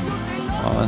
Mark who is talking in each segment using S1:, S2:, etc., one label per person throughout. S1: Ja,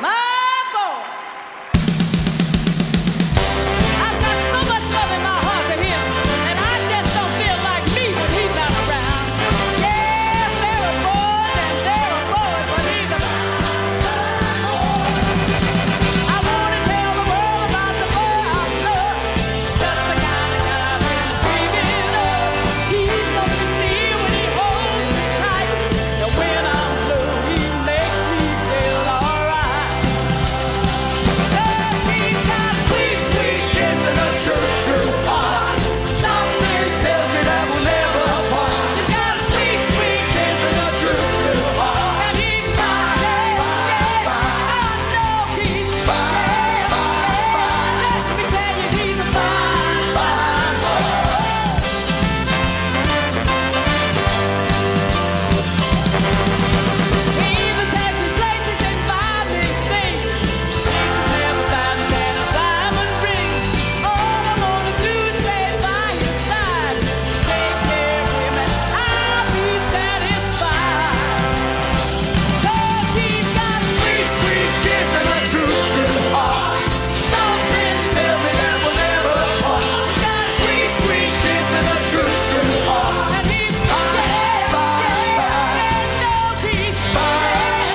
S2: Marco! I've got so much love in my heart for him, and I just don't feel like me when he's not around. Yes, there are boys and there are boys when he's around. I wanna tell the world about the boy I love. Just the kind of guy that's dreaming of. He's so sincere when he holds me tight. Now when I'm blue, he makes me feel alright. Sweet, sweet kiss and a true, true heart. Something tells me that we'll never part. You got a sweet, sweet kiss and a true, true heart. And he's mine, yeah, I know he's mine. Let me tell you, he's mine, mine, He even takes me places and buys me things. Things you never find a man of diamond ring. All I wanna do is stay by his side, take care of him, and I'll be satisfied. Cause he's got sweet, sweet kiss and a true, true heart. Something tells me that we'll never part. Got sweet, sweet kiss and a true, true oh. heart. And he's mine, mine, mine.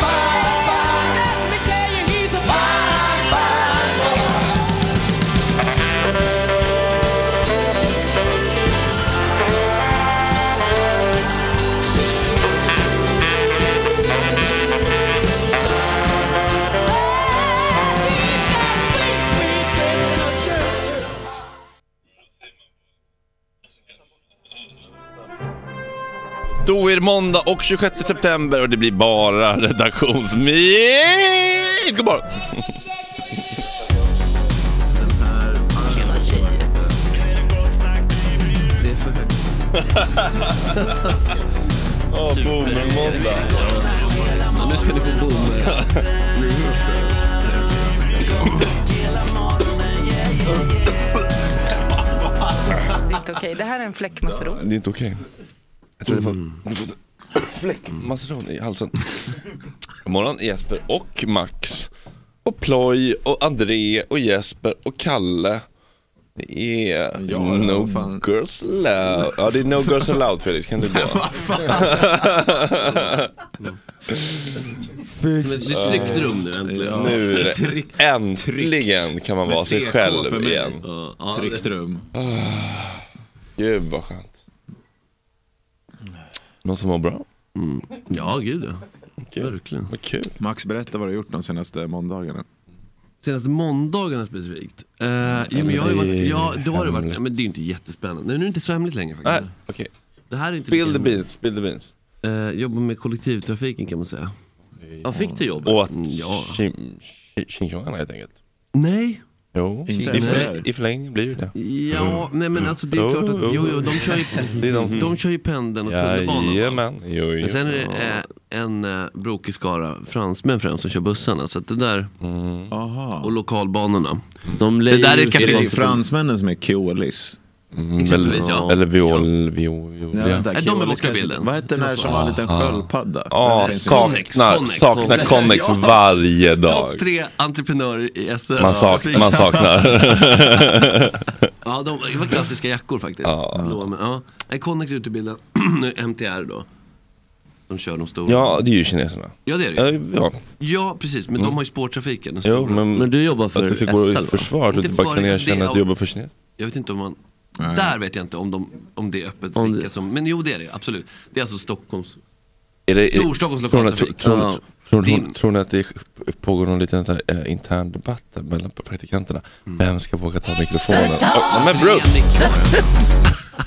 S2: Mine, mine, mine. Let me tell you, he's a mine, mine, mine. He's got sweet, sweet kiss and a true, true heart.
S1: Då är det måndag och 26 september och det blir bara redaktionsmys. God morgon! Åh, boomer-måndag.
S3: Nu ska ni få boom.
S4: okej. Det här är en fläckmasserot.
S1: Det är inte okej. Jag tror det får... Fläckmasseron i halsen. God morgon Jesper och Max. Och Ploy och André och Jesper och Kalle. Det är
S5: Ja,
S1: no
S5: vad fan.
S1: girls allowed. Ja det är no girls allowed Felix, kan du dra?
S5: Fy
S3: Men det är ett tryggt rum nu äntligen.
S5: Ja.
S1: Nu är det
S5: Tryck-
S1: äntligen kan man vara
S5: Med
S1: sig
S5: CK för
S1: själv
S5: mig.
S1: igen. Ah.
S3: Ja, ja,
S5: Tryggt rum.
S1: Gud vad skönt. Någon som mår bra?
S3: Mm. Ja, gud ja. Verkligen.
S1: Vad kul.
S5: Max, berätta vad du har gjort de senaste måndagarna.
S3: Senaste måndagarna specifikt. Eh, jo, men jag har ju varit, ja, då har det varit, men det är ju inte jättespännande. Nej, nu är det inte så hemligt längre
S1: Nej,
S3: faktiskt.
S1: okej.
S3: Det här är inte
S1: Spill the
S3: lika-
S1: beans, spill the beans.
S3: Eh, jobbar med kollektivtrafiken kan man säga. Ja, fick du jobbet?
S1: Åt
S3: Mm, Ja.
S1: tjim- tji- tjingtjongarna helt enkelt.
S3: Nej.
S1: Jo,
S5: Inte
S1: i,
S5: ens
S1: förlä-
S5: där.
S1: i förlängningen blir ju det. Mm.
S3: Ja, nej men alltså det är klart att, jo, jo, de kör ju,
S1: Det är de
S3: de,
S1: som-
S3: kör ju pendeln och tunnelbanan.
S1: Jajamän. Jo, jo.
S3: Men sen är det eh, en eh, brokig skara fransmän främst som kör bussarna. Så att det där,
S1: Mm.
S5: Aha.
S3: och lokalbanorna.
S6: De
S3: Det där är ett
S5: Är
S3: kapitel.
S5: det fransmännen som är keolis?
S1: Mm,
S3: exempelvis,
S1: väl-
S3: ja.
S1: Eller viol, viol, viol.
S5: Nej,
S1: Ja,
S5: vänta,
S3: Nej, de är
S5: keolis
S3: borta i
S5: kanske-
S3: bilden.
S5: Vad hette den här som var en liten sköldpadda?
S1: ah,
S5: Den finns inte.
S3: Connex,
S1: saknar,
S3: Connex.
S1: saknar Connex varje
S3: Topp
S1: dag.
S3: tre entreprenörer i SL.
S1: Man, sak, man saknar.
S3: Ja, de, det var klassiska jackor faktiskt.
S1: Ja.
S3: Blå, men, ja. Nej, Connex är ute i bilden. Nu är MTR då. De kör de stora.
S1: Ja, det är ju kineserna.
S3: Ja, det är det
S1: Ja,
S3: ju.
S1: Eh, ja. Mm.
S3: Ja, precis. Men de har ju spårtrafiken. den
S1: Jo,
S3: stora.
S1: men,
S6: Men du jobbar för
S1: att det ska gå i
S6: SL va?
S1: försvar, att
S3: Inte
S1: du bara kan
S3: försvar, det
S1: erkänna
S3: är-
S1: att du jobbar för kineser.
S3: Jag vet inte om man...
S5: Nej.
S3: Där vet jag inte om, de, om det är öppet.
S6: Om
S3: vilka
S6: det-
S3: Som, men jo, det är det. Absolut. Det är alltså Stockholms...
S1: Är det,
S3: Storstockholms
S1: tror, ni-
S3: lokaltrafik.
S1: tror,
S6: Ja.
S1: tror, tror, tror,
S3: Din.
S1: tror ni att det pågår någon liten så här, eh, intern debatt där mellan praktikanterna? Vem ska våga ta mikrofonen? Oh, men Bruce!
S3: Enligt-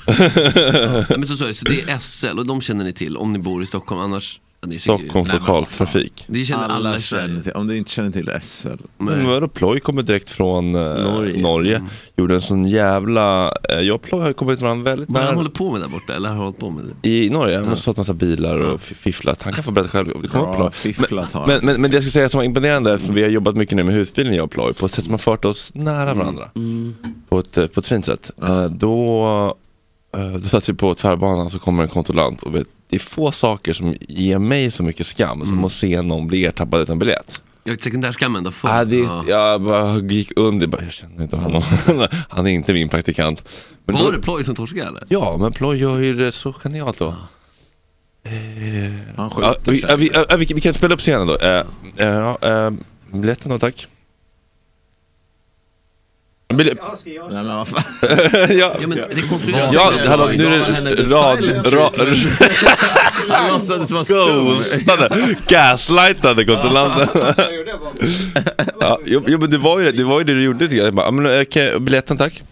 S3: ja, men så, så, är det. så det är SL och de känner ni till om ni bor i Stockholm. Annars... Ja, ni är säkert-
S1: Stockholms lokaltrafik.
S3: Det känner alla,
S5: Alla
S3: i Sverige.
S5: känner till, om du inte känner till SL.
S1: Men vadå, Ploy kommer direkt från eh, Norge.
S6: Norge.
S1: Gjorde en sån jävla... Eh, jag och Ploy har kommit varandra väldigt
S3: Vad han håller
S1: nära.
S3: på med där borta, eller har hållit på med det?
S1: I Norge, han har sålt massa bilar och fi- fifflat. Han kan få berätta själv. Det kommer
S5: Ja,
S1: Ploy.
S5: fifflat har han.
S1: men, men, men det jag skulle säga som var imponerande, eftersom vi har jobbat mycket nu med husbilen jag och Ploy, på ett sätt som har fört oss nära varandra. På, ett, eh, på ett fint sätt. Eh, då, eh, då satt vi på tvärbanan så kommer en kontrollant och vet, det är få saker som ger mig så mycket skam som att se någon bli ertappad utan biljett.
S3: Jag vet, sekundärskam ändå full.
S1: Ja, det,
S3: Ja.
S1: Jag bara gick under, bara, jag känner inte honom. Han är inte min praktikant. Men
S3: Var
S1: då,
S3: det Ploy som torskade eller?
S1: ja, men Ploy gör ju det så genialt då.
S5: Han
S1: Eh, Ja,
S5: skjuter
S1: vi,
S5: sig.
S1: ja, vi, ja, vi, vi kan spela upp scenen då. Eh, eh, ja, eh, Biljetten då, tack. Bil-
S5: Nej, men vad fan.
S1: ja,
S3: Ja men rekonstruera.
S1: ja, hallå, nu är
S5: Gav han henne the
S1: det rad,
S5: silent
S1: rad, Mm.
S5: Han låtsades vara stum.
S1: ghostade, gaslightade kontrollanten. ja, jo, jo, men det var ju det, det, var ju det du gjorde. tycker Jag Jag bara, ja, men, okay, biljetten tack.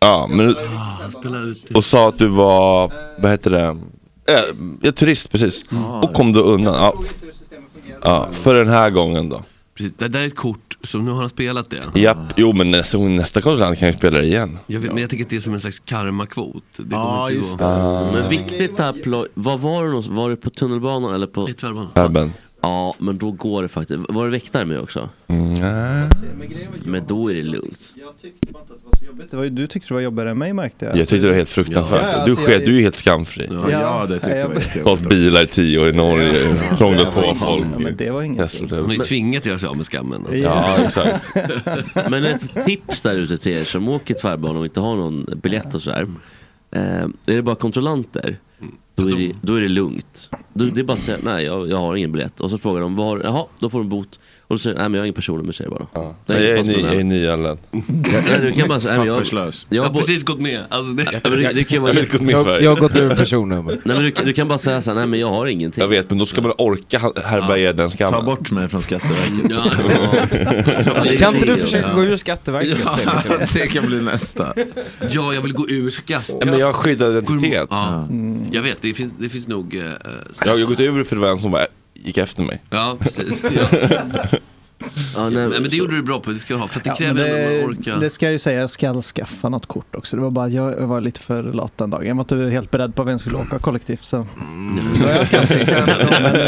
S1: Ja, men,
S3: Spela ut typ- det.
S1: och sa att du var, vad heter det, eh, ja, turist precis.
S3: Ah.
S1: Och kom då undan. Ja. Ja, för den här gången då.
S3: Precis. Det där är ett kort, så nu har han spelat det.
S1: Japp, jo men nästa, nästa kontrollant kan ju spela det igen.
S3: Jag vet, men jag tänker att det är som en slags karmakvot. Det kommer
S5: Ja,
S3: inte
S5: just
S3: gå.
S5: det.
S6: Men viktigt här Ploy, vad var det någonstans? Var det på tunnelbanan eller på?
S3: I tvärbanan.
S1: Erben.
S6: Ja men då går det faktiskt. Var det väktare med också?
S1: Mm. Nej.
S6: Men då är det lugnt.
S7: Det var ju, du tyckte det var jobbigare än mig märkte jag. alltså,
S1: Jag tyckte det var helt fruktansvärt. du, sker, du är helt skamfri.
S3: Ja.
S5: Ja, det tyckte
S7: jag-
S5: jag var jättejobbigt.
S1: Sålt bilar i tio år i Norge, krånglat på folk.
S7: Ja, men det var inget.
S1: Tesla,
S3: Hon har
S1: det-
S3: ju tvingats göra sig av med skammen. Alltså.
S1: Ja, exakt.
S6: Men ett tips där ute till er som åker tvärbanan och inte har någon biljett och sådär. Eh, är det bara kontrollanter? Då är det, då är det lugnt. Då, det är bara att säga nej jag, jag har ingen biljett. Och så frågar de vad har du? Jaha, då får de bot. Och då säger de, nej men jag har ingen personnummer säger jag bara.
S1: Ja.
S6: Det är
S1: Nej, Jag är,
S6: inte
S1: ny,
S6: fast
S1: jag
S6: med
S1: är
S6: den.
S1: nyanländ.
S6: Ja, Du kan bara säga, nej men jag,
S5: Papperslös.
S6: jag,
S3: Jag
S6: har
S3: har
S6: bo-
S3: precis gått med. Alltså, det,
S6: Ja, men det, det kan ju vara
S1: Jag vill gå till min
S8: Jag,
S1: Sverige.
S8: jag har gått ur en personnummer.
S6: Nej men du, du kan bara säga såhär, nej men jag har ingenting.
S1: Jag vet, men då ska man orka härbärgera den
S5: Ta
S1: skammen.
S5: bort mig från Skatteverket.
S3: ja,
S6: Ja, det är
S8: Kan inte
S6: det.
S8: du försöka gå ur Skatteverket? Felix?
S5: Ja, det kan bli nästa.
S3: ja, jag vill gå ur skatt.
S1: Nej, Men jag skyddar identitet.
S3: Ja. Jag vet, det finns, det finns nog... eh,
S1: Jag jag har gått ur för det var en som bara gick efter mig.
S3: ja, precis. Ja.
S6: Ja, nej,
S3: Nej, men det
S6: så-
S3: gjorde du bra på, det ska du ha. För att det
S7: Ja, men
S3: kräver ändå att man
S7: det,
S3: orkar.
S7: det ska jag ju säga, jag ska skaffa något kort också. Det var bara, jag var lite för lat den dagen. Jag var inte helt beredd på vem som skulle åka kollektivt. Så. Då har jag skaffat.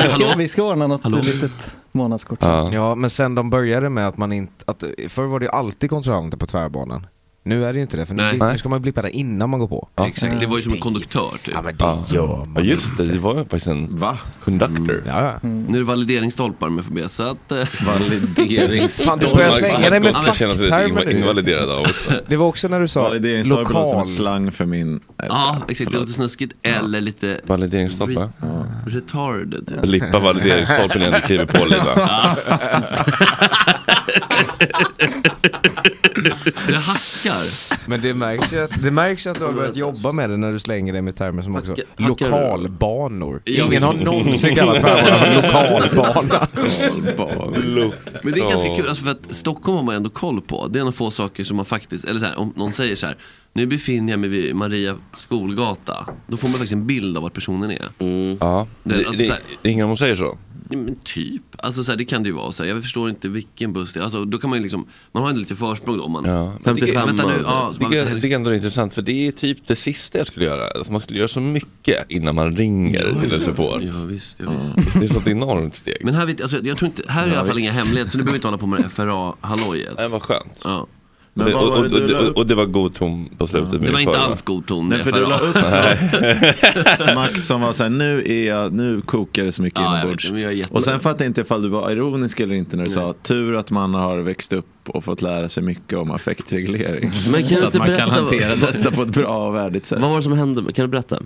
S7: Vi ska, vi ska ordna något
S3: Mm. Hallå?
S7: litet månadskort.
S1: Ja.
S8: Ja, men sen de började med att man inte... Att, förr var det ju alltid kontrollanter på tvärbanan. Nu är det ju inte det, för
S3: Nej. Mm.
S8: nu, nu ska man ju blippa det innan man går på.
S3: Exakt, det var ju som en konduktör typ.
S8: Ja men det gör
S1: Ja
S8: man.
S1: just det, det var ju faktiskt en
S5: Va?
S1: conductor.
S8: Ja, ja.
S3: Nu är det valideringsstolpar med förbi, så att... eh,
S5: Validerings...
S8: Fan, du börjar
S1: Stålmark-
S8: slänga dig med
S1: Stålmark känner sig lite
S8: facktermer
S1: inva-
S8: nu.
S1: invaliderad av också.
S8: Det var också när du sa
S5: Valideringsstolpe låter som
S8: lokal.
S5: en slang för min... Nej, jag
S3: Ja,
S5: skojar.
S3: exakt. Det
S5: Förlåt.
S3: låter snuskigt. Eller lite...
S1: Valideringsstolpe?
S3: re- Retarded.
S1: Blippa valideringsstolpen innan du kliver på Lina.
S3: Det hackar.
S8: Men det märks, ju att, det märks ju att du har börjat jobba med det när du slänger dig med termer som också
S3: Hacka- hackar du?
S8: lokalbanor.
S3: Ja,
S8: Ingen
S3: visst.
S8: har någonsin kallat tvärbanan för lokalbana.
S3: Men det är ganska
S1: Ja.
S3: kul, alltså för att Stockholm har man ändå koll på. Det är en av få saker som man faktiskt, eller så här, om någon säger så här, nu befinner jag mig vid Maria skolgata. Då får man faktiskt en bild av vart personen är.
S1: Ja,
S3: Det-
S1: det,
S3: alltså
S1: det,
S3: så här-
S1: det är ingen om hon säger så.
S3: Ja, Men typ, alltså så här, det kan det ju vara. Så här, jag förstår inte vilken buss det är. Alltså, då kan man ju liksom, man har ju lite försprång då. om Man,
S1: Ja.
S3: Men det-
S6: 55
S3: vänta nu, ja, så
S1: Det,
S3: man,
S1: är- det är ändå intressant för det är typ det sista jag skulle göra. Alltså man skulle göra så mycket innan man ringer till en support.
S3: ja, visst, ja, visst.
S1: Det är sånt enormt steg.
S3: Men här, vet, alltså, jag tror inte, här är i alla fall inga hemligheter, så du behöver inte hålla på med det FRA-hallojet.
S1: Nej vad skönt.
S3: Ja.
S5: Men
S1: Det-
S5: vad
S1: och,
S5: var det
S1: och,
S5: du la
S1: och, och,
S5: upp?
S1: och det var god ton på slutet. med
S3: Det var inte
S1: förra.
S3: alls god ton med
S5: Nej, för du la
S3: FRA.
S5: upp något, Max, som var såhär, nu, är jag, nu kokar det så mycket
S3: Ja, jag vet,
S5: inombords.
S3: men jag är jätte-
S5: Och sen fattade jag inte ifall du var ironisk eller inte när du sa, tur att man har växt upp och fått lära sig mycket om affektreglering.
S6: Men kan du
S5: så att
S6: inte
S5: man kan
S6: berätta vad-
S5: hantera detta på ett bra och värdigt sätt.
S6: Vad var det som hände? Kan du berätta?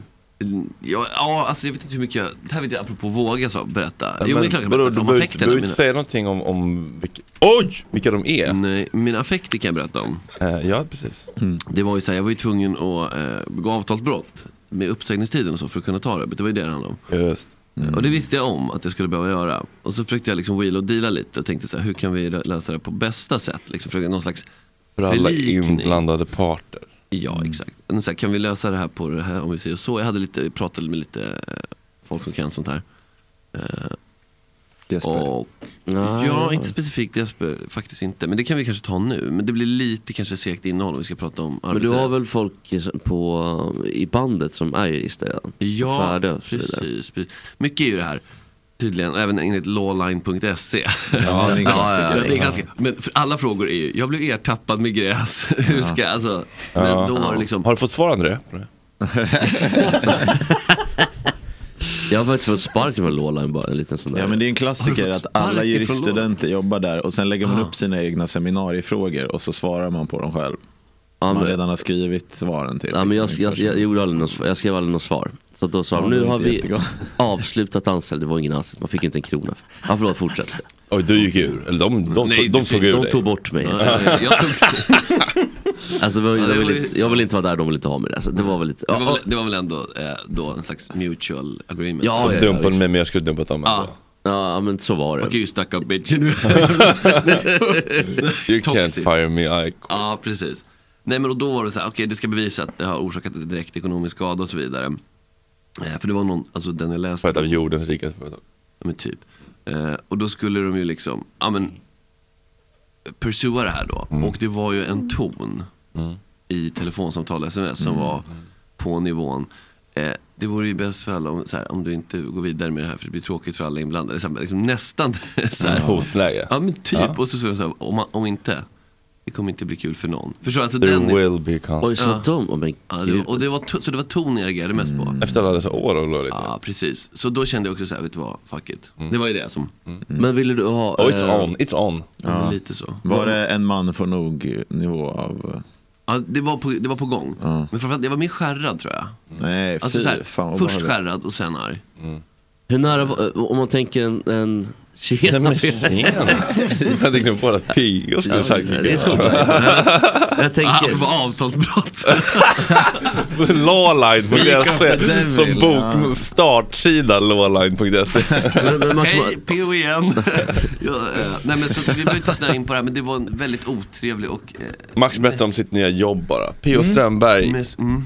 S3: Ja, ja, alltså jag vet inte hur mycket jag, det här vet jag apropå våga så, berätta. Jo men det är klart jag
S1: vadå,
S3: berättar för
S1: du
S3: om
S1: behöver inte-
S3: affekterna.
S1: behöver inte
S3: Mina,
S1: säga någonting om, om vilka, oj, vilka de är.
S3: nej, mina affekter kan jag berätta om.
S1: Eh, ja, precis.
S3: Det var ju så här, jag var ju tvungen att eh, begå avtalsbrott med uppsägningstiden och så för att kunna ta det. Det var ju det det handlade om.
S1: Just.
S3: Och det visste jag om att jag skulle behöva göra. Och så försökte jag liksom wheela och deala lite och tänkte så här, hur kan vi lösa det på bästa sätt? Liksom, försöka någon slags
S1: För alla
S3: förlikning.
S1: inblandade parter.
S3: Ja, exakt. Men Så här, kan vi lösa det här på det här om vi säger så? Jag hade lite, pratade med lite eh, folk som kan sånt här. Eh, och Ja, inte specifikt Jesper, faktiskt inte. Men det kan vi kanske ta nu. Men det blir lite kanske segt innehåll om vi ska prata om
S6: Men du
S3: arbetsrätt.
S6: har väl folk i- på, i bandet som är jurister redan?
S3: Ja,
S6: Färdiga och så vidare.
S3: precis, precis. Mycket är ju det här, tydligen, även enligt lawline.se.
S5: Ja, det är en klassiker.
S3: det är ganska, men för alla frågor är ju, jag blev ertappad med gräs, hur ska, alltså. Men
S1: Ja.
S3: då var det liksom,
S1: Har du fått svar André?
S6: Jag har faktiskt fått sparken från Lawline bara, en liten sån där.
S5: Ja men det är en
S3: Har
S5: klassiker
S3: du
S5: att
S3: fått
S5: alla
S3: spark ifrån
S5: juriststudenter jobbar där och sen lägger man
S3: Ah.
S5: upp sina egna seminariefrågor och så svarar man på dem själv. Som
S6: Ja,
S5: man
S6: men-
S5: redan har skrivit svaren till.
S6: Ja, men jag,
S5: liksom,
S6: jag,
S5: inför sig.
S6: jag, gjorde aldrig något, svar- jag skrev aldrig något svar. Så att då sa
S5: Ja,
S6: de,
S5: det
S6: nu
S5: var
S6: har
S5: inte
S6: vi
S5: jättegott.
S6: avslutat anställd. Det var ingen anställd, man fick inte en krona. Ja, förlåt, fortsätt.
S1: Oj, du gick ur. Eller de, de, de,
S3: Nej,
S1: de
S3: du
S1: såg
S3: fick-
S1: ur
S6: De
S1: dig.
S6: tog bort mig.
S3: Ja, ja, jag tog,
S6: Alltså, de,
S3: Ja, det
S6: de
S3: var
S6: ville,
S3: ju-
S6: inte- jag ville inte vara där, de ville inte ha mig där. Alltså, det var väl lite...
S3: det,
S6: Ja,
S3: var väl, det var väl ändå eh, då en slags mutual agreement.
S6: Ja,
S1: De
S6: ja,
S1: dumpade
S6: visst.
S1: mig men jag skulle dumpat dem alltså.
S3: Ja.
S1: ändå.
S6: ja, ja, men så var
S3: Fuck
S6: det.
S3: you stuck up bitch. Du-
S1: You can't
S3: Toxiskt.
S1: fire me, I...
S3: Ja, precis. Nej men och då var det så här, okej det ska bevisa att det har orsakat ett direkt ekonomisk skada och så vidare. Eh, För det var någon, alltså den jag läste.
S1: För ett av jordens rikaste företag.
S3: Ja, men typ. Eh, och då skulle de ju liksom, ja men, pursua det här då.
S1: Mm.
S3: Och det var ju en ton i telefonsamtal, sms,
S1: Mm.
S3: som var på nivån. Eh, det vore ju bäst för alla om, så här, om du inte går vidare med det här för det blir tråkigt för alla inblandade. Så här, liksom, nästan så här.
S1: Hotläge.
S3: Ja men typ.
S1: Mm. Ja.
S3: Och så står det så här, om, man- om inte, det kommer inte bli kul för någon. Förstår du? Alltså,
S1: There
S3: den,
S1: will be consequences.
S6: Oj, så
S3: Ja.
S6: de? Oh, men
S3: ja, det
S6: gud.
S3: var, och det var, to- så det var ton jag reagerade mest på.
S1: Efter alla dessa år och lite.
S3: Ja, precis. Så då kände jag också så här, vet du vad, fuck it. Det var ju det som,
S6: Mm. Men ville du ha...
S1: Oh, it's
S6: eh,
S1: on, it's on.
S3: ja. lite så.
S5: Var det en man får nog nivå av...
S3: Ja, det, var på, det var på gång.
S5: Ja.
S3: Men framförallt, jag var mer skärrad tror jag.
S5: Nej,
S3: Alltså
S5: fy
S3: så här,
S5: fan vad
S3: först
S5: var det?
S3: skärrad och sen arg.
S6: Hur nära var- eh, Om man tänker en... en
S1: Nej
S6: tjena,
S1: men tjena. Jag tänkte på att pigor skulle sagt
S6: det är så Jag tänker...
S3: Apropå Ah, avtalsbrott.
S1: Lawline på deras
S5: devil.
S1: som bok, startsida lawline.se.
S6: Men, men Max,
S3: Hej, PO igen. ja, eh, nej men så att vi behöver inte snöa in på det här, men det var en väldigt otrevlig och... Eh,
S1: Max berättade om sitt nya jobb bara. P.O. Strömberg,
S3: mes- mm.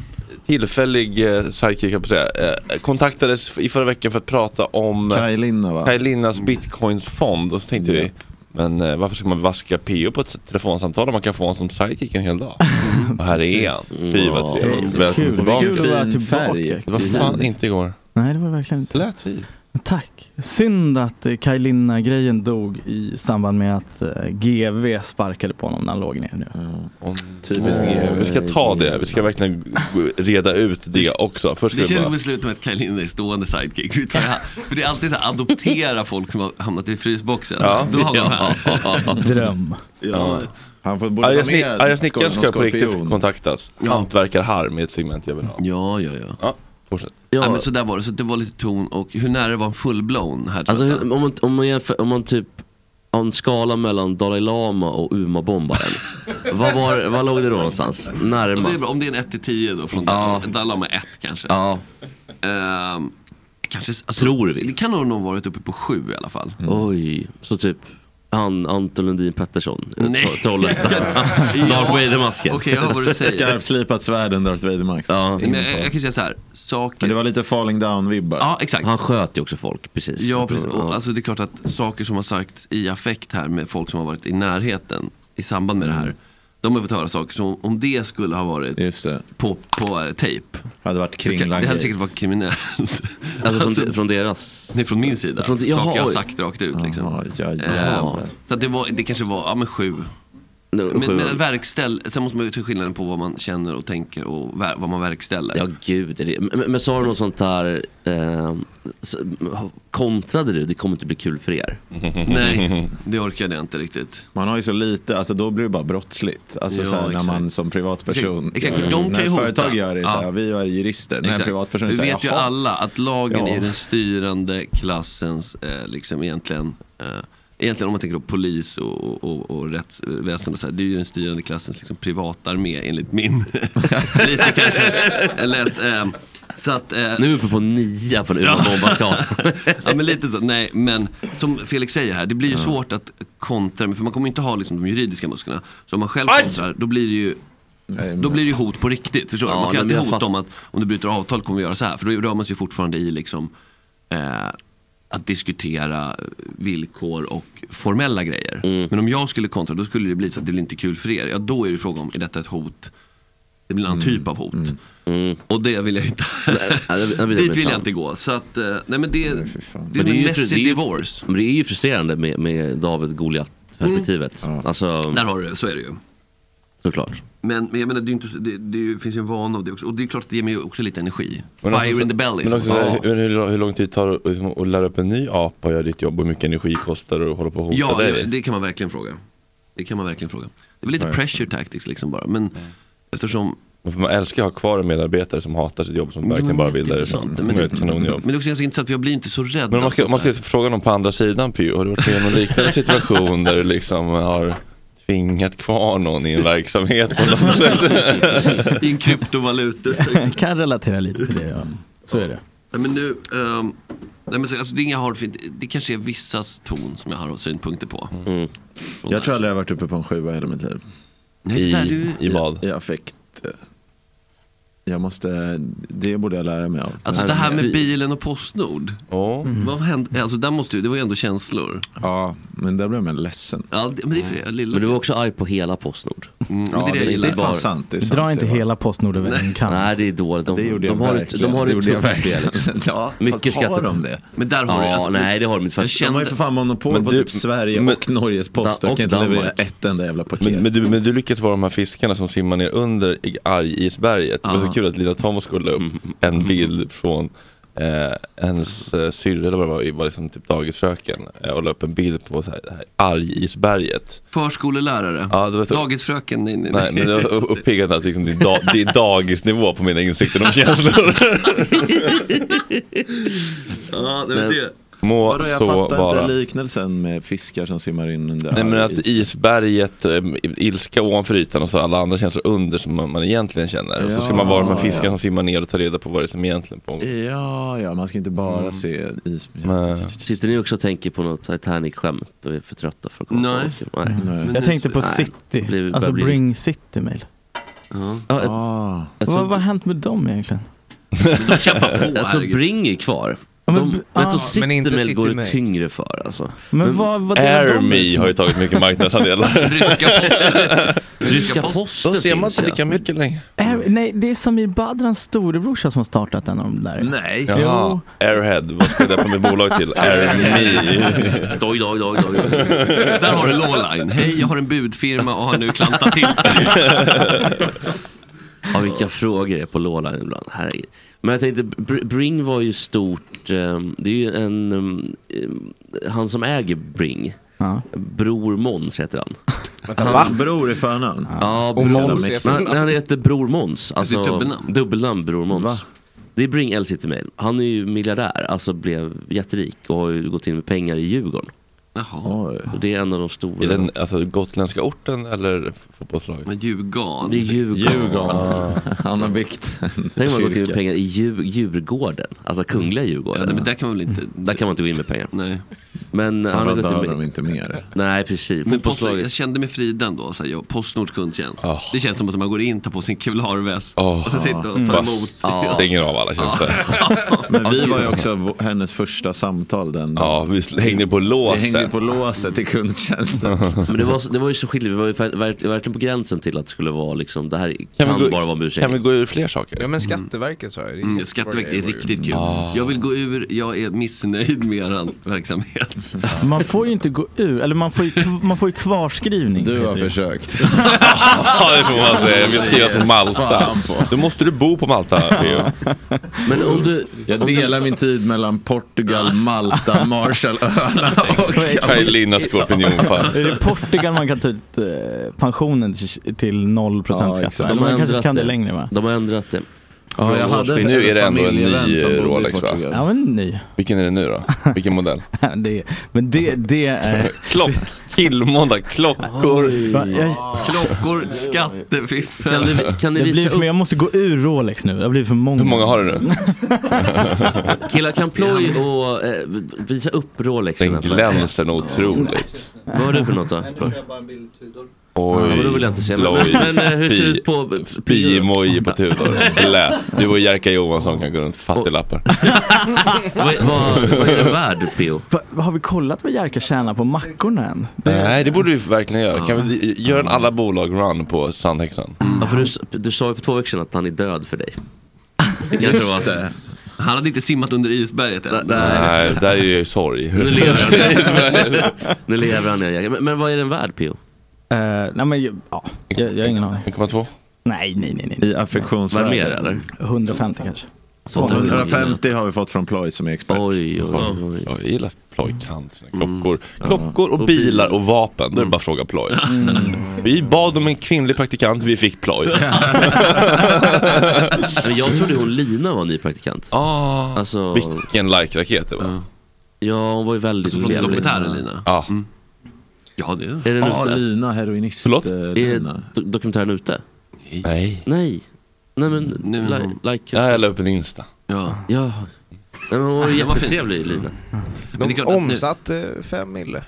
S1: tillfällig eh, sidekick höll jag på att säga, eh, kontaktades i förra veckan för att prata om eh,
S5: Kaj Linna va?
S1: Kaj Linnas bitcoinsfond och så tänkte vi men eh, varför ska man vaska PO på ett telefonsamtal om man kan få honom som sidekick en hel dag? Och här är han. Fy vad trevligt.
S9: Kul.
S1: Välkommen
S9: Kul.
S1: tillbaka.
S9: Kul. att vara
S5: Vilken fin
S9: tillbaka.
S5: färg.
S1: Det var fan inte igår.
S9: Nej, det var det verkligen inte.
S1: Lät vi?
S4: Tack. Synd att eh, Kaj Linna-grejen dog i samband med att eh, GV sparkade på honom när han låg ner nu.
S5: Typiskt
S1: Eh, Mm, Vi ska ta det, vi ska verkligen g- reda ut det också. Först
S3: Det
S1: ska vi
S3: känns
S1: bara...
S3: som ett slut med att Kaj Linde är stående sidekick. Vi tar, för det är alltid så här, adoptera folk som har hamnat i frysboxen.
S1: Ja.
S3: Då har vi de här.
S4: Dröm.
S5: Ja. Han får borde
S1: Arga
S5: ta
S1: snick-
S5: med
S1: Arga snickaren
S5: skol-
S1: ska på
S5: någon
S1: riktigt
S5: skorpion.
S1: kontaktas.
S3: Ja.
S1: Hantverkar-harm är ett segment jag vill ha.
S3: Ja, ja, ja.
S1: Fortsätt.
S6: Ja,
S3: Nej, men så där var det, så det var lite ton och hur nära var en full-blown här?
S6: alltså,
S3: tror jag.
S6: hur- om, man, om, man jämför, om man typ har en skala mellan Dalai Lama och Uma-bombaren. vad, var, vad låg det då någonstans?
S3: om, det är
S6: Närmast?
S3: bra, om det är en 1-10 då, från
S6: Ja.
S3: Dalai med 1 kanske.
S6: Ja,
S3: Ehm, kanske alltså,
S6: Tror vi. Mm.
S3: Det kan nog någon varit uppe på 7 i alla fall.
S6: oj. Så typ han Anton Lundin Pettersson.
S3: Nej.
S6: Tro- Trollhättan. Darth Vader-masken. Alltså,
S3: Okej, jag hör vad du säger.
S5: Skarpslipat svärd än Darth Vader-max.
S6: Ja.
S3: Men jag, jag kan säga så här, saker...
S5: Men det var lite falling down-vibbar.
S3: Ja, exakt.
S6: Han sköt ju också folk, precis.
S3: Ja,
S6: Jag tror-
S3: precis. Och, alltså, det är klart att saker som har sagts i affekt här med folk som har varit i närheten i samband med det här. De har fått höra saker som om det skulle ha varit
S5: Mm. Just det.
S3: på, på eh, tejp.
S5: Hade varit
S3: så kan-
S5: kringlan
S3: Det hade säkert varit kriminellt.
S6: Alltså från,
S3: Alltså-
S6: de- från deras.
S3: Nej, från min sida.
S6: Från- jaha,
S3: saker jag har
S6: oj.
S3: sagt rakt ut. Liksom.
S5: Jaha, ja, ja.
S3: Eh, så att det, var, det kanske var, ja men sju.
S6: Nu,
S3: Men,
S6: sju-
S3: men verkställ, sen måste man ju ta skillnaden på vad man känner och tänker och ver, vad man verkställer.
S6: Ja gud, är det... men, men- men sa du något sånt där, eh, så, kontrade du, det kommer inte bli kul för er?
S3: Nej, det orkade jag inte riktigt.
S5: Man har ju så lite, alltså då blir det bara brottsligt. Alltså
S3: Ja,
S5: så här, när
S3: exakt.
S5: man som privatperson. Mm.
S3: Exakt, exakt, för de kan
S5: när
S3: ju hota.
S5: företag gör det, så här,
S3: Ja.
S5: vi är jurister. När
S3: Exakt.
S5: privatpersoner
S3: Vi
S5: säger,
S3: vet ju
S5: "Jaha."
S3: alla att lagen
S5: Ja.
S3: är den styrande klassens, eh, liksom egentligen, eh, egentligen om man tänker på polis och, och, och, och rättsväsende, och så här, det är ju den styrande klassens liksom, privatarmé enligt min, lite kanske, eller ett, ehm, så att, eh,
S6: Nu är vi uppe på nia på en ubåtsbombarskal.
S3: ja men lite så, nej men som Felix säger här, det blir ju svårt att kontra, för man kommer ju inte ha liksom, de juridiska musklerna. Så om man själv kontrar, då blir det ju
S5: Nej,
S3: då
S5: men-
S3: blir det ju hot på riktigt, förstår du?
S6: Ja,
S3: Man kan ju
S6: nej, men
S3: alltid hota
S6: jag fattar.
S3: om att om du bryter avtal kommer vi göra så här. För då rör man sig fortfarande i liksom, eh, att diskutera villkor och formella grejer.
S6: Mm.
S3: Men om jag skulle kontra, då skulle det bli så att det blir inte kul för er. Ja, då är det fråga om, är detta ett hot? Det blir en
S6: Mm.
S3: annan typ av hot. Och det vill jag inte.
S6: ja, det- det vill jag
S3: Dit
S6: inte.
S3: vill jag inte gå. Så att, eh, nej men det,
S5: Nej, fy fan.
S3: det är
S6: Men det är
S3: en
S6: ju-
S3: messy
S6: det är ju-
S3: divorce.
S6: Men det är ju frustrerande med, med David Goliat-perspektivet. Alltså,
S3: Mm. Där har du det, så är det ju.
S6: såklart.
S3: Men, men jag menar, det, är ju inte, så- det, det är ju- finns ju en vana av det också. Och det är klart att det ger mig också lite energi.
S1: Men
S3: Fire
S1: också så-
S3: in the belly.
S1: Men
S3: som
S1: också,
S3: man
S1: så
S3: säger.
S1: här, hur, hur, hur lång tid tar det att liksom, att lära upp en ny apa och göra ditt jobb? Hur mycket energi kostar det att hålla på och hota
S3: Ja,
S1: dig?
S3: det, det kan man verkligen fråga. Det kan man verkligen fråga. Det är väl lite pressure tactics liksom bara. Men eftersom...
S1: Men för Man älskar att ha kvar en medarbetare som hatar sitt jobb som
S3: Jo,
S1: verkligen bara vill därifrån.
S3: jätteintressant.
S1: Men, det är ett kanonjobb.
S3: Men det är också ganska intressant för jag blir inte så rädd.
S1: Men om man
S3: av
S1: ska,
S3: sånt
S1: om man ska
S3: här.
S1: fråga någon på andra sidan Pio, har du varit med i någon liknande situation där du liksom har tvingat kvar någon i en verksamhet på något sätt?
S3: I en kryptovaluta. liksom.
S4: Jag kan relatera lite till det. Ja. Så är det.
S3: nej men nu... ehm, nej men så- alltså det är inga hard feelings. Det kanske är vissas ton som jag har synpunkter på.
S1: Mm.
S3: Från
S5: Mm. Jag tror
S3: där.
S5: aldrig jag har varit uppe på en sjua i hela mitt liv.
S3: Nej,
S1: I,
S3: där du...
S1: I vad?
S5: I affekt. Jag måste, det borde jag lära mig av.
S3: Alltså det här med bilen och Postnord.
S1: Ja.
S3: Vad hände? Alltså där måste ju, det var ju ändå känslor.
S5: Ja, men där blev man ledsen. Mm.
S3: Ja, det, men det är för det. Lilla.
S6: Men du var också arg på hela Postnord.
S3: mm, men
S5: Ja,
S3: det är det jag
S5: det,
S3: gillar.
S5: är fan sant. Det är sant
S4: Dra inte
S5: det var-
S4: hela Postnord över en kam.
S6: Nej, det är dåligt. De,
S5: Det gjorde jag
S6: de har, ett-
S5: verkligen.
S6: de har
S5: det
S6: ett
S5: gjorde jag
S6: tufft spel.
S5: verkligen. Ja,
S6: Mycket
S5: fast har
S6: skatte-
S5: de det?
S3: Men där har du
S6: Ja,
S3: alltså,
S6: nej det har de inte.
S3: Jag
S6: faktiskt.
S5: De har
S3: kände...
S5: ju för fan monopol
S1: Men
S5: på
S1: du-
S5: typ Sverige
S1: men-
S5: och Norges post.
S6: Da-
S5: De
S6: och
S5: kan inte leverera
S6: Danmark.
S5: ett enda jävla paket.
S1: Men, men, du, men du lyckas vara de här fiskarna som simmar ner under i- argisberget. Det var så
S3: Ja. Mm,
S1: kul att Lina Thomas skulle upp en bild från eh, hennes eh, syrra eller vad det var, var liksom typ dagisfröken eh, och la upp en bild på så här, det här argisberget.
S3: Förskolelärare.
S1: Ja, det var så,
S3: Dagisfröken, nej, nej,
S1: nej, men det var så uppiggande att liksom, det, är da, det är dagisnivå på mina insikter om känslor.
S3: Ja, det var
S6: Men-
S3: det.
S1: Må
S5: Vadå, jag
S1: så
S5: fattar
S1: vara.
S5: inte liknelsen med fiskar som simmar in under
S1: Nej men att
S5: is.
S1: isberget, eh, ilska ovanför ytan och så alla andra känslor under som man, man egentligen känner. och så ska man vara de här
S5: Ja,
S1: fiskarna
S5: ja.
S1: som simmar ner och ta reda på vad det är som egentligen pågår.
S5: Ja, ja, man ska inte bara
S3: Mm.
S5: se is.
S1: Nej.
S6: Sitter ni också och tänker på något Titanic-skämt och är för trötta för att komma
S3: Nej.
S6: på det? Nej.
S1: Mm.
S5: Nej.
S3: Men-
S4: Jag tänkte på
S6: Nej, det
S4: City,
S6: blir-
S4: alltså
S6: börjar bli-
S4: Bring City Mail.
S6: Ja, jag,
S5: Ah.
S6: jag
S4: Vad vad
S6: tror,
S4: har hänt med dem egentligen?
S3: De kämpar på,
S6: jag tror
S3: herregud.
S6: Bring är kvar.
S4: Ja, Ja, men-
S6: de, vet du,
S4: ah.
S8: Men inte
S6: Citymail går det
S8: Citymail.
S6: tyngre för alltså.
S4: Men vad, vad delar de ut?
S1: Airme har ju tagit mycket marknadsandelar.
S3: Ryska posten.
S6: Ryska
S3: post-
S6: posten
S1: Då ser man
S6: finns
S1: inte
S6: ju.
S1: lika mycket längre.
S4: Air, nej, det är Samir Badrans storebrorsa som har startat en av de där.
S3: Nej.
S1: Jaha, Airhead, vad ska jag döpa mitt bolag till? Airme.
S6: Doj, doj, doj, doj.
S3: Där har du Lawline. Hej, jag har en budfirma och har nu klantat till.
S6: Ja, vilka frågor är på lådan ibland. Herregud. Men jag tänkte, Br- Bring var ju stort. eh, Det är ju en... eh, Han som äger Bring,
S4: Ja.
S6: Bror Måns heter han.
S5: Han, Va? Bror i förnamn.
S6: Ja,
S8: Och
S6: Bror-
S8: Måns är
S6: Men han, han heter Bror Måns. Alltså,
S3: dubbelnamn?
S6: dubbelnamn Bror Måns. Det är Bring El Citymail. Han är ju miljardär, alltså blev jätterik och har ju gått in med pengar i Djurgården.
S3: Jaha.
S5: Oj.
S6: Så det är en av de stora.
S1: I den alltså, gotländska orten eller f- fotbollslaget?
S3: Men Djurgården.
S6: Det är Djurgården.
S1: Djurgården.
S5: Han har byggt en
S6: Tänk om typ man gått in med
S5: kyrka.
S6: pengar i Djur- Djurgården, alltså kungliga
S3: Ja,
S6: Djurgården.
S3: det, men där kan man väl inte...
S6: Där kan man inte gå in med pengar.
S3: Nej.
S6: Men
S5: Fan,
S6: han har
S5: vad
S6: gått in
S5: behöver
S6: med...
S5: de inte mer?
S6: Nej precis,
S3: Men Postnord, jag
S6: fotbollslaget.
S3: kände mig fri ändå, så här, jag, Postnords kundtjänst.
S1: Ah.
S3: Det känns som att man går in, tar på sin Kevlarväst
S1: Ah.
S3: och så sitter och tar
S1: Bara
S3: emot.
S1: stänger av alla tjänster.
S5: Men vi var ju också v- hennes första samtal den dagen.
S1: Ja, vi sl- hängde på
S5: Vi hängde
S1: låset.
S5: på låset i kundtjänsten.
S6: Men det var, så- det var ju så skilligt, vi var ju ver- ver- verkligen på gränsen till att det skulle vara liksom, det här kan,
S1: vi gå-
S6: bara vara en
S1: Kan vi
S6: ursäkt.
S1: gå ur fler saker?
S8: Ja men Skatteverket sa jag. Det är
S3: Mm,
S8: jättebra
S3: Skatteverket är
S8: grejer.
S3: riktigt kul. Jag vill gå ur, jag är missnöjd med er verksamhet.
S4: Man får ju inte gå ur, eller man får ju, kv- man får ju kvarskrivning.
S5: Du har
S4: heter det.
S5: försökt.
S1: Ja, det får man säga. Vi skriver från Malta. Då måste du bo på Malta, Leo.
S6: Men om du,
S5: Jag delar min tid mellan Portugal, Malta, Marshallöarna och...
S1: Kaj skorpionfall.
S4: Är det Portugal man kan ta ut eh, pensionen till- till 0%
S5: Ja,
S4: skatt?
S5: exakt.
S4: va?
S6: De
S4: Eller
S6: har
S4: man kanske
S6: ändrat
S4: kan det
S6: det.
S4: längre va?
S6: de har ändrat det.
S5: Ja, jag hade en-
S1: Nu är det ändå en ny,
S5: familjevän som
S1: eh,
S5: bodde i
S1: Rolex, va?
S5: Portugal.
S4: Ja men ny.
S1: Vilken är det nu då? Vilken modell?
S4: Det, men det, det är...
S1: Klock, killmåndag, klockor.
S4: Va, jag,
S3: Klockor,
S6: Kan
S3: skattefiffel.
S6: ni, kan ni
S4: jag, blir
S6: visa
S4: för,
S6: upp,
S4: jag måste gå ur Rolex nu, jag blir för många.
S1: Hur många har du nu?
S6: killar kan ploj och eh, visa upp Rolexen.
S1: Den
S6: här för mig.
S1: glänser nog otroligt.
S6: Vad har du för något då? Ja, men då vill jag
S1: Oj,
S6: inte se. Men,
S1: loj,
S6: men eh, hur ser det
S1: pi-
S6: ut på Pio?
S1: Pimoji på Tudor. Blä. Du och Jerka Johansson kan gå runt fattiglappar.
S6: Vad, vad, vad är den värd Pio?
S4: Va, va, har vi kollat vad Jerka tjänar på mackorna än?
S1: Nej, det borde vi verkligen göra. Kan vi göra en alla bolag-run på Sandhäxan?
S6: Ja, för du, s- du sa ju för två veckor sedan att han är död för dig. Det kanske var...
S3: Han hade inte simmat under isberget än.
S6: Nej,
S1: Nej, där är ju sorg.
S6: nu lever han. nu lever han ja. men, men vad är den värd Pio?
S4: Eh, nej men, ju- ja, jag, jag har ingen aning.
S1: 1,2?
S4: Nej, nej, nej, nej.
S5: I
S6: Värd mer
S5: affektionsvärde.
S6: eller?
S4: 150 kanske.
S5: 150 har vi fått från Ploy som är expert.
S6: Oj, oj, oj.
S1: Ja, Jag gillar Ploy
S6: Mm.
S1: kan sina klockor. Klockor och bilar och vapen, då är det bara att fråga Ploy. Vi bad om en kvinnlig praktikant, vi fick Ploy.
S6: Men jag trodde hon Lina var ny praktikant.
S1: Ah,
S6: Alltså,
S1: vilken like-raket det var.
S6: ja hon var ju väldigt
S3: Alltså, Från
S6: trevlig.
S3: dokumentären Lina. Mm.
S1: Ja,
S3: Ja, det är
S6: Är den
S5: Ja,
S6: ute?
S5: Lina, heroinist.
S1: Förlåt?
S5: eh,
S6: Är
S5: Lina.
S6: do- dokumentären ute?
S1: nej.
S6: Nej. Nej men,
S3: Nej, men
S6: li-
S3: Mm, hon-
S6: like.
S1: Ja, jag la upp en Insta.
S3: Ja.
S6: Ja. Nej, men hon var ju
S3: Ja, vad fint.
S6: jättetrevlig Lina.
S3: Men det är klart att nu-
S8: Omsatt eh, fem mille.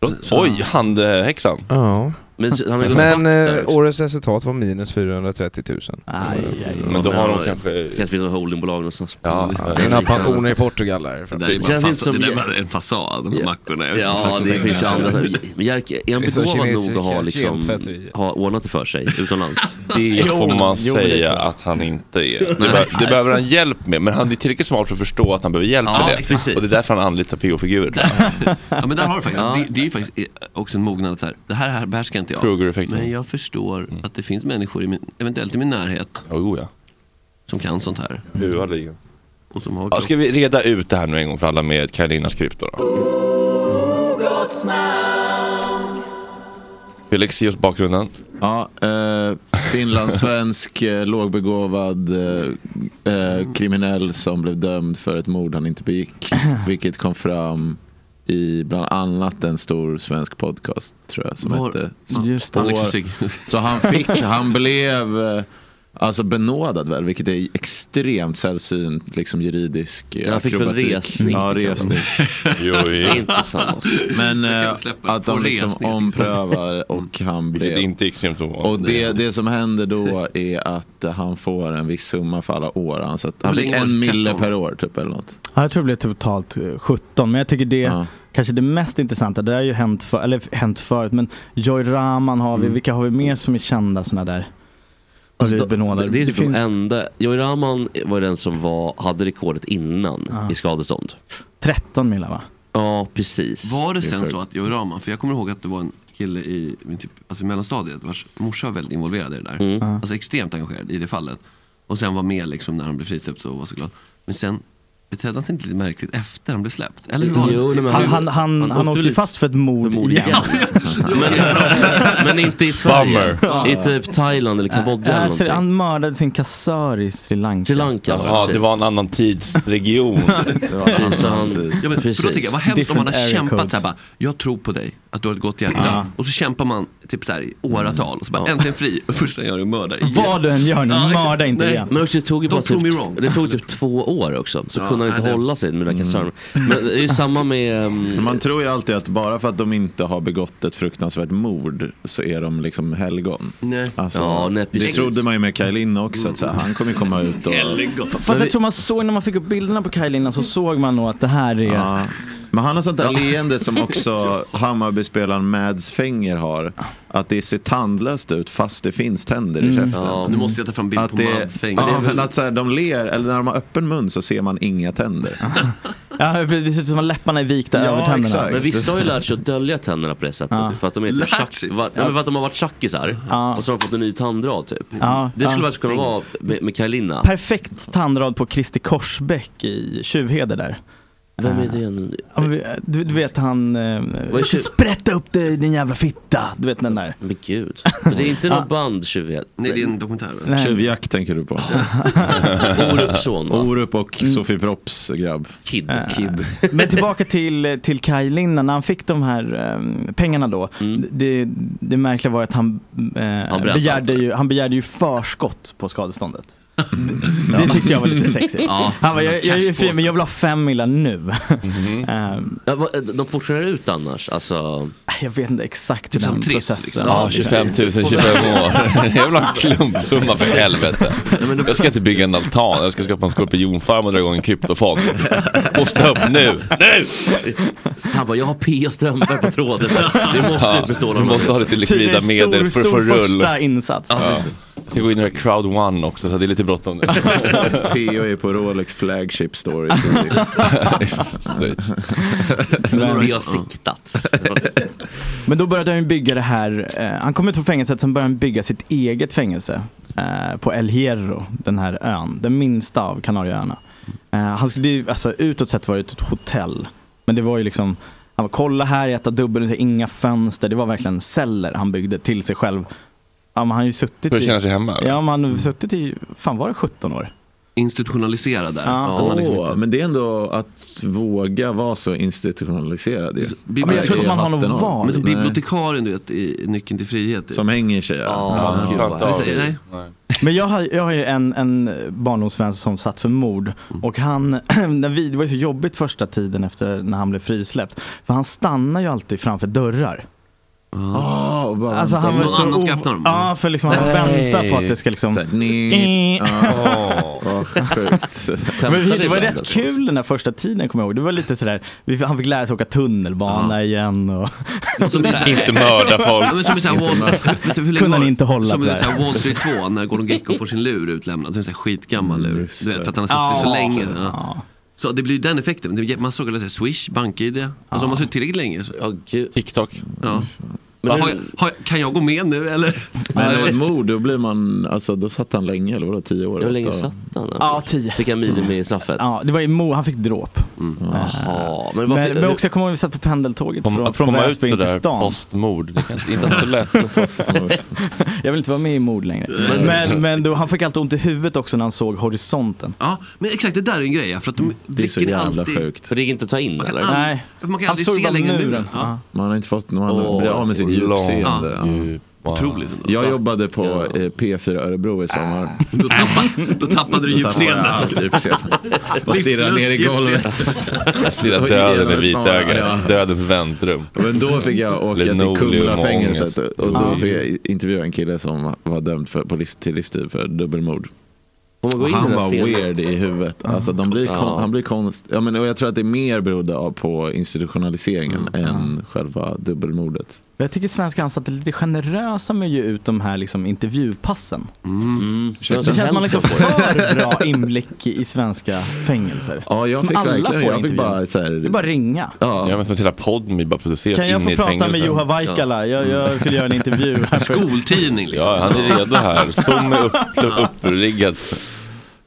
S1: Förlåt? Oj, handhäxan.
S8: Ja.
S6: Men s- han har ju gått
S8: Men
S6: back
S8: eh,
S6: där.
S8: årets resultat var minus 430 000.
S4: Aj, aj, aj.
S1: Men då
S6: men
S1: har
S6: han
S1: de
S6: har-
S1: kanske...
S6: kanske finns något holdingbolag någonstans.
S1: Ja,
S8: Den har pensioner i Portugal därifrån.
S3: Det där är
S6: Det
S3: bara en
S6: känns inte
S3: fas-
S6: som-
S3: det där är bara en fasad, de här
S6: Ja.
S3: mackorna. Jag vet inte vad
S6: Ja,
S3: som
S6: det
S3: är-
S6: finns ju andra. Men Jerker, är han
S8: Det är som
S6: begåvad nog
S8: kinesiska
S6: att ha, liksom,
S8: kemtvätteri.
S6: ha ordnat det för sig utomlands?
S1: Det får man
S4: jo, det är
S1: säga
S4: klart.
S1: att han inte är. Det, be- det behöver han hjälp med, men han är tillräckligt smart för att förstå att han behöver hjälp
S6: Ja,
S1: med det.
S6: precis.
S1: Och det är därför han anlitar PO-figurer. tror jag.
S3: Ja, men där har du faktiskt.
S6: Ja.
S3: Det, det är ju faktiskt eh, också en mognad. Så här. Det här här behärskar inte jag.
S1: Kruger-effekten.
S3: Men jag förstår att det finns människor, i min, eventuellt i min närhet,
S1: Jo, Mm. Oh, ja.
S3: som kan sånt här.
S1: Buarligan.
S3: Och som har
S1: Ja, ska vi reda ut det här nu en gång för alla med Karolinas krypto då? Felix, ge oss bakgrunden.
S5: Ja, eh, finlandssvensk, eh, lågbegåvad, eh, eh, kriminell som blev dömd för ett mord han inte begick. Vilket kom fram i bland annat en stor svensk podcast tror jag som
S3: Var-
S5: hette
S4: Just det.
S3: Alex och
S5: Spår.
S3: Sigge.
S5: Så han fick, han blev eh, Alltså benådad väl, vilket är extremt sällsynt liksom, juridisk eh,
S6: Jag fick väl
S5: akrobatik.
S6: resning.
S5: Ja, resning.
S1: Jo,
S6: Det
S1: jo.
S6: är inte samma.
S5: Men
S3: Jag kan
S5: eh,
S3: inte släppa
S5: att
S3: det.
S5: de
S3: Få resning,
S5: liksom
S3: liksom. Mm.
S5: omprövar och han
S1: Vilket
S5: blev...
S1: inte är extremt ovanligt.
S5: Och det, det som händer då är att eh, han får en viss summa för alla år. Han, så att han
S3: Hur
S5: fick
S3: länge var det?
S5: en mille
S3: 13?
S5: per år typ eller något.
S4: Ja, jag tror det blev totalt eh, 17, men jag tycker det
S5: Ja.
S4: kanske det mest intressanta, det har ju hänt, för, eller hänt förut, men Joy Rahman har vi, vilka har vi mer som är kända sådana där? Har vi
S6: Alltså,
S4: benådade?
S6: det, det är typ
S4: finns
S6: de enda. Joey Rahman var den som var, hade rekordet innan
S4: Ja.
S6: i skadestånd.
S4: 13 millar va?
S6: Ja, precis.
S3: Var det
S5: Det är
S3: sen
S5: sjukt.
S3: så att jag Raman, för jag kommer ihåg att det var en kille i, min typ, alltså i mellanstadiet vars morsa var väldigt involverad i det där.
S6: Mm.
S3: Alltså extremt engagerad i det fallet. Och sen var med liksom när han blev frisläppt och var så glad. Men sen betedde han sig inte lite märkligt efter han blev släppt? Eller hur var det?
S6: Jo, nej, men
S4: Han, han, han,
S6: han
S4: han, åkte ju
S6: åkte
S4: fast för ett mord,
S6: mord
S4: igen.
S6: igen. men, men inte i Sverige. I typ Thailand eller Kambodja
S4: Äh,
S6: eller
S4: så
S6: någonting.
S4: han mördade sin kassör i Sri Lanka.
S6: Sri Lanka var
S1: Ja, det var en annan tidsregion.
S6: precis. Så han,
S3: Ja, men, för då tänker jag, vad hemskt om man
S4: Different
S3: har
S4: area
S3: kämpat
S4: codes.
S3: så här, bara, jag tror på dig, att du har ett gott hjärta.
S4: Ja.
S3: Och så kämpar man typ så här, i åratal och så bara,
S6: Ja.
S3: äntligen fri. Och först han gör är att mörda igen.
S4: Vad du än gör nu,
S3: Ja, exakt.
S4: mörda inte
S3: Nej,
S4: igen.
S6: Men också, det tog ju bara
S3: Don't prove me wrong.
S6: typ, det tog typ två år också, så
S3: Ja,
S6: kunde han inte
S3: nej, det-
S6: hålla sig med den där kassören. Men det är ju samma med...
S5: Men
S6: ehm,
S5: Mm. Man tror ju alltid att bara för att de inte har begått ett fruktansvärt mord så är de liksom helgon.
S3: Nej.
S5: Alltså,
S6: Ja, nej,
S5: det
S6: precis.
S5: trodde man ju med Kaj Linne också, att så här, han kommer ju komma ut och...
S4: Fast jag tror man såg, när man fick upp bilderna på Kyle innan så såg man nog att det här är...
S5: Ja. Men han har sånt där leende som också Hammarbyspelaren Mads Fenger har. Att det ser tandlöst ut fast det finns tänder i käften.
S6: Ja,
S3: Mm. Nu måste jag ta fram bild
S5: Att
S3: på
S5: det,
S3: Mads fäng. Det är
S5: ja,
S3: väl-
S5: men att så här, de ler, eller när de har öppen mun så ser man inga tänder.
S4: Ja, det ser ut som att läpparna är vikta över tänderna.
S5: exakt.
S6: Men vissa har ju lärt sig att dölja tänderna på det sättet.
S4: Ja.
S6: För, att de är typ
S3: Lärt
S6: tjack,
S3: sig?
S6: var, ja. men för att de har varit tjackisar
S4: Ja.
S6: och så har de fått en ny tandrad typ.
S4: Ja,
S6: Det skulle
S4: ja.
S6: faktiskt kunna vara med, med Karolina.
S4: Perfekt tandrad på Christer Korsbäck i Tjuvheder där. Eh,
S6: Vem är det nu?
S4: Ja, men Du, du vet han... eh,
S6: Vad är tjuv-
S4: Sprätta upp dig din jävla fitta! Du vet den där.
S6: Men gud. Men Det är inte något band tjuv
S3: Nej, det är en dokumentär. va?
S4: Nej.
S5: Tjuvjakt tänker du på.
S6: Orupsson va?
S5: Orup och
S3: Mm.
S5: Sofie Propps grabb. Äh.
S6: Kid.
S5: Kid.
S4: Men tillbaka till, till Kaj Linna, när han fick de här eh, pengarna då.
S6: Mm.
S4: Det, det märkliga var att han, eh, han,
S6: bröt
S4: begärde
S6: allt.
S4: ju, han begärde ju förskott på skadeståndet. Det tyckte jag var lite sexigt.
S6: Ja.
S4: Han bara, jag, jag är ju fri
S3: Cashpåse.
S4: men jag vill ha fem millar nu. Eh,
S6: Ja, vad- De portionerar ut annars, alltså.
S4: jag vet inte exakt hur
S3: Typ som
S4: den
S3: Triss,
S4: processen
S3: liksom.
S1: Ja, 25 000, 25 år. Jävla klumpsumma för helvete. Jag ska inte bygga en altan, jag ska skapa en skorpionfarm och dra igång en kryptofond. Posta upp nu! Nu!
S6: Han bara, jag har P och strömpor på tråden. Det måste
S1: Ja,
S6: ju bestå
S1: du
S6: av något.
S1: måste ha lite likvida
S4: Tydligen
S1: medel för
S4: stor,
S1: att få
S4: stor
S1: rull.
S4: första insats.
S1: Ja. Jag ska gå in i crowd one också, så det är lite bråttom nu.
S5: P.O. är på Rolex flagship story.
S6: Men då har jag siktat.
S4: Men då började han ju bygga det här, eh, han kom ut från fängelset, sen började han bygga sitt eget fängelse eh, på El Hierro, den här ön, den minsta av Kanarieöarna. Eh, han skulle ju, alltså utåt sett var det ett hotell, men det var ju liksom, han var kolla här, äta dubbel, så inga fönster, det var verkligen celler han byggde till sig själv. Ja men han har ju suttit
S1: För att
S4: i,
S1: känna sig hemma.
S4: ja, men han har suttit i, fan var det 17 år?
S3: Institutionaliserad där.
S4: Ja.
S3: Att man liksom inte-
S5: men det är ändå att våga vara så institutionaliserad ju.
S3: Ja, men jag tror inte
S4: man har någon
S5: Hatten av.
S4: val.
S3: Alltså, Men som
S5: Nej.
S3: bibliotekarien du vet i Nyckeln till frihet. typ.
S5: Som hänger sig ja.
S6: Ja,
S1: Ja,
S6: gud,
S1: klarar inte
S6: vad-
S1: av
S3: Nej,
S1: det.
S3: nej.
S1: Nej.
S4: Men jag har, jag har ju en, en barndomsvän som satt för mord och han, när vi, det var ju så jobbigt första tiden efter när han blev frisläppt. För han stannar ju alltid framför dörrar.
S5: Ah, och bara
S4: Alltså han
S3: Någon
S4: var så
S3: annan ska
S4: ov-
S3: öppna dem.
S4: Ja, för liksom han väntar på att det ska liksom...
S5: så här, ni...
S4: Eh.
S5: Ah, vad sjukt.
S4: Men vi- det var
S6: ibland,
S4: rätt
S6: alltså.
S4: kul den där första tiden kommer jag ihåg. Det var lite sådär, vi- han fick lära sig åka tunnelbana igen och...
S3: Som är så här-
S1: Inte mörda
S3: Ja,
S1: folk.
S3: men som i så här Wall, vet du hur länge
S4: Kunde
S3: var
S4: han
S3: det?
S4: inte hålla
S3: Som i
S4: tyvärr.
S3: så här Wall Street 2 när Gordon Gekko får sin lur utlämnad. Så är det en så här skitgammal lur.
S5: just
S3: Du vet,
S5: det.
S3: för att han har suttit
S4: Ja.
S3: så länge. Ja. Så det blir ju den effekten. Det- Man såg alla så här Swish, BankID. Alltså om man suttit tillräckligt länge så,
S6: Ja, gud.
S1: TikTok.
S3: ja.
S6: Men
S3: har
S6: hur-
S3: jag, har, jag- kan jag gå med nu eller?
S5: Men ett mord, då blir man, alltså då satt han länge, eller vadå, tio år?
S6: Hur länge
S5: åtta år?
S6: satt han? där?
S4: Ja, tio.
S6: Fick han minimistraffet?
S4: Ja, det var ju mord, han fick dråp.
S5: Mm.
S6: Jaha, men varför?
S4: Men, men också, jag kommer ihåg vi satt på pendeltåget
S1: Kom,
S4: från,
S1: att
S4: från
S1: komma ut
S4: Väsby in till
S1: sådär
S4: stan.
S1: postmord, det kan inte inte vara så lätt.
S5: Postmord.
S4: Jag vill inte vara med i mord längre. Men, men då, han fick alltid ont i huvudet också när han såg horisonten.
S3: Ja, men exakt det där är en grej. ja, För att de
S5: Mm. Det är så
S3: blicken är
S5: jävla
S3: alltid...
S5: sjukt.
S6: För det gick inte att ta in
S3: Man kan,
S6: eller?
S3: aldrig-
S4: Nej.
S3: för man kan
S4: Han
S3: aldrig
S4: såg
S3: se
S4: bara
S3: längre än
S4: muren.
S3: muren. Ja.
S4: Ja.
S5: Man har inte fått, man har
S6: Åh,
S5: blivit av med sitt
S1: långt.
S5: djupseende.
S3: Ja.
S5: Ja.
S1: Djup.
S3: Otroligt ändå.
S5: Jag jobbade på eh, P4 Örebro i sommar.
S3: Då, tappade, då tappade du
S5: Då tappade jag
S3: djupsenan.
S5: allt djupsenan. Bara stirrade ner i
S3: Livslust,
S5: golvet.
S1: Jag stirrar
S5: Och
S1: döden i
S5: igenom
S1: vitögat.
S5: snarare, ja.
S1: Dödens väntrum.
S5: Men då fick jag åka till
S1: Linoleum
S5: Kumlafängelset
S1: och ångest.
S5: och då fick jag intervjua en kille som var dömd för, på livs, till livstid för dubbelmord.
S6: Får man gå
S5: Och
S6: in i
S5: han
S6: den här
S5: var
S6: fel?
S5: weird i huvudet. Alltså, de blir kon-
S6: Ja.
S5: Han blir konst... Ja, men, och jag tror att det mer berodde av- på institutionaliseringen
S6: Mm.
S5: än själva dubbelmordet.
S4: Jag tycker svenska anstalter är lite generösa med att ge ut de här liksom, intervjupassen.
S6: Mm.
S4: Det känns att man liksom för bra inblick i i svenska fängelser.
S5: Ja, jag
S4: Som
S5: fick
S4: alla
S5: verkligen...
S4: får
S5: Jag fick
S4: intervjun.
S5: bara så
S4: Det är
S5: här...
S4: bara att ringa.
S1: Ja
S5: Ja,
S1: men som hela podden bara produceras
S4: Kan jag
S1: inne
S4: få
S1: i ett
S4: prata med
S1: fängelse.
S4: Juha Vaikala? Jag, jag skulle göra en intervju här. För...
S3: Skoltidning liksom.
S1: Ja, han är redo här. Zoom är upp, uppriggad.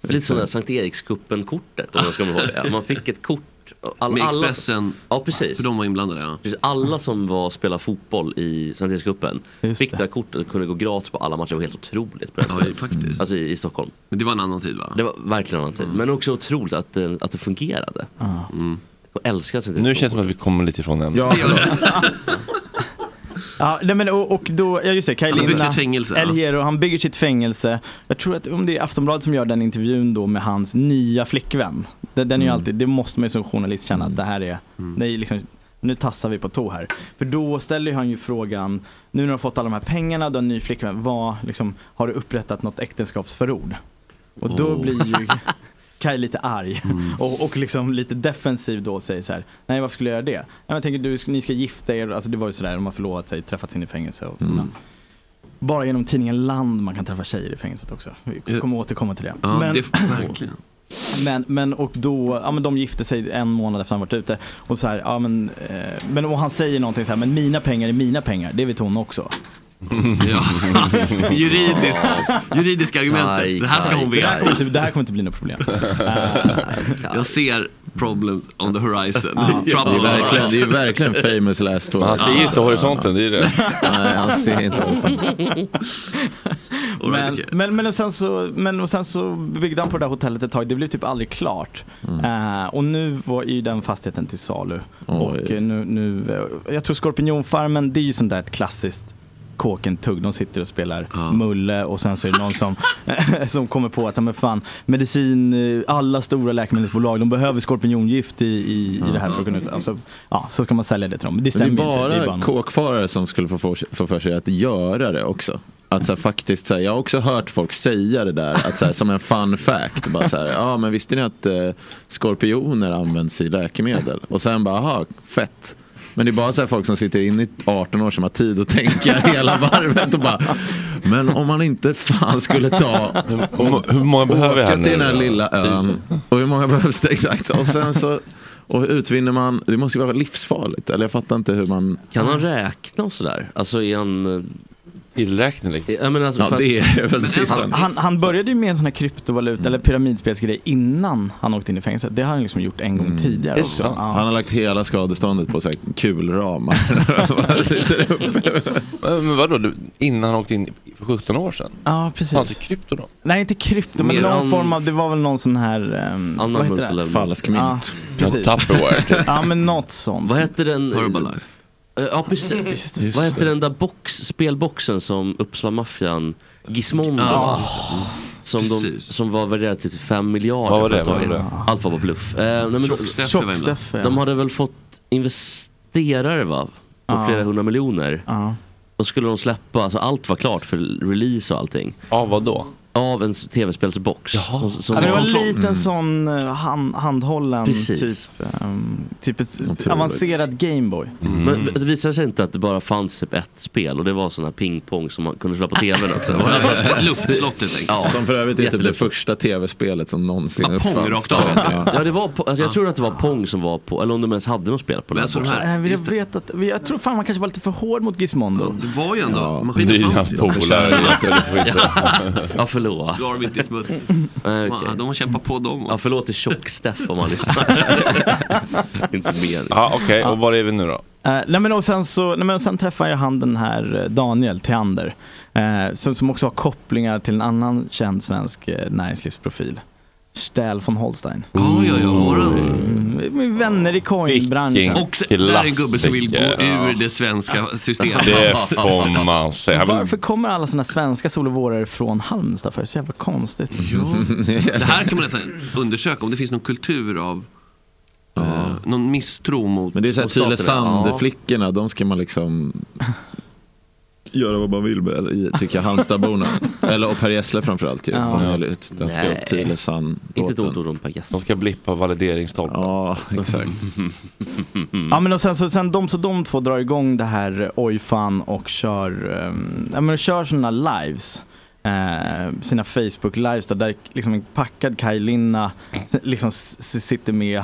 S6: Lite som det här Sankt Erikskuppen-kortet, om jag ska ihåg det. Man fick ett kort. All,
S3: Med
S6: alla,
S3: Expressen,
S6: ja, precis.
S3: för de var inblandade. Ja.
S6: Precis, alla som var spela fotboll i Sankt Erikscupen
S4: Just
S6: fick
S4: det.
S6: det här kortet och kunde gå gratis på alla matcher. Det var helt otroligt på den
S3: ja,
S6: tiden.
S3: faktiskt.
S6: Alltså i, i Stockholm.
S3: Men det var en annan tid va? Mm.
S6: Det var verkligen annan tid. Men också otroligt att, eh, att det fungerade. Och älskade Sankt
S1: Nu
S6: Erikskupén.
S1: känns det som att vi kommer lite ifrån ämnet.
S5: ja förlåt.
S4: Ja, nej, men, och, och då, ja just det, Kaj
S3: Han har byggt
S4: Linna,
S3: ett fängelse,
S4: El
S3: ja.
S4: Hero, han bygger sitt fängelse. Jag tror att om det är Aftonbladet som gör den intervjun då med hans nya flickvän. Den, den är ju
S3: Mm.
S4: alltid, det måste man ju som journalist känna att det här är, det är liksom, nu tassar vi på tå här. För då ställer han ju frågan, nu när du har fått alla de här pengarna, du har en ny flickvän, vad, liksom, har du upprättat något äktenskapsförord? Och då
S3: Oh.
S4: blir ju Kaj lite arg
S3: Mm.
S4: och, och liksom lite defensiv då och säger så här, nej varför skulle jag göra det? Nej, men jag tänker du, ni ska gifta er, alltså det var ju sådär, de har förlovat sig, träffats in i fängelse. Och,
S3: Mm.
S4: ja. Bara genom tidningen Land man kan träffa tjejer i fängelset också. Vi kommer återkomma till det.
S3: Ja,
S4: men,
S3: det, verkligen.
S4: men, men och då, ja men de gifte sig en månad efter han varit ute. Och så här, ja men, eh, men och han säger någonting så här, men mina pengar är mina pengar, det vet hon också.
S3: Ja. Juridiskt, juridiska
S6: Kaj,
S3: argumentet. Det här ska
S6: Kaj,
S3: hon
S4: Det här kommer
S3: veta.
S4: inte, det här kommer inte bli något problem.
S3: Jag ser problems on the horizon.
S5: Det
S3: Trouble
S5: är
S3: on the
S5: verkligen, det är
S3: horizon.
S5: ju verkligen famous last
S1: Men han
S5: words.
S1: ser ju inte
S4: Eh,
S1: horisonten, det är ju det.
S5: Nej, han ser inte horisonten.
S3: All right,
S4: Men,
S3: okej.
S4: men, men, och sen så, men och sen så byggde han på det där hotellet ett tag, det blev typ aldrig klart. Eh, och nu var ju den fastigheten till salu. Och eh, nu, nu, eh, jag tror Skorpionfarmen, det är ju sånt där ett klassiskt kåkentugg. De sitter och spelar
S3: Ja.
S4: mulle och sen så är det någon som, som kommer på att, "Ja, men fan, medicin, eh, alla stora läkemedelsbolag, de behöver skorpiongift i, i, i det här för att kunna, ut- alltså, ja, så ska man sälja det till dem. Men Det
S5: Det är
S4: stämmer ju inte.
S5: bara,
S4: Det är bara någon-
S5: kåkfarare som skulle få för, få för sig att göra det också. Att så här, faktiskt, så här, jag har också hört folk säga det där att, så här, som en fun fact. Bara, så här, ja, men visste ni att eh, skorpioner används i läkemedel? Och sen bara, aha, fett. Men det är bara så här, folk som sitter inne i 18 år som har tid att tänka hela varvet och bara, men om man inte fan skulle ta
S1: Hur må- Hur många behöver vi
S5: åka
S1: här
S5: till den här
S1: nu?
S5: lilla ön. Och hur många behövs det exakt? Och sen så och hur utvinner man, det måste ju vara livsfarligt. Eller jag fattar inte hur man...
S6: Kan han räkna och sådär? Alltså är han... eh,
S1: Illräknelig.
S6: Jag menar, alltså,
S5: Ja,
S6: för att- alltså,
S5: det är väl
S3: han-
S5: sista.
S4: Han, han började ju med en sån här kryptovaluta eller pyramidspelsgrej innan han åkte in i fängelset. Det har han liksom gjort en gång tidigare
S1: Är
S4: också.
S1: det sant?
S4: Ja.
S5: Han har lagt hela skadeståndet på så här kulramar.
S1: Men vadå, du- innan han åkte in för 17 år sedan?
S4: ja,
S1: Fanns det
S4: precis.
S1: krypto då?
S4: Nej, inte krypto, men
S6: Mer
S4: någon
S6: an-
S4: form av, det var väl någon sån här, ehm, vad
S6: Annan
S4: heter det?
S6: multilevel.
S4: Ja,
S5: Falskmynt.
S4: precis.
S1: Tupperware. typ.
S4: Ja, men något sånt. Mm.
S6: Vad hette den?
S3: Herbalife.
S6: Eh, Ja precis.
S4: Just det.
S6: Vad hette den där box, spelboxen som Uppsala maffian, Gizmondo, som, de,
S3: precis.
S6: som var värderad till 5 miljarder.
S1: Vad var det?
S6: för ett tag.
S1: Vad var det?
S6: Allt var på bluff. Eh, nej, men,
S3: Tjocksteffe var inblandad.
S4: Tjocksteffe.
S6: de
S4: ja.
S6: hade väl fått investerare va? På
S4: Ja.
S6: flera hundra miljoner.
S4: Ja.
S6: Och skulle de släppa, alltså allt var klart för release och allting.
S1: Ja, vadå?
S6: Av en s- tv-spelsbox. Och s- som-
S4: Ja, men det var
S3: konsol.
S4: en liten sån eh, hand, handhållen,
S6: Precis.
S4: typ, ehm, typ ett
S5: Otroligt.
S4: avancerad Gameboy.
S6: Mm.
S3: Mm.
S6: Men det visade sig inte att det bara fanns typ ett spel och det var sån här pingpong som man kunde slå på tvn också.
S3: Ett luftslott helt enkelt.
S6: Ja.
S5: Som för övrigt är typ det
S6: Jätteluft.
S5: första tv-spelet som någonsin
S3: Bara pong
S5: uppfanns.
S3: rakt av.
S5: Ja.
S6: Ja, det var po- alltså, jag tror att det var Pong som var på, eller om de ens hade något spel på
S3: Men
S6: den.
S3: jag såg de här.
S4: Nej, men Mm. jag
S3: Just det.
S4: vet att, jag tror fan man kanske var lite för hård mot Gizmondo.
S3: Det var ju ändå,
S5: Ja.
S1: Det är ju
S3: maskinen fanns
S1: hans
S3: ju.
S1: polare.
S6: Ja, förlåt.
S3: Drar dem inte i smuts.
S6: Nej,
S3: Man,
S6: okej.
S3: De har kämpat på dem.
S6: Ja,
S3: också.
S6: förlåt till tjock-Steff om han lyssnar. Inte meningen.
S1: Ja, okej. Och var är vi nu då?
S4: Eh, nej men och sen, så, nej men och sen träffar jag han den här eh, Daniel Theander. Eh, som, som också har kopplingar till en annan känd svensk eh, näringslivsprofil. Stähl von Holstein.
S3: Ja, ja, ja, våran.
S4: Mm, vi är vänner i coinbranschen.
S1: Vilken
S3: Och så, där är en gubbe som vill gå
S1: klassiker.
S3: ur det svenska systemet.
S1: Det får man säga. Han
S4: Varför
S1: vill-
S4: kommer alla sådana svenska solovårare från Halmstad för? Det är så jävla konstigt.
S3: Det här kan man nästan undersöka, om det finns någon kultur av eh, någon misstro mot
S5: Men det är såhär
S3: mot staten.
S5: Tylösand-flickorna, de ska man liksom göra vad man vill med, i, tycker jag, Halmstadborna. Eller och Per Gessle framförallt ju.
S4: Ja.
S5: Hon har lyft- den ska
S6: Nej.
S5: upp Tylösand.
S6: Inte ett ont ord om Per Gessle.
S1: De ska blippa valideringsstolpar.
S5: Ja, exakt.
S6: Mm.
S4: Ja men och sen, så, sen de, så de två drar igång det här eh, Oj fan och kör, eh, ja, men kör sina lives. Eh, sina Facebook lives där, där liksom en packad Kaj Linna liksom s- s- sitter med.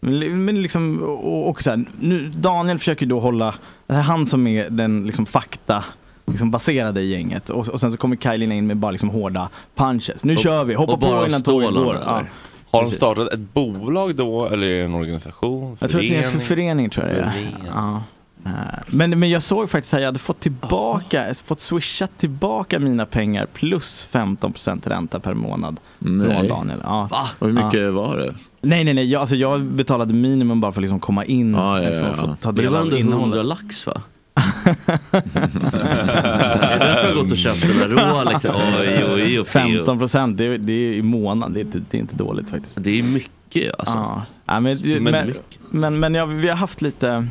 S4: Men men liksom, och, och så här, nu, Daniel försöker ju då hålla, det här är han som är den liksom fakta Liksom baserade i gänget och, och sen så kommer Kaj Linna in med bara liksom hårda punches. Nu
S6: Och-
S4: kör vi, hoppa
S6: och bara
S4: på innan tåget
S6: stålarna
S4: går.
S6: där.
S4: Ja.
S1: Har de
S4: precis.
S1: startat ett bolag då eller är det en organisation?
S4: Jag tror att det är en
S1: förening?
S4: förening tror jag det är.
S1: Förening.
S4: Ja. Eh, Men, men jag såg faktiskt att jag hade fått tillbaka, fått swishat tillbaka mina pengar plus 15% ränta per månad från
S5: Nej.
S4: Daniel. Ja.
S5: Och hur mycket var det?
S4: Nej nej nej, jag, alltså, jag betalade minimum bara för att liksom komma in
S5: Ja, ja, ja,
S4: liksom,
S5: ja.
S4: och få ta
S6: Men det
S4: del
S6: var
S4: av
S6: ändå 100
S4: innehållet.
S6: lax va? det är därför jag har gått och köpt den där råa liksom. Oj, oj, oj, oj.
S4: 15% det, är- det är i månaden, det är, inte- det är inte dåligt faktiskt.
S6: Det är mycket alltså.
S4: Ja. Ja, men,
S6: Men
S4: men,
S6: mycket.
S4: men, men ja, vi har haft lite,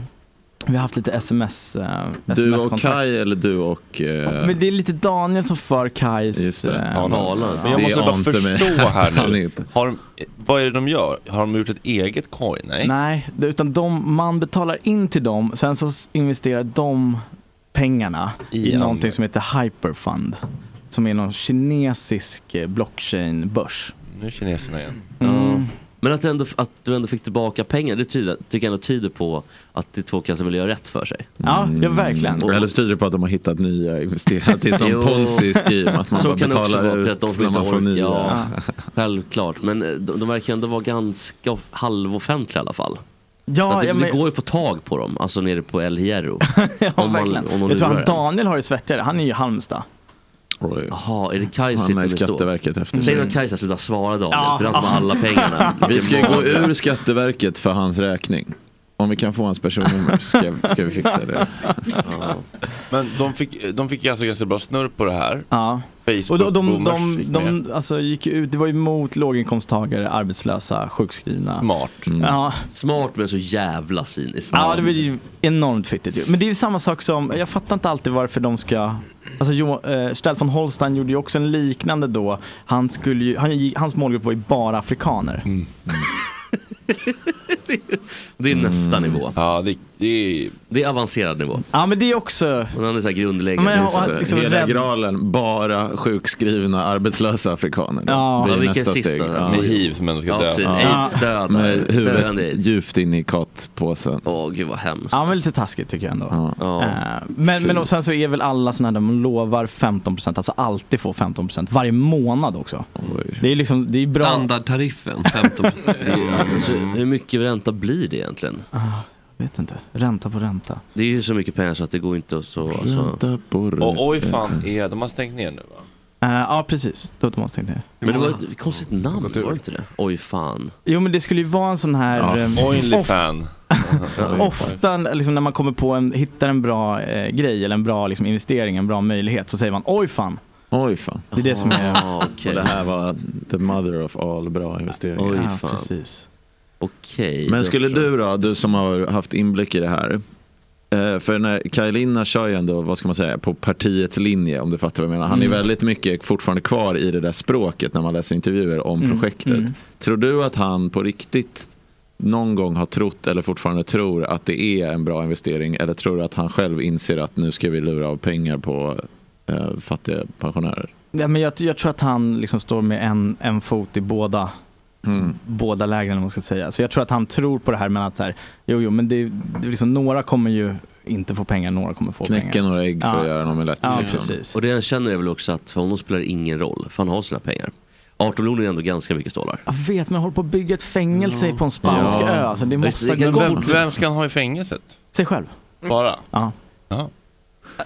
S4: vi har haft lite sms, eh,
S5: Du och
S4: sms-kontakt.
S5: Kai eller du och... eh,
S4: Men det är lite Daniel som för Kajs...
S5: Just det.
S4: eh,
S1: Ja,
S6: Talan.
S1: Men jag
S5: Det
S1: måste bara
S5: ante mig
S1: förstå
S5: att
S1: här
S5: han
S1: nu.
S5: inte-
S1: Har de, vad är det de gör? Har de gjort ett eget coin? Nej.
S4: Nej, det- utan de, man betalar in till dem, sen så s- investerar de pengarna i,
S1: I en-
S4: någonting som heter Hyperfund. Som är någon kinesisk eh, blockchain-börs.
S1: Nu är kineserna igen.
S4: Mm.
S6: Ja. Mm. Men att du, ändå, att du ändå fick tillbaka pengar, det tyder, tycker jag ändå tyder på att det är två killar som vill göra rätt för sig.
S4: Ja, ja verkligen.
S5: mm. Eller så tyder det på att de har hittat nya investerare. Det är
S6: Jo.
S5: som ponzi-scheme, att man
S6: Så
S5: bara
S6: kan det också
S5: betalar
S6: vara, för att
S5: ut
S6: de som
S5: när
S6: inte
S5: man får
S6: orkar.
S5: nya.
S6: Ja. Självklart, men eh, de, de verkar ändå vara ganska off- halvoffentliga i alla fall.
S4: Ja,
S6: att det,
S4: ja,
S6: det
S4: men,
S6: går ju att få tag på dem, alltså nere på El Hierro.
S4: ja
S6: om man- om
S4: verkligen.
S6: man
S4: Jag tror han
S6: lurar en.
S4: Daniel har det svettigare, han är ju i Halmstad.
S5: Oj.
S6: Jaha, är det Kaj
S5: Han
S6: sitter
S5: har ju
S6: med stå?
S5: Skatteverket efter sig.
S6: Säg att Kajsa slutar svara Daniel,
S4: Ja.
S6: för det är han som har alla pengarna.
S5: Vi ska ju
S6: Vilken
S5: gå
S6: mardröm.
S5: ur Skatteverket för hans räkning. Om vi kan få hans personnummer så ska, ska vi fixa det.
S1: Men de fick, de fick ju alltså ganska bra snurr på det här.
S4: Ja.
S1: Facebook
S4: Och de, de,
S1: boomers
S4: de,
S1: gick med.
S4: de alltså, gick ju ut, det var ju mot låginkomsttagare, arbetslösa, sjukskrivna. Mm.
S1: Smart.
S4: Ja,
S6: Smart men så jävla cyniskt.
S4: Ja, det blir ju enormt fittigt ju. Men det är ju samma sak som, jag fattar inte alltid varför de ska Alltså jo, eh, Stellan von Holstein gjorde ju också en liknande då. Han skulle ju, han, gick- hans målgrupp var ju bara afrikaner.
S6: Det är nästa
S5: Mm.
S6: nivå.
S1: Ja, det, det är...
S6: Det är avancerad nivå.
S4: Ja men det är också,
S6: Men han är så här
S4: Men
S6: grundläggande.
S4: jag
S6: Just
S4: har-
S6: det.
S5: Så,
S4: liksom
S5: Hela
S4: rädd-
S5: graalen, bara sjukskrivna arbetslösa afrikaner. då.
S4: Ja.
S5: det
S6: Ja,
S5: är
S6: vilken
S5: nästa
S6: sista
S5: steg.
S6: där.
S5: Ja.
S1: Med hiv som ändå ska
S6: Ja,
S1: dö.
S6: precis. Aids döda.
S5: Med
S6: Döende
S5: huvudet
S6: aids.
S5: djupt in i kattpåsen.
S6: Åh gud vad hemskt.
S4: ja men lite taskigt tycker jag ändå.
S5: Ja.
S6: Ja.
S4: Eh, Men, men och sen så är väl alla sådana här där man lovar 15%, alltså alltid får 15% varje månad också.
S5: Oj.
S4: Det är ju liksom, det är bra.
S3: Standardtariffen, 15
S6: Alltså, hur mycket ränta blir det egentligen?
S4: Jag Ah, vet inte, ränta på ränta.
S6: Det är ju så mycket pengar så att det går inte att så... Alltså.
S5: Ränta på rö-
S1: Och oj fan, är, de har stängt ner nu va?
S4: Eh, ja precis, då tar man steg ner.
S6: Men det var ett konstigt namn, var det inte det? Oj fan.
S4: Jo men det skulle ju vara en sån här...
S5: Ja,
S4: eh,
S1: Oinlyfan.
S4: Ofta liksom, när man kommer på en, hittar en bra eh, grej eller en bra liksom, investering, en bra möjlighet så säger man oj fan.
S5: Oj fan.
S4: Det är det som är...
S6: Ah, okej.
S5: Och det här var the mother of all bra investeringar.
S6: Oj.
S4: Ja,
S6: fan.
S4: precis.
S6: Okej.
S5: Men
S6: jag
S5: skulle
S6: förstår.
S5: du då, du som har haft inblick i det här. eh, För när Kaj Linna kör ju ändå, vad ska man säga, på partiets linje om du fattar vad jag menar. Han
S4: Mm.
S5: är väldigt mycket fortfarande kvar i det där språket när man läser intervjuer om
S4: Mm,
S5: projektet. Tror du att han på riktigt någon gång har trott eller fortfarande tror att det är en bra investering? Eller tror du att han själv inser att nu ska vi lura av pengar på eh, fattiga pensionärer?
S4: Ja, men jag, jag tror att han liksom står med en, en fot i båda,
S5: Mm.
S4: båda lägren om man ska säga. Så jag tror att han tror på det här men att så här, jo jo men det, det är liksom, några kommer ju inte få pengar, några kommer få
S5: Knäcka
S4: pengar.
S5: några ägg för
S4: Ja.
S5: att göra en omelett.
S4: Ja
S5: liksom.
S4: precis.
S6: Och det jag känner är väl också att för honom spelar det ingen roll, för han har sina pengar. 18 miljoner är ändå ganska mycket stålar.
S4: Jag vet men jag håller på att bygga ett fängelse på en spansk
S5: Ja.
S4: ö. Så det måste
S6: det
S4: gå
S6: kan
S4: fort.
S1: Vem, vem ska han ha i fängelset?
S4: Sig själv.
S1: Bara?
S4: Ja.
S1: Ja.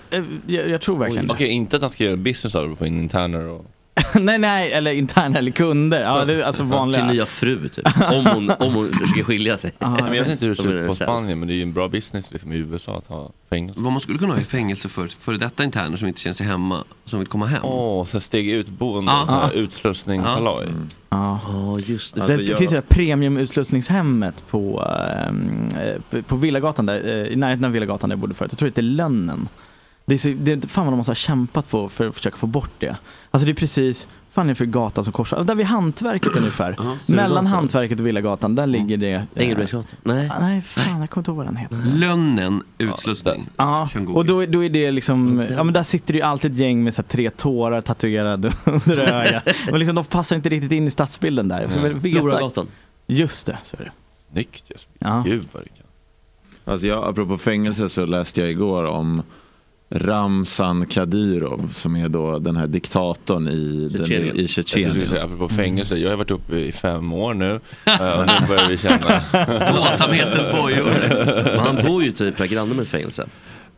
S4: Eh, Jag, jag tror verkligen
S1: Okej,
S4: det.
S1: inte att han ska göra business av det på interner och...
S4: nej, nej, eller interna eller kunder. Ja, det, är alltså
S6: Sin
S4: vanliga.
S6: nya fru typ. Om hon, om hon försöker skilja sig.
S1: Men jag vet inte hur det
S6: Då
S1: ser
S6: blir
S1: ut
S6: det
S1: på
S6: sämst.
S1: Spanien, men det är ju en bra business liksom, i USA att ha fängelse.
S3: Vad man skulle kunna ha i fängelse för före detta interner som inte känner sig hemma, som vill komma hem.
S1: Åh, så steg ut-boende,
S3: Ja.
S1: ah. utslussningshalloj.
S4: Ja.
S6: Ja, just det.
S4: Det,
S1: Alltså,
S4: det
S1: jag-
S4: finns ju det här premiumutslussningshemmet på, ehm, eh, på- på Villagatan där, eh, i närheten av Villagatan där jag bodde förut. Jag tror att det är Lönnen. Det är, så, det är fan vad de måste ha kämpat på för att försöka få bort det. Alltså det är precis, fan är det för gata som korsar? Där vid hantverket ungefär.
S3: Ja.
S4: Mellan
S6: Villagatan.
S4: hantverket och Villagatan, där ligger det. eh,
S6: Engelbrektsteatern? Nej.
S4: ah, Nej, fan jag kommer inte ihåg vad den heter.
S3: Mm. Lönnen, utslussning.
S4: Ja,
S3: Kör en Google.
S4: och då, då är det liksom, ja men där sitter det ju alltid ett gäng med så här, tre tårar tatuerade under ögat. Men liksom, de passar inte riktigt in i stadsbilden där. Så vill veta.
S6: Loragatan.
S4: Just det, så är det.
S1: Snyggt Jesper.
S4: Ja.
S1: Gud vad du kan.
S5: Alltså jag, apropå fängelse så läste jag igår om Ramzan Kadyrov som är då den här diktatorn i
S6: Tjetjenien.
S5: Tjetjenien. I
S1: Jag skulle
S5: Tjetjenien.
S1: säga, apropå fängelse, jag har varit uppe i fem år nu. eh, Och nu börjar vi känna.
S3: Plågsamhetens bojor.
S6: Men han bor ju typ här granne med ett fängelse.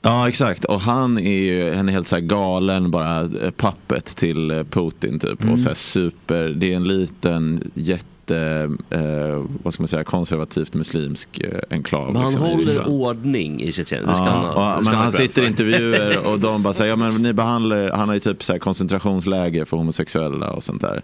S5: Ja exakt och han är ju han är helt så här galen bara eh, pappet till eh, Putin typ
S6: Mm.
S5: och så här super, det är en liten jätte, eh, vad ska man säga, konservativt muslimsk eh, enklav.
S6: Men han
S5: liksom, i
S6: håller
S5: Ryssland.
S6: ordning i Tjetjenien. Det ska han ha.
S5: Ja,
S6: Det
S5: och,
S6: ska
S5: men han
S6: ha cred
S5: sitter i
S6: för.
S5: intervjuer och de bara säger, ja men ni behandlar, han har ju typ så här koncentrationsläger för homosexuella och sånt där.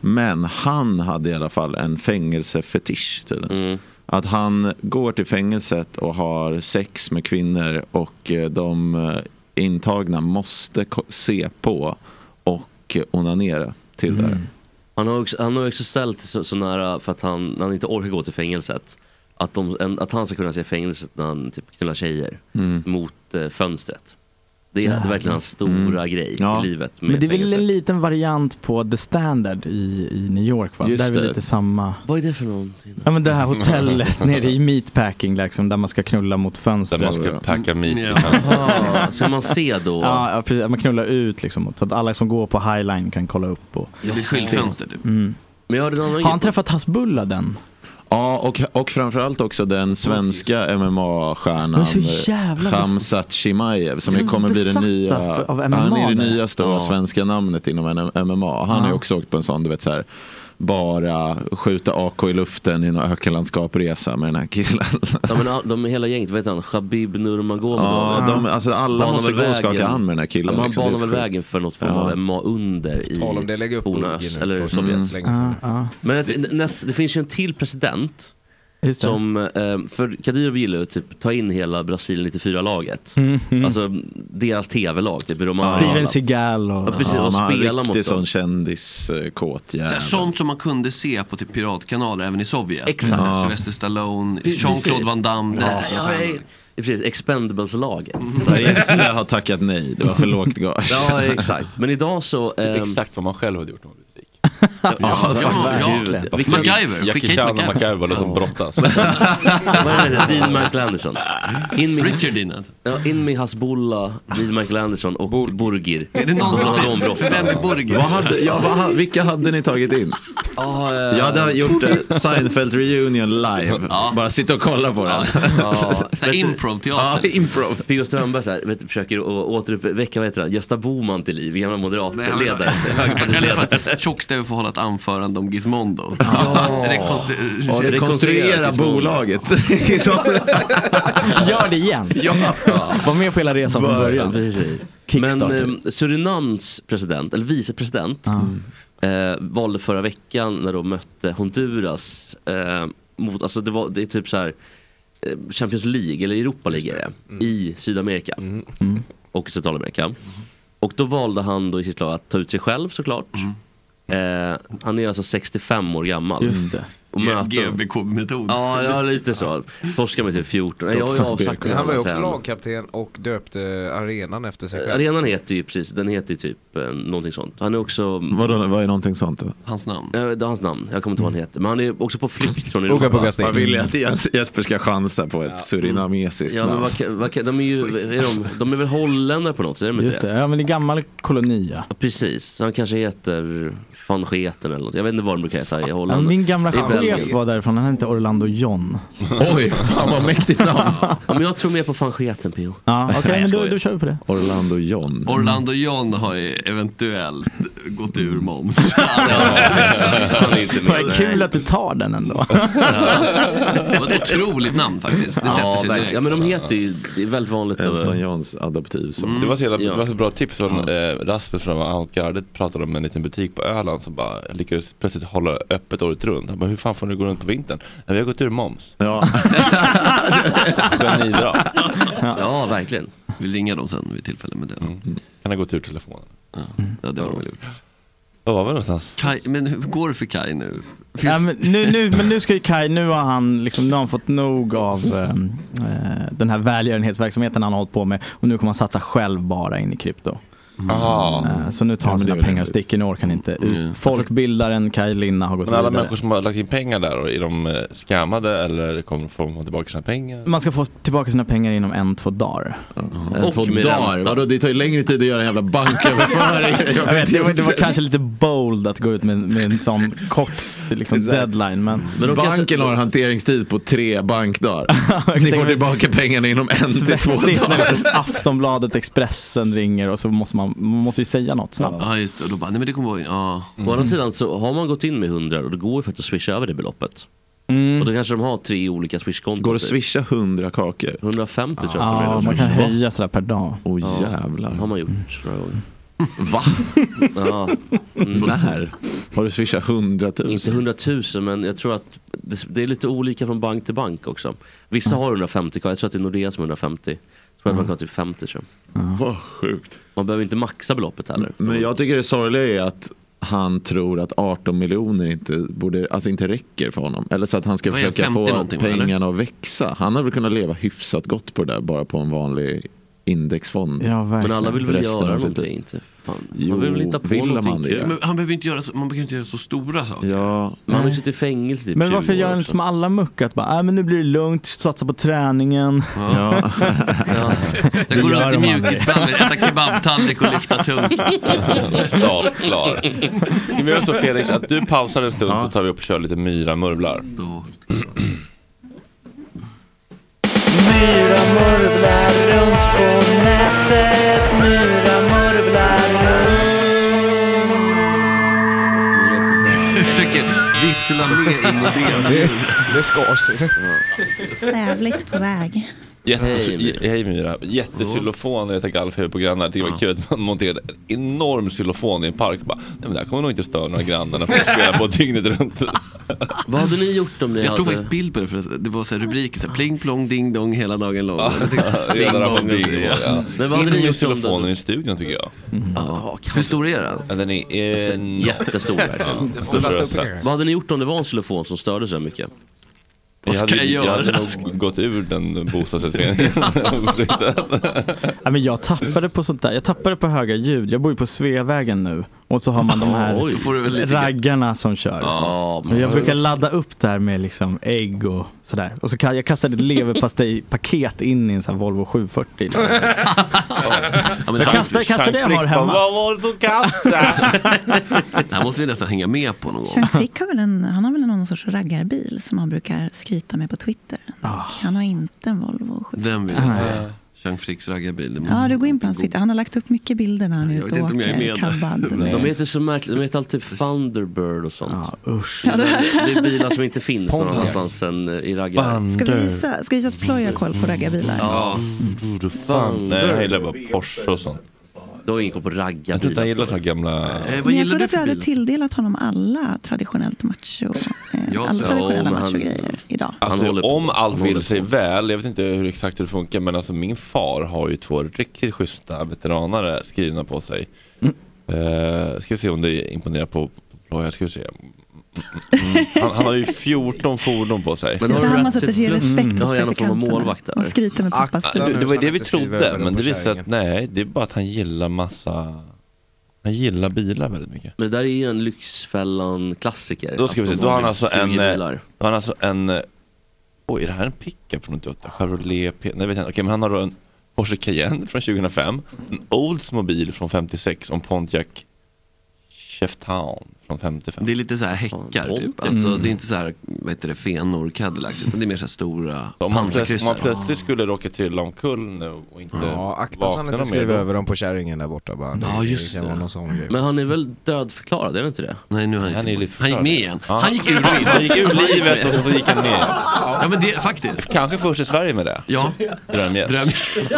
S5: Men han hade i alla fall en fängelsefetisch tydligen.
S6: Mm.
S5: Att han går till fängelset och har sex med kvinnor och eh, de eh, intagna måste ko- se på och eh, onanera till det. här.
S6: Han har också, han har också ställt så, så nära för att han, när han inte orkar gå till fängelset. Att, de, en, att han ska kunna se fängelset när han typ knullar tjejer
S5: Mm.
S6: mot eh, fönstret. Det är, det är verkligen hans stora grej
S5: Mm. Ja.
S6: i livet med
S4: Men det är väl
S6: fängelse.
S4: en liten variant på The Standard i, i New York va?
S5: Just
S4: där är väl
S5: det.
S4: lite samma.
S6: Vad är det för någonting?
S4: Ja men det här hotellet nere i Meatpacking liksom, där man ska knulla mot
S1: Där
S4: fönstret.
S1: man ska packa meat.
S3: Ja.
S1: liksom.
S6: Ah, ska man se då?
S4: Ja, ja precis, man knullar ut liksom. Så att alla som går på Highline kan kolla upp. Och...
S3: Det blir ett skilt fönster typ.
S4: Mm.
S6: Men jag hörde en annan
S4: Har han träffat Hasbulla den?
S5: Ja, och, och framförallt också den svenska
S4: Men
S5: MMA-stjärnan
S4: så jävla
S5: Khamzat Chimaev som ju
S4: De är
S5: kommer bli det
S4: besatta
S5: nya,
S4: för- av MMA
S5: han är det
S4: där.
S5: nya stora
S6: Ja.
S5: svenska namnet inom N- MMA. Han har ju
S4: Ja.
S5: också åkt på en sån, du vet så här, bara skjuta AK i luften i någon ökenlandskap-resa med den här killen.
S6: Ja, men all- de, hela gänget, vad heter han? Shabib Nurmagomedov?
S5: Ja, de, alltså alla
S6: Banar
S5: måste
S6: väl
S5: gå och skaka
S6: vägen.
S5: hand med den här
S6: Ja,
S5: killen.
S6: man
S5: liksom. Det är
S6: banar väl
S5: sjukt.
S6: vägen för något form
S5: Ja.
S6: av MMA under i
S8: Tal om det, lägga upp
S6: forna
S8: Boogie
S6: Öst-
S8: nu
S6: eller
S8: på
S6: Sovjet.
S8: så länge sedan.
S4: Ja,
S6: Men att, näst, det finns ju en till president
S4: ja, just det.
S6: som, eh, för Kadyrov gillar ju att typ ta in hela Brasilien 94-laget.
S4: Mm, mm.
S6: Alltså deras tv-lag, typ i Romania.
S4: Steven Seagal
S6: Ja,
S4: och...
S6: precis,
S5: Ja,
S6: och
S5: man har en
S6: spela
S5: riktig
S6: mot dem.
S5: sån kändiskåt
S3: Så här,
S5: jävel.
S3: Sånt som man kunde se på typ piratkanaler även i Sovjet.
S6: Exakt.
S3: Så här, Sylvester Stallone,
S6: Precis.
S3: Jean-Claude Van Damme. den
S6: Ja,
S3: typen av
S6: ja, ja,
S3: stjärnor.
S6: precis. Expendables-laget.
S5: Jesse har tackat nej, det var för lågt gage.
S6: Ja, exakt. Men idag så...
S1: Det är
S6: ehm,
S1: Exakt vad man själv hade gjort om man blivit rik.
S6: ja,
S4: verkligen.
S6: gud. Vilken-
S3: MacGyver, skicka
S1: Jackie
S3: hit
S1: Chan och
S3: MacGyver.
S1: MacGyver, de som brottas.
S6: Vad är det? Dean Michael Anderson. In med,
S3: Richard Dean.
S6: ja, in med Hasbulla, Dean Michael Anderson och Burgir.
S3: Är det någon som
S6: Och de brottas.
S3: Vem är Borger?
S5: Vad hade, ja, vad, ha- vilka hade ni tagit in?
S6: Ja, eh,
S5: Jag hade gjort eh, Seinfeld reunion live. Bara sitta och kolla på den.
S6: ja,
S3: Så här,
S6: vet du-
S5: Ja,
S3: Improv-teater.
S5: improv.
S6: P.O. Strömberg så här, vet, du, försöker å- återuppväcka vad heter han? Gösta Bohman till liv, gamla
S3: Nej, han-
S6: moderatledare.
S3: Eller
S6: högerpartiledare.
S3: för att Tjockstäve får hålla ett anförande om Gizmondo. Rekonstru-
S5: Och
S6: Rekonstruera
S5: rekonstruera bolaget.
S4: Gör det igen!
S5: ja.
S4: Var med på hela resan från
S6: Ja,
S4: början.
S6: precis. Men
S4: Kickstarter.
S6: eh, Surinams president, eller vicepresident,
S3: Mm.
S6: eh, valde förra veckan när de mötte Honduras eh, mot, alltså det, var, det är typ så här eh, Champions League, eller Europa League är det,
S3: Mm.
S6: i Sydamerika
S4: Mm.
S6: och Centralamerika. Och då valde han då i sitt lag att ta ut sig själv såklart. Eh, han är alltså 65 år gammal.
S4: Mm. Just det.
S6: Och möter
S3: GBK-metod.
S6: Ja, ja, lite så. Torskar med typ 14. Nej, Jag har ju avsagt
S8: Men han var ju
S6: alla
S8: också
S6: trän-
S8: lagkapten och döpte arenan efter sig själv.
S6: Arenan heter ju precis, den heter ju typ eh, någonting sånt. Han är också,
S5: Vadå, vad är någonting sånt då?
S3: Hans namn.
S6: eh, det är hans namn, jag kommer inte ihåg vad han heter. Men han är också på flykt från
S8: Oga på
S6: Europa.
S8: Gastin.
S5: Jag vill ju att Jes- Jesper ska chansa på ett surinamesiskt
S6: Ja, men
S5: namn.
S6: vad, kan- vad, kan- de är ju, är de, de är väl holländare på något sätt, är de inte
S4: Just det, ja men det är gammal koloni ja.
S6: Ja, Precis, så han kanske heter van Scheten eller något. Jag vet inte vad de brukar heta i
S4: Ja,
S6: Holland.
S4: Min gamla
S6: Det är Belgien.
S4: chef var därifrån, han hette Orlando John.
S5: Oj, fan vad mäktigt namn.
S6: Ja, men jag tror mer på van Scheten, P.O.
S4: Ja, okej
S6: jag
S4: men då,
S6: skojar.
S4: då kör vi på det.
S6: Mm.
S5: Orlando John.
S3: Orlando John har ju eventuell gått ur moms.
S6: Han är inte med.
S4: Vad kul att du tar den ändå.
S3: Det var ett otroligt namn faktiskt. Det sätter
S6: Ja,
S3: sig
S6: verkligen.
S3: direkt.
S6: ja, men de heter ju, det är väldigt vanligt.
S5: Elton
S6: Då.
S5: Johns adoptivson.
S1: Det var så, jävla,
S6: Ja.
S1: det var så bra tips från eh, Rasmus från Outgardet pratade om en liten butik på Öland som bara lyckades plötsligt hålla öppet året runt. Han bara, hur fan får ni gå runt på vintern? "Nej, Vi har gått ur moms.
S5: Ja.
S1: Ska ni dra?
S6: Ja, verkligen. Mm.
S3: Vi ringer dem sen vid tillfälle med det.
S1: Kan ha gått ur telefonen.
S3: Ja, det har de väl gjort.
S1: Var var vi någonstans?
S3: Kai, men hur går det för Kai nu? Finns,
S4: Ja, men, nu, nu, men nu ska ju Kai, nu har han, liksom, nu har han fått nog av eh, eh, den här välgörenhetsverksamheten han har hållit på med och nu kommer han satsa själv bara in i krypto.
S1: Ah.
S4: Eh, så nu tar han
S5: Ja, men det
S4: sina
S5: är
S4: pengar
S5: väl
S4: och
S5: rimligt.
S4: sticker, nu orkar han inte
S3: Mm.
S4: ut. Folkbildaren Kai Linna har gått
S1: Men alla
S4: vidare.
S1: människor som har lagt in pengar där, och är de eh, scammade eller kommer får de tillbaka sina pengar?
S4: Man ska få tillbaka sina pengar inom en, två dagar.
S5: En,
S6: Och
S5: två
S6: med
S5: dagar.
S6: ränta.
S5: Vadå, det tar ju längre tid att göra en jävla banköverföring.
S4: Jag vet, det, var, det var kanske lite bold att gå ut med, med en sån kort liksom,
S5: Exakt.
S4: deadline. Men
S6: Men de
S5: Banken
S6: kanske-
S5: har en hanteringstid på tre bankdagar. Ni får tillbaka pengarna inom en till två
S4: svettigt när
S5: dagar.
S4: liksom Aftonbladet, Expressen ringer och så måste man, man måste ju säga något snabbt.
S3: ja, just det. Och då bara, nej men det kommer vara... Ja.
S6: Å andra sidan så har man gått in med 100 och det går ju faktiskt att swisha över det beloppet.
S4: Mm.
S6: Och då kanske de har tre olika swishkonton.
S5: Går det att
S6: typ.
S5: swisha hundra kakor?
S6: 150 tror jag
S4: Ja,
S6: att de
S4: man kan
S6: redan har.
S4: höja sådär per dag.
S5: Åh
S6: Ja. Det har
S5: jävlar.
S6: man gjort några gånger.
S5: Va?
S6: Ja,
S5: När? Mm. Har du swishat
S6: inte
S5: hundratusen?
S6: 100 000 men jag tror att det, det är lite olika från bank till bank också. Vissa har 150 kvar, jag tror att det är Nordea som har 150. Jag tror att man kan ha typ 50 tror jag.
S5: Vad sjukt.
S6: Man behöver inte maxa beloppet heller.
S5: Men jag tycker det sorgliga är att han tror att 18 miljoner inte, borde, alltså inte räcker för honom. Eller så att han ska
S3: Vad är
S5: försöka
S3: 50
S5: få
S3: någonting, va, eller?
S5: pengarna att växa. Han har väl kunnat leva hyfsat gott på det där bara på en vanlig indexfond.
S4: Ja,
S6: Men alla vill väl
S5: Resten av
S6: göra
S5: sitt-
S6: någonting? Inte. Fan.
S5: Jo,
S6: man vill väl hitta på
S5: vill
S6: någonting
S5: man det?
S6: kul.
S3: Men han behöver inte göra så, man behöver inte göra så stora saker.
S5: Ja,
S6: Man har ju suttit i fängelse i typ
S4: Men varför
S6: 20 år
S4: gör han inte
S6: också.
S4: som alla muckat? Bara, äh, men nu blir det lugnt, satsa på träningen.
S5: ja.
S6: Ja.
S3: Jag går
S4: Det gör
S3: runt i
S4: man.
S3: mjukisband, äta kebabtallrik och lyfta tungt.
S1: Start klar. Vi gör så Felix att du pausar en stund så tar vi upp och kör lite myramurvlar.
S3: Då- Jag försöker vissla med in
S8: Det, det skar sig.
S10: Sävligt på väg.
S1: Jättes-
S6: Hej, Myra.
S1: je- alltså, Hej Myra. Jättesylofon jag heter Galfeber på grannar. Det var kul att man monterade en enorm xylofon i en park. Bara, Nej, men det här kommer nog inte störa några grannar när folk spelar på dygnet runt.
S6: Vad hade ni gjort om ni
S3: Jag tog
S6: hade...
S3: faktiskt bild på det för att det var så här rubriker, så här, pling plong ding dong hela dagen lång. Jag tänkte, ding
S1: Redan
S3: dong,
S1: på
S3: och så-
S1: bingo. Ja.
S6: Men vad hade
S1: In med
S6: ni gjort om
S1: xylofonen
S6: den?
S1: i studion tycker jag.
S3: Mm.
S6: Mm. Ja,
S3: Hur stor är den?
S1: Ja, Den är enorm.
S6: Alltså, jättestor verkligen.
S1: Det får jag sett.
S6: Vad hade ni gjort om det var en xylofon som störde så här mycket?
S3: Vad ska
S1: hade-
S3: jag
S1: hade
S3: göra?
S1: nog gått ur den bostadsrättsföreningen.
S4: Nej, men jag tappade på sånt där. Jag tappade på höga ljud. Jag bor ju på Sveavägen nu. Och så har man de
S3: Oj,
S4: här
S3: får du väl lite grann.
S4: raggarna som kör.
S6: Ja,
S4: Men jag
S6: man-
S4: brukar ladda upp där med liksom ägg och sådär. Och så kan, jag kastade ett leverpastejpaket in i en sån här Volvo 740.
S3: Ja, men
S4: Jag
S3: han-
S4: kastar, kastar det jag har hemma.
S1: Vad var det som kastade?
S3: Det här måste vi nästan hänga med på någon gång.
S10: Sean Frick har väl, en, han har väl någon sorts raggarbil som han brukar skryta med på Twitter. Han har inte en Volvo 7.
S3: Den vill jag se. Chang Fricks raggarbil. det måste-
S10: Ja, du går in på hans Twitter. Han har lagt upp mycket bilder när han är
S3: Jag
S10: ute
S3: vet
S10: och
S3: inte om jag är
S10: åker
S3: med.
S10: cabbad.
S6: De
S10: med-
S6: heter så märkligt, de heter alltid typ Thunderbird och sånt.
S4: Ja, usch.
S6: Men Det är bilar som inte finns någon annanstans än i raggarvärlden.
S10: Ska vi visa, ska vi visa att Ploy har koll på raggarbilar?
S6: Ja,
S1: Fan, nej, jag gillar bara Porsche och sånt.
S6: då har ingen koll på raggarbilar.
S1: Jag tror inte han gillar såna gamla...
S3: Eh, vad
S10: Men jag
S3: gillar
S10: trodde
S3: du
S10: att vi
S3: för
S10: hade
S3: bil?
S10: tilldelat honom alla traditionellt macho, eh,
S3: Ja,
S10: alla
S3: så-
S10: traditionella
S6: ja, men han-
S10: machogrejer idag.
S6: Han
S1: Alltså,
S6: håller på.
S1: om allt
S6: Han håller
S1: vill sig
S6: på.
S1: väl, jag vet inte hur exakt hur det funkar, men alltså min far har ju två riktigt schyssta veteranare skrivna på sig.
S6: Mm.
S1: Eh, ska vi se om det imponerar på på Ploy, här ska vi se. Mm, mm, mm. Han, han har ju 14 fordon på sig.
S6: Men
S10: Det är så
S6: har
S10: här
S6: du
S10: man
S6: rätt
S10: sätter
S6: sitt
S10: sig i
S6: plus?
S10: respekt
S6: Då
S10: hos
S6: har jag någon form av
S10: praktikanterna.
S6: målvakt där.
S10: Och skryter med pappas
S8: Akta
S10: bil.
S1: det
S8: nu
S1: var
S8: så
S1: det
S8: att
S1: vi
S8: inte skriver över
S1: trodde,
S8: dem
S1: men
S8: på
S1: det visade sig att
S8: kärringen.
S1: nej, det är bara att han gillar massa... Han gillar bilar väldigt mycket.
S6: Men det där är ju en Lyxfällan-klassiker.
S1: Då ska vi se,
S6: Att de
S1: då har han
S6: typ
S1: alltså en,
S6: 20
S1: eh,
S6: bilar.
S1: Han har alltså en... eh, Oj, är det här en pickup från 98? Chevrolet P... Nej, vet jag inte. Okej, men han har då en Porsche Cayenne från 2005. En Oldsmobile från 56 och en Pontiac Cheftown från 55.
S3: Det är lite så här häckar typ. Alltså,
S10: Mm.
S3: Det är inte så här, vad heter det, fenor, Cadillacs. Utan det är mer så här stora
S1: om man, plöts- om man
S3: pansarkryssare.
S1: plötsligt skulle råka trilla omkull nu och inte
S8: Ja, akta så han inte
S1: Mm. vakna mer,
S8: skriver
S1: då-
S8: över dem på kärringen där borta bara.
S3: Ja, just
S8: det. kan
S3: det.
S8: vara någon sån grej.
S6: Men han är väl dödförklarad, är det inte det?
S3: Nej, nu är han,
S1: Han är
S3: inte
S1: ju lite
S3: han gick med
S1: förklarad.
S3: igen.
S1: Ja.
S3: Han gick ur livet.
S1: Han gick ur livet och så gick han ner.
S3: Ja, men det, faktiskt.
S1: Kanske först i Sverige med det.
S3: Ja,
S1: Drömjet.
S3: dröm.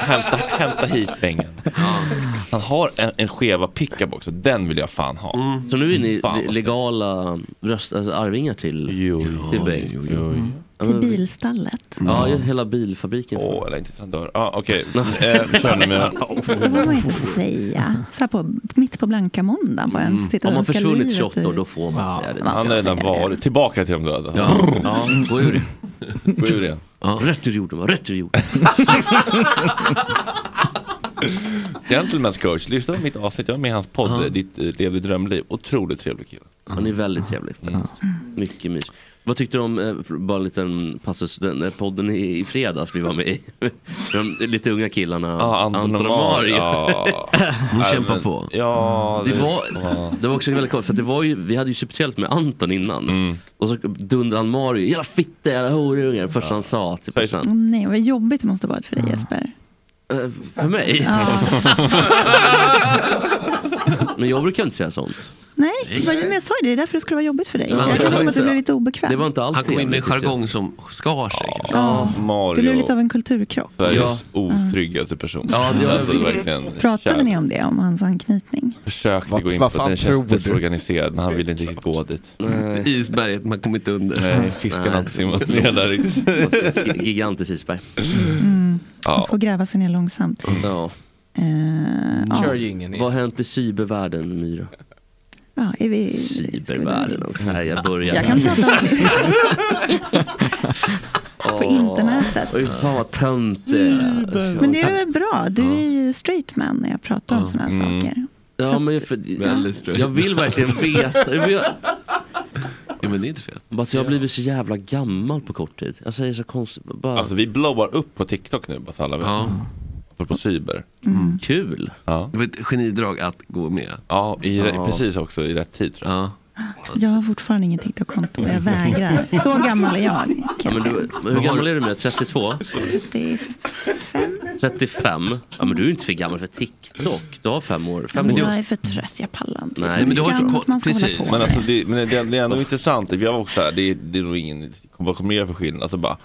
S1: Hämta, hämta hit pengen. Han har en, en skeva pickup också, den vill jag fan ha.
S6: Mm. Så nu är ni
S1: Fan, vad snyggt.
S6: legala röst, alltså arvingar till,
S1: Jo,
S6: till Bengt? Ja,
S10: Till
S6: men-
S10: bilstallet.
S6: Ja, hela bilfabriken.
S1: Åh, eller inte Sandor. Ja, ah, okej. Eh, kör nu mina.
S10: Så får man inte säga. Så här på, mitt på blanka måndagen på ens titta
S6: Om
S10: och
S6: Mm.
S10: typ.
S6: man
S10: önska
S6: försvunnit
S10: livet
S6: 28 år,
S10: ur-
S6: då får man säga det.
S10: Ja.
S1: Han har redan varit. Tillbaka till de döda.
S6: Ja, ja. gå ur det.
S1: Gå ur det.
S6: Ja, rätt ur jorden, va? rätt ur jorden.
S1: Gentleman's coach, lyssna på mitt avsnitt. Jag var med i hans podd,
S6: Ja.
S1: Ditt eh, Lev ditt drömliv. Otroligt trevlig kille. Mm.
S6: Han är väldigt trevlig. faktiskt. Mycket mys. Vad tyckte du om, eh, bara en liten passus, den eh, podden i, i fredags vi var med i? De lite unga killarna,
S1: Ja,
S6: Anton och Mario.
S1: Ja.
S3: Hon
S1: Nej,
S3: kämpar
S1: men-
S3: på. Mm.
S1: Ja,
S6: Det var, det var också väldigt konstigt, för det var ju, vi hade ju subtilt med Anton innan. Och så dundrade han Mario, jävla fitta, jävla horungar, först han sa. Typ, och sen,
S10: Åh, nej, vad jobbigt det måste ha varit för dig Jesper.
S6: eh, för mig?
S10: Ja.
S6: Men jag brukar inte säga sånt.
S10: Nej, vad, men jag sa ju det, det är därför det skulle vara jobbigt för dig.
S6: Ja, men
S10: jag
S6: det
S10: kan
S6: var
S10: lova att
S6: inte-
S10: du blev lite obekväm.
S6: Det var inte alls
S3: Han kom in i en
S6: trevligt, tyckte jag.
S3: jargong som skar sig. kanske.
S10: Ja,
S1: Mario.
S10: det blev lite av en kulturkrock.
S1: Sveriges otryggaste person.
S6: Ja, det var-
S1: alltså, verkligen.
S10: Pratade
S1: Kär-
S10: ni om det, om hans anknytning?
S1: Försökte
S8: Vad-
S1: gå in på
S8: vad
S1: det,
S8: fan
S1: den
S8: tror
S1: känns
S8: du?
S1: desorganiserad men han ville inte riktigt gå dit.
S6: Nej.
S3: Isberget, man kom inte under.
S1: Nej, fiskarna har inte simmat ner där riktigt.
S6: Gigantisk isberg. Mm.
S3: Mm.
S10: Han
S1: Ja.
S10: Mm. får gräva sig ner långsamt.
S6: Ja.
S10: Eh, ja.
S8: Kör ingen
S6: Vad har hänt i cybervärlden, Myra?
S10: Ja, är vi... ska vi dra
S6: Cybervärlden
S10: dit?
S6: också. Här jag börjar.
S10: Jag kan prata om på internetet.
S6: Oj, fan vad tönt det är.
S10: Men det är väl bra, du är ju straight man när jag pratar om sådana här
S6: Mm.
S10: saker.
S6: Ja, men för,
S3: Väldigt straight.
S6: jag vill verkligen veta. Jag vill-
S3: Ja, men det är inte fel.
S6: Bara att jag har blivit så jävla gammal på kort tid. Jag säger så konstigt. Bara
S1: Alltså vi blowar upp på TikTok nu, bara så alla vet.
S3: Ja.
S1: Apropå cyber.
S6: Mm. kul.
S1: Ja,
S3: Det var ett genidrag att gå med.
S1: ja, i,
S6: Ja.
S1: precis också i rätt tid tror jag.
S3: Ja.
S10: Jag har fortfarande inget TikTok-konto, jag vägrar. Så gammal är jag.
S6: Ja,
S10: Kan
S6: men
S10: jag säga.
S6: du, hur gammal är du nu? 32?
S10: Det är fem.
S6: 35? Ja, men du är inte för gammal för TikTok. Du har fem år. Fem
S10: Men
S6: år.
S10: jag är för trött, jag pallar inte.
S6: Nej,
S10: Det är så
S6: men
S3: du har ju
S10: mycket
S3: så-
S10: annat man ska
S3: precis.
S10: hålla på
S1: Men
S10: med.
S1: alltså det, men det, det är ändå intressant, vi var också här, det, det är nog ingen, vad kommer det göra för skillnad? Alltså bara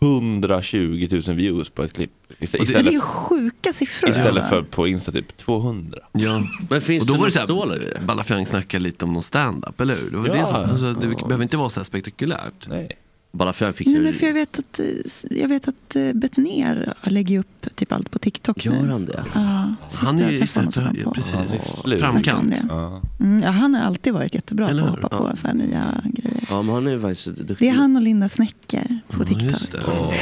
S1: 120 000 views på ett klipp. Ist-
S10: Men det är
S1: Istället,
S10: ju sjuka siffror.
S1: istället
S10: alltså.
S1: för på Insta typ 200.
S3: Ja.
S6: Men finns
S3: Och då var
S6: det några
S3: det så här-
S6: stålar i det?
S3: Ballafjang snackade lite om någon stand-up, eller hur? Det, var
S1: Ja.
S3: det, som, alltså, det behöver inte vara så här spektakulärt.
S1: Nej.
S6: Bara för jag fick
S10: Nej, men för jag vet att, eh, jag vet att eh, Betnér lägger ju upp typ allt på TikTok nu.
S6: Gör han det?
S10: Ja,
S3: Han är ju
S10: istället
S3: istället för,
S10: på.
S3: precis,
S1: Ja, det är slut.
S3: framkant.
S10: Snackar om
S1: Ja.
S10: det. Mm, ja, han har alltid varit jättebra
S3: Eller
S10: på att
S3: hur?
S10: hoppa på så här nya grejer.
S6: Ja, men han är ju faktiskt duktig.
S10: Det är han och Linda Snäcker på
S3: Ja,
S10: TikTok.
S3: just det.
S6: Åh,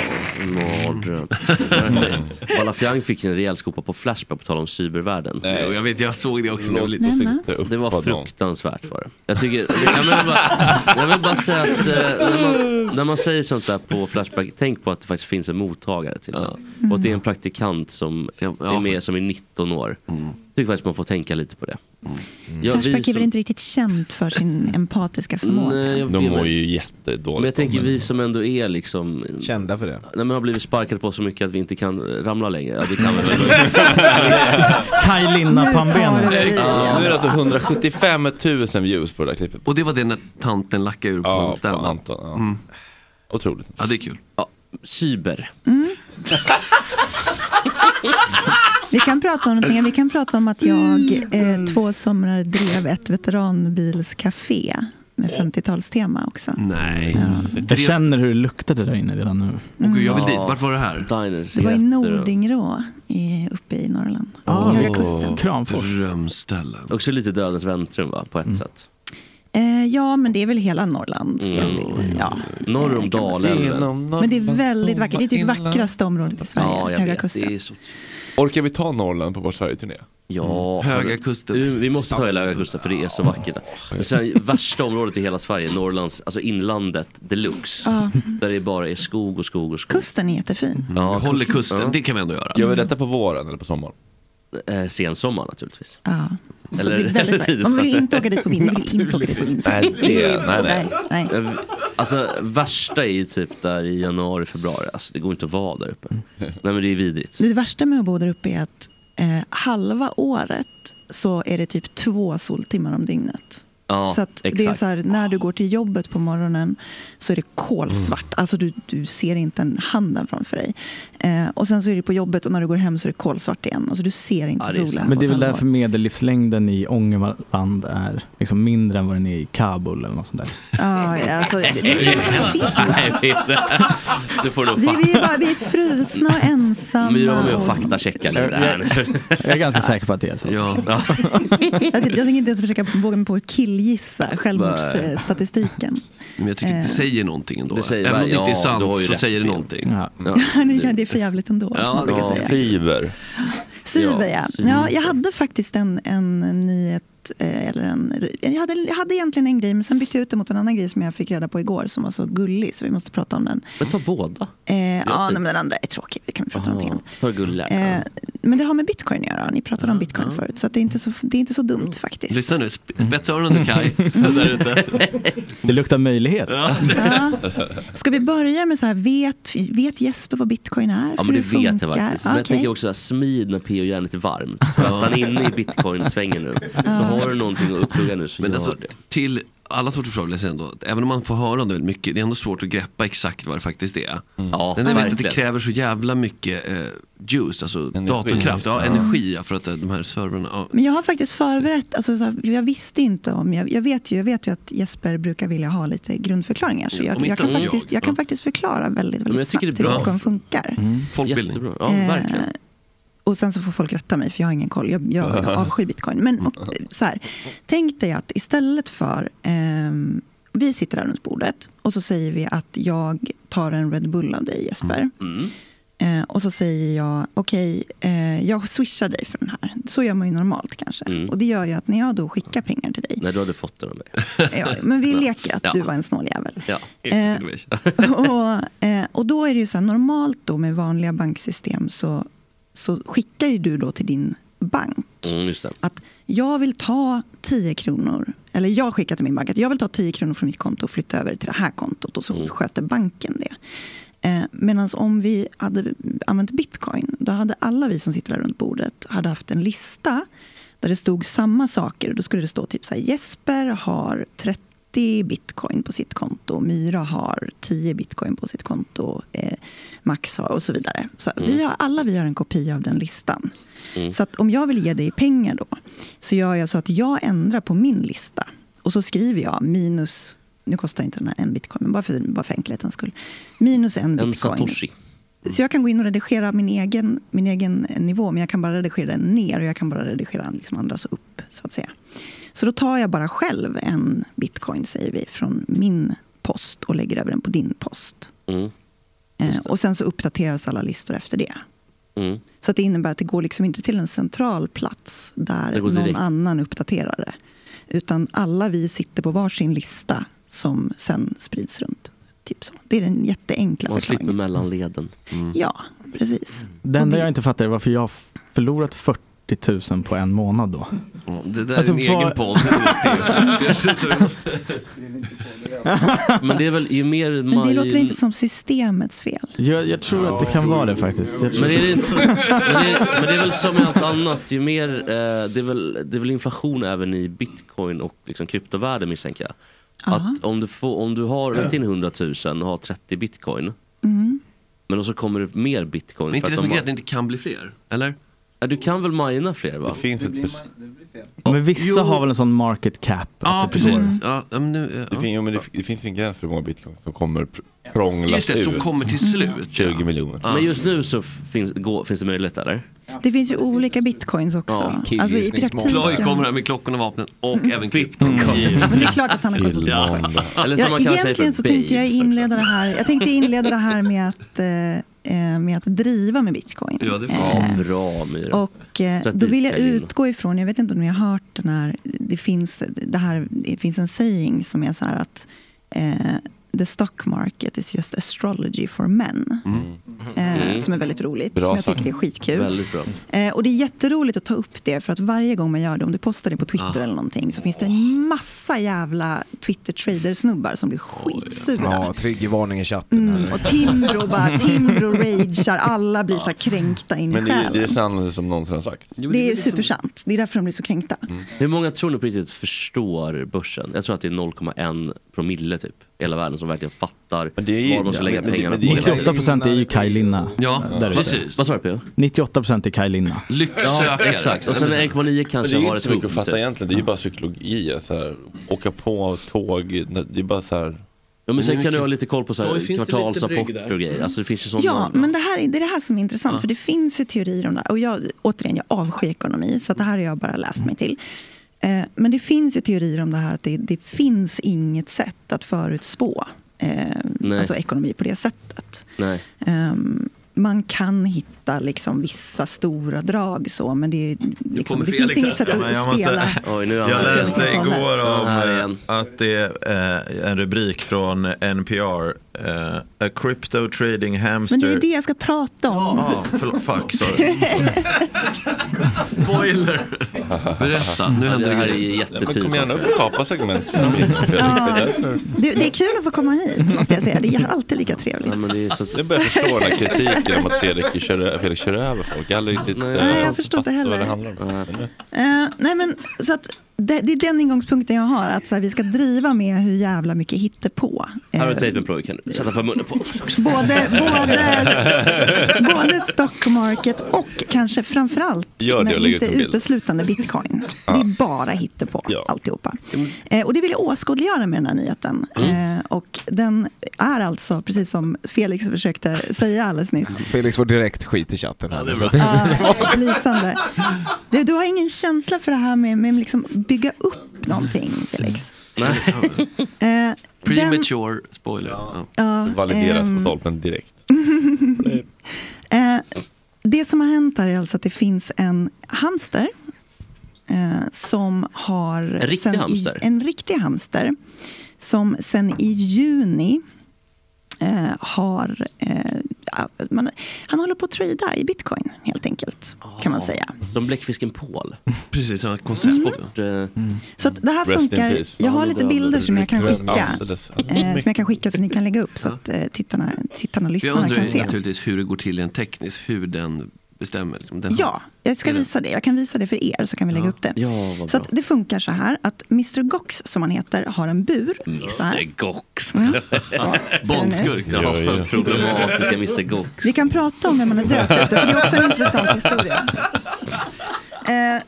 S6: mardröm. Men alltså,
S3: Mm.
S6: Balafjang fick en rejäl skopa på Flashback på tal om cybervärlden. Mm.
S3: Jo, jag vet, jag såg det också. när jag var liten.
S10: Nej, men.
S6: Det var fruktansvärt var det. Jag, tycker, jag, vill bara, jag vill bara säga att eh, när, man, när man säger sånt där på Flashback, tänk på att det faktiskt finns en mottagare till det. Och att
S10: Mm.
S6: det är en praktikant som
S3: Ja, Mm.
S6: är med som är 19 år. Jag tycker faktiskt man får tänka lite på det. Ja, vi
S10: Flashback är
S6: som-
S10: väl inte riktigt känt för sin empatiska förmåga.
S6: Nej, jag
S1: De
S6: vet
S1: mår
S6: inte.
S1: ju
S6: Men jag
S1: jättedåligt.
S6: tänker vi som ändå är liksom
S8: Kända för det.
S6: När man har blivit sparkad på så mycket att vi inte kan eh, ramla längre. Ja, det kan vi väl.
S4: Kaj Linna
S10: Nu tar det
S4: Pannben.
S10: väl i.
S1: Ja. Nu är det alltså 175 000 views på det där klippet.
S3: Och det var det när tanten lackade ur på
S1: Ja,
S3: ja,
S1: på
S3: stand-up. Mm.
S1: Anton. Ja. Otroligt.
S3: Ja, det är kul.
S6: Ja, cyber.
S10: Vi kan prata om någonting. Vi kan prata om att jag
S3: Mm.
S10: eh, två somrar drev ett veteranbilscafé med 50-talstema också.
S3: Nej.
S4: Jag känner hur det luktade där inne redan nu.
S3: Och gud, jag vill
S6: Ja.
S3: dit. Vart var det här?
S6: Diners.
S10: Det var i
S6: heter det.
S10: Nordingrå i, uppe i Norrland.
S4: Ah,
S10: I Höga kusten.
S4: Kramfors. Mm.
S3: Drömställen.
S6: Också lite dödens väntrum va, på ett sätt.
S10: Eh, ja, men det är väl hela Norrland. Mm. Ja.
S6: Norr om
S10: Det kan man
S6: Dalälven.
S10: Men det är väldigt vackert. Det är typ vackraste området i Sverige.
S6: Ja, jag
S10: Höga
S6: vet.
S10: kusten.
S6: Det är så...
S1: Orkar vi ta Norrland på vår Sverige-turné?
S6: Ja,
S3: Mm. Höga kusten.
S6: Du, Mm, Vi måste ta hela Höga kusten för det är så vackert. där. Men sen, värsta området i hela Sverige, Norrlands, alltså inlandet deluxe.
S10: Ja.
S6: Där det bara är skog och skog och skog.
S10: Kusten är jättefin.
S6: Mm. Ja,
S3: Jag Mm. håller kusten,
S6: Ja.
S3: det kan vi ändå göra.
S1: Gör vi detta på våren eller på sommaren?
S6: Eh, sensommar naturligtvis.
S10: Ja. Så det är
S6: Eller-
S10: väldigt
S6: eller
S10: nice. Man vill ju inte åka dit på vintern. Man vill inte åka dit på
S6: Naturligtvis.
S10: vintern.
S6: Nej, det- nej, nej.
S10: nej.
S6: Eh, Alltså värsta är ju typ där i januari, februari. Alltså, det går inte att vara där uppe.
S3: Mm.
S6: Nej men det är vidrigt.
S10: Det värsta med att bo där uppe är att eh, halva året så är det typ två soltimmar om dygnet.
S6: Ja,
S10: så att det är
S6: exakt.
S10: så här, när du går till jobbet på morgonen så är det kolsvart.
S6: Mm.
S10: Alltså du, du ser inte en handen framför dig. Eh, och sen så är det på jobbet och när du går hem så är det kolsvart igen. Alltså du ser inte
S6: Ja, det är
S10: solen.
S6: sant.
S10: på
S4: Men det är
S10: ett
S4: väl
S10: halvår.
S4: därför medellivslängden i Ångermanland är liksom mindre än vad den är i Kabul eller något sånt där.
S10: Ja, ja, alltså, det är samma med Finland.
S6: Nej, men- du får nog
S10: Vi, vi, är
S6: fakta.
S10: bara, vi är frusna och ensamma.
S6: Men jag var med och
S10: och-
S6: faktachecka lite här nu.
S4: Jag är ganska säker på att det är så.
S6: Ja, ja.
S10: Jag, jag tänker inte ens försöka våga mig på att killgissa självmordsstatistiken.
S3: Men jag tycker
S10: Eh.
S3: det säger någonting ändå.
S6: Det säger
S3: Även om det
S6: verkligen-
S3: inte är
S6: ja, du har
S3: sant
S6: ju
S3: så
S6: rätt,
S3: säger det
S6: Björn.
S3: någonting.
S1: Mm.
S4: Ja.
S6: Ja.
S10: Det det är för jävligt ändå, som man brukar
S6: ja.
S10: säga.
S1: Fiber.
S10: Cyber, ja.
S6: cyber.
S10: ja. Jag hade faktiskt en, en nyhet, eh, eller en, jag, hade, jag hade egentligen en grej, men sen bytte jag ut den mot en annan grej som jag fick reda på igår som var så gullig, så vi måste prata om den.
S6: Men ta båda.
S10: Eh, ja,
S6: typ.
S10: nej, men den andra är tråkig, det kan vi prata om någonting
S6: Aha,
S10: annat.
S6: ta det gulliga.
S10: Eh, men det har med bitcoin att göra, ni pratade om bitcoin
S6: ja. Mm.
S10: förut, så att det, är inte så, det är inte så dumt faktiskt.
S3: Lyssna nu, sp- spetsa öronen nu Kaj. Där ute.
S4: Det luktar möjlighet.
S10: Ja. Ska vi börja med så här, vet, vet Jesper vad bitcoin är?
S6: Ja men det
S10: Hur
S6: vet jag
S10: funkar?
S6: faktiskt. Men jag
S10: Okej.
S6: tänker också att smid när PO järnet är varmt. För att han är inne i bitcoin-svängen nu. Så har du någonting att upplugga nu så
S3: Men
S6: gör
S3: alltså,
S6: det.
S3: till alla sorts förfrågningar ändå, att även om man får höra om det väldigt mycket, det är ändå svårt att greppa exakt vad det faktiskt är.
S6: Mm. Ja,
S3: Den där vet att det
S6: verkligen.
S3: kräver så jävla mycket eh, juice, alltså datorkraft, ja, energi ja, för att eh, de här servrarna. Ja.
S10: Men jag har faktiskt förberett, alltså, så här, jag visste inte om, jag, jag, vet ju, jag vet ju att Jesper brukar vilja ha lite grundförklaringar. Så
S3: Ja,
S10: jag,
S3: om
S10: jag,
S3: inte
S10: kan,
S3: om
S10: faktiskt,
S3: jag,
S10: jag kan
S3: ja.
S10: faktiskt förklara väldigt,
S6: men jag
S10: väldigt
S6: tycker det är
S10: snabbt hur
S6: bra.
S10: bitcoin funkar.
S3: Folkbildning.
S6: Jättebra. Ja,
S10: Eh,
S6: verkligen.
S10: Och sen så får folk rätta mig, för jag har ingen koll. Jag, jag, jag avskyr bitcoin. Men och, eh, så här, tänk dig att istället för... ehm, vi sitter här runt bordet och så säger vi att jag tar en Red Bull av dig, Jesper.
S6: Mm.
S10: Eh, och så säger jag, okej, eh, jag swishar dig för den här. Så gör man ju normalt kanske.
S6: Mm.
S10: Och det gör ju att när jag då skickar pengar till dig.
S6: Nej, du hade fått den av mig.
S10: ja, men vi leker att
S6: Ja.
S10: du var en snåljävel.
S6: Ja.
S10: Eh, och, eh, och då är det ju så här, normalt då med vanliga banksystem så, så skickar ju du då till din bank
S6: Mm, just det.
S10: att jag vill ta 10 kronor, eller jag skickar till min bank att jag vill ta 10 kronor från mitt konto och flytta över till det här kontot och så sköter banken det. Eh, Medan om vi hade använt bitcoin, då hade alla vi som sitter här runt bordet hade haft en lista där det stod samma saker. Då skulle det stå typ så här, Jesper har 30 bitcoin på sitt konto, Myra har 10 bitcoin på sitt konto, eh, Max har och så vidare. Så vi har, alla vi har en kopia av den listan. Så att om jag vill ge dig pengar då, så gör jag så att jag ändrar på min lista. Och så skriver jag minus, nu kostar inte den här en bitcoin, men bara för, bara för enkelhetens skull. Minus en bitcoin.
S6: En satoshi.
S10: Så jag kan gå in och redigera min egen, min egen nivå, men jag kan bara redigera den ner och jag kan bara redigera liksom andras upp, så att säga. Så då tar jag bara själv en bitcoin, säger vi, från min post och lägger över den på din post.
S6: Mm.
S10: Eh, och sen så uppdateras alla listor efter det.
S6: Mm.
S10: Så att det innebär att det går liksom inte till en central plats där
S6: Det går
S10: någon
S6: direkt.
S10: annan uppdaterar det. Utan alla vi sitter på varsin lista som sen sprids runt. Typ så. Det är den jätteenkla
S6: Man slipper
S10: förklaringen.
S6: mellanleden.
S10: Ja, precis.
S4: Det
S10: Och
S4: enda
S10: det-
S4: jag inte fattar är varför jag har förlorat 40 000 på en månad då.
S3: Ja, Det där
S4: Alltså,
S3: är en
S4: vad-
S3: egen podd.
S6: Men det är väl ju mer
S10: Men det
S6: maj-
S10: låter inte som systemets fel.
S4: Jag, jag tror att det kan vara det faktiskt. Jag tror...
S6: Men är det, men, det, men det är väl som med allt annat, ju mer, eh, det, är väl, det är väl inflation även i bitcoin och liksom kryptovärde misstänker jag. Att om du, får, om du har lagt in 100 000 och har 30 bitcoin,
S10: Mm.
S6: men och så kommer det mer bitcoin.
S3: Men inte
S6: för
S3: det
S6: att
S3: som är
S6: de
S3: grejen,
S6: har-
S3: att det inte kan bli fler. Eller?
S6: Ja, du kan väl mina fler va?
S1: Det finns ett bes-
S4: Men vissa har väl en sån market cap?
S3: Ja,
S4: att det
S3: precis.
S4: går-
S3: Ja, ja, men nu,
S1: det
S3: ja.
S1: fin- jo, men det fi- det finns ju en gräns för hur många bitcoins som kommer pr- prånglas
S3: Just det, som
S1: ut.
S3: kommer till slut.
S1: 20 miljoner.
S3: Ah.
S6: Men just nu så finns, går, finns det möjlighet eller?
S10: Det finns ju olika bitcoins också.
S8: Ja,
S10: alltså i
S8: killgissningsmål.
S3: Ploy
S10: praktiken.
S3: kommer här med klockan och vapnet och även kvitton.
S10: Mm. Ja, men det är klart att han har koll på bitcoin.
S1: Många.
S6: Mm. Eller som
S10: Ja,
S6: man kan säga
S10: egentligen
S6: för
S10: så tänkte jag
S6: babes också.
S10: inleda det här, jag tänkte inleda det här med att, eh, eh, med att driva med bitcoin. Eh,
S3: Ja, det får-
S6: Ja, bra Myra.
S10: Och eh,
S6: Så att
S10: då
S6: dit
S10: vill jag
S6: ska jag in.
S10: utgå ifrån, jag vet inte om ni har hört den här, det finns, det här, det finns en saying som är så här att eh, the stock market is just astrology for men. eh,
S6: Mm.
S10: som är väldigt roligt.
S6: Bra
S10: som jag
S6: sagt.
S10: tycker är skitkul.
S6: Väldigt bra.
S10: Eh, och det är jätteroligt att ta upp det för att varje gång man gör det, om du postar det på
S6: Ah.
S10: Twitter eller någonting så finns det en massa jävla Twitter-trader-snubbar som blir skitsura.
S8: Ja, triggervarning i chatten.
S10: Mm, och Timbro bara, Timbro ragear, alla blir så här kränkta in i
S1: Men det, är- det är
S10: själen.
S1: sannare som någonsin har sagt.
S10: Det är supersant, det är därför de blir så kränkta.
S6: Hur många tror ni på riktigt förstår börsen? Jag tror att det är 0,1 promille typ. i Hela världen som verkligen fattar
S1: Men det är ju-
S6: var man ska
S1: ja,
S6: lägga
S1: men det-
S6: pengarna
S1: men det är
S6: på.
S1: ju-
S6: hela tiden.
S4: 98% är ju Kaj Linna.
S3: Ja,
S4: Där är det.
S3: precis.
S6: Vad sa du P.O.?
S4: 98% är Kaj Linna.
S6: Ja,
S3: Lycksökare.
S6: exakt. Och sen 1,9
S1: Men
S6: kanske
S1: det är ju
S6: har
S1: inte
S6: ett
S1: så mycket
S6: rum.
S1: att fatta
S6: typ.
S1: egentligen, det är ju bara psykologi. Så här, åka på tåg, det är bara så här.
S6: Ja, men sen kan du ha lite koll på så
S3: Oj,
S6: här,
S3: finns det lite brygg
S6: kvartalsrapporter
S3: där?
S6: och grejer. Alltså, det finns ju sådana.
S10: Ja, men det, här, är- det är det här som är intressant, för det finns ju teorier om det här. Och jag, återigen, jag avskyr ekonomi, så att det här har jag bara läst mig till. Eh, Men det finns ju teorier om det här att det, det finns inget sätt att förutspå eh,
S6: Nej.
S10: alltså ekonomi på det sättet.
S6: Nej.
S10: Ehm, man kan hitta liksom vissa stora drag så, men det, är liksom,
S3: kommer
S10: det
S3: Felix
S10: finns inget
S3: här.
S10: sätt
S11: Ja, men jag
S10: att
S11: måste-
S10: spela.
S6: Oj, nu är
S11: Jag
S6: han-
S11: läste igår om
S6: Här
S11: eh,
S6: igen.
S11: att det är eh, en rubrik från NPR. eh, A crypto trading hamster.
S10: Men det är ju det jag ska prata om.
S11: Ja, förlåt. Fuck, sorry. Spoiler.
S3: Berätta, nu
S6: Ja,
S3: händer
S6: det
S3: det
S6: här är
S3: grejer.
S6: ju
S1: Men kom igen
S6: jättepinsamt.
S1: upp och kapa segment. Felix. Det är
S10: Det, det är kul att få komma hit, måste jag säga. Det är alltid lika trevligt.
S6: Ja, men det är så att-
S1: Jag börjar förstå den här kritiken om att Fredrik kör, Felix kör över folk. Jag har aldrig riktigt
S6: Nej,
S1: eh,
S10: jag förstår inte
S1: fattat
S10: heller.
S1: vad det handlar om. Men nu-
S10: Eh, nej men, så att det, det är den ingångspunkten jag har, att så här, vi ska driva med hur jävla mycket hittepå. Eh,
S6: Här har du tejpen Ploy, kan du sätta för munnen på.
S10: både, både, både stock market och kanske framförallt,
S1: Gör det och
S10: men
S1: lägg
S10: inte
S1: ut en bild.
S10: uteslutande bitcoin. Det är bara hittepå,
S1: Ja.
S10: alltihopa. Eh, och det vill jag åskådliggöra med den här nyheten.
S1: Mm.
S10: Eh, och den är alltså, precis som Felix försökte säga alldeles nyss,
S8: Felix får direkt skit i chatten här. nu, så att-
S10: Ja, Lysande. Du, du har ingen känsla för det här med, med liksom bygga upp någonting, Felix. Nej. Eh, den,
S3: Premature spoiler. Ja.
S10: ja,
S1: Valideras
S10: ehm,
S1: på stolpen direkt.
S10: eh, det som har hänt här är alltså att det finns en hamster eh, som har... En
S6: riktig hamster?
S10: I, en riktig hamster som sen i juni eh, har... Eh, man, han håller på att trada i bitcoin, helt enkelt, kan man säga.
S6: Som bläckfisken Paul.
S3: Precis, samma koncept.
S6: Bort, eh,
S10: Så att det här
S1: Rest in
S10: funkar.
S1: peace.
S10: Jag har
S6: Ja,
S10: lite
S6: det-
S10: bilder som jag kan
S1: Riktigt
S10: skicka.
S1: alldeles-
S10: Eh, som jag kan skicka så ni kan lägga upp så att eh, tittarna, tittarna och
S3: Jag
S10: lyssnarna
S3: undrar
S10: kan
S3: ju
S10: se.
S3: naturligtvis hur det går till rent tekniskt, hur den bestämmer. Liksom, den
S10: Ja, jag ska
S3: Är det-
S10: visa det. Jag kan visa det för er så kan vi lägga upp det.
S6: Ja, vad bra.
S10: Så att det funkar så här att Mr Gox som han heter har en bur.
S6: Mm.
S10: Så här.
S6: Mr Gox.
S10: Mm. Så, ser den ut.
S3: Bondskurk.
S6: Ja, problematiska Mr Gox.
S10: Vi kan prata om vem man är döpt efter för det är också en intressant historia. Eh,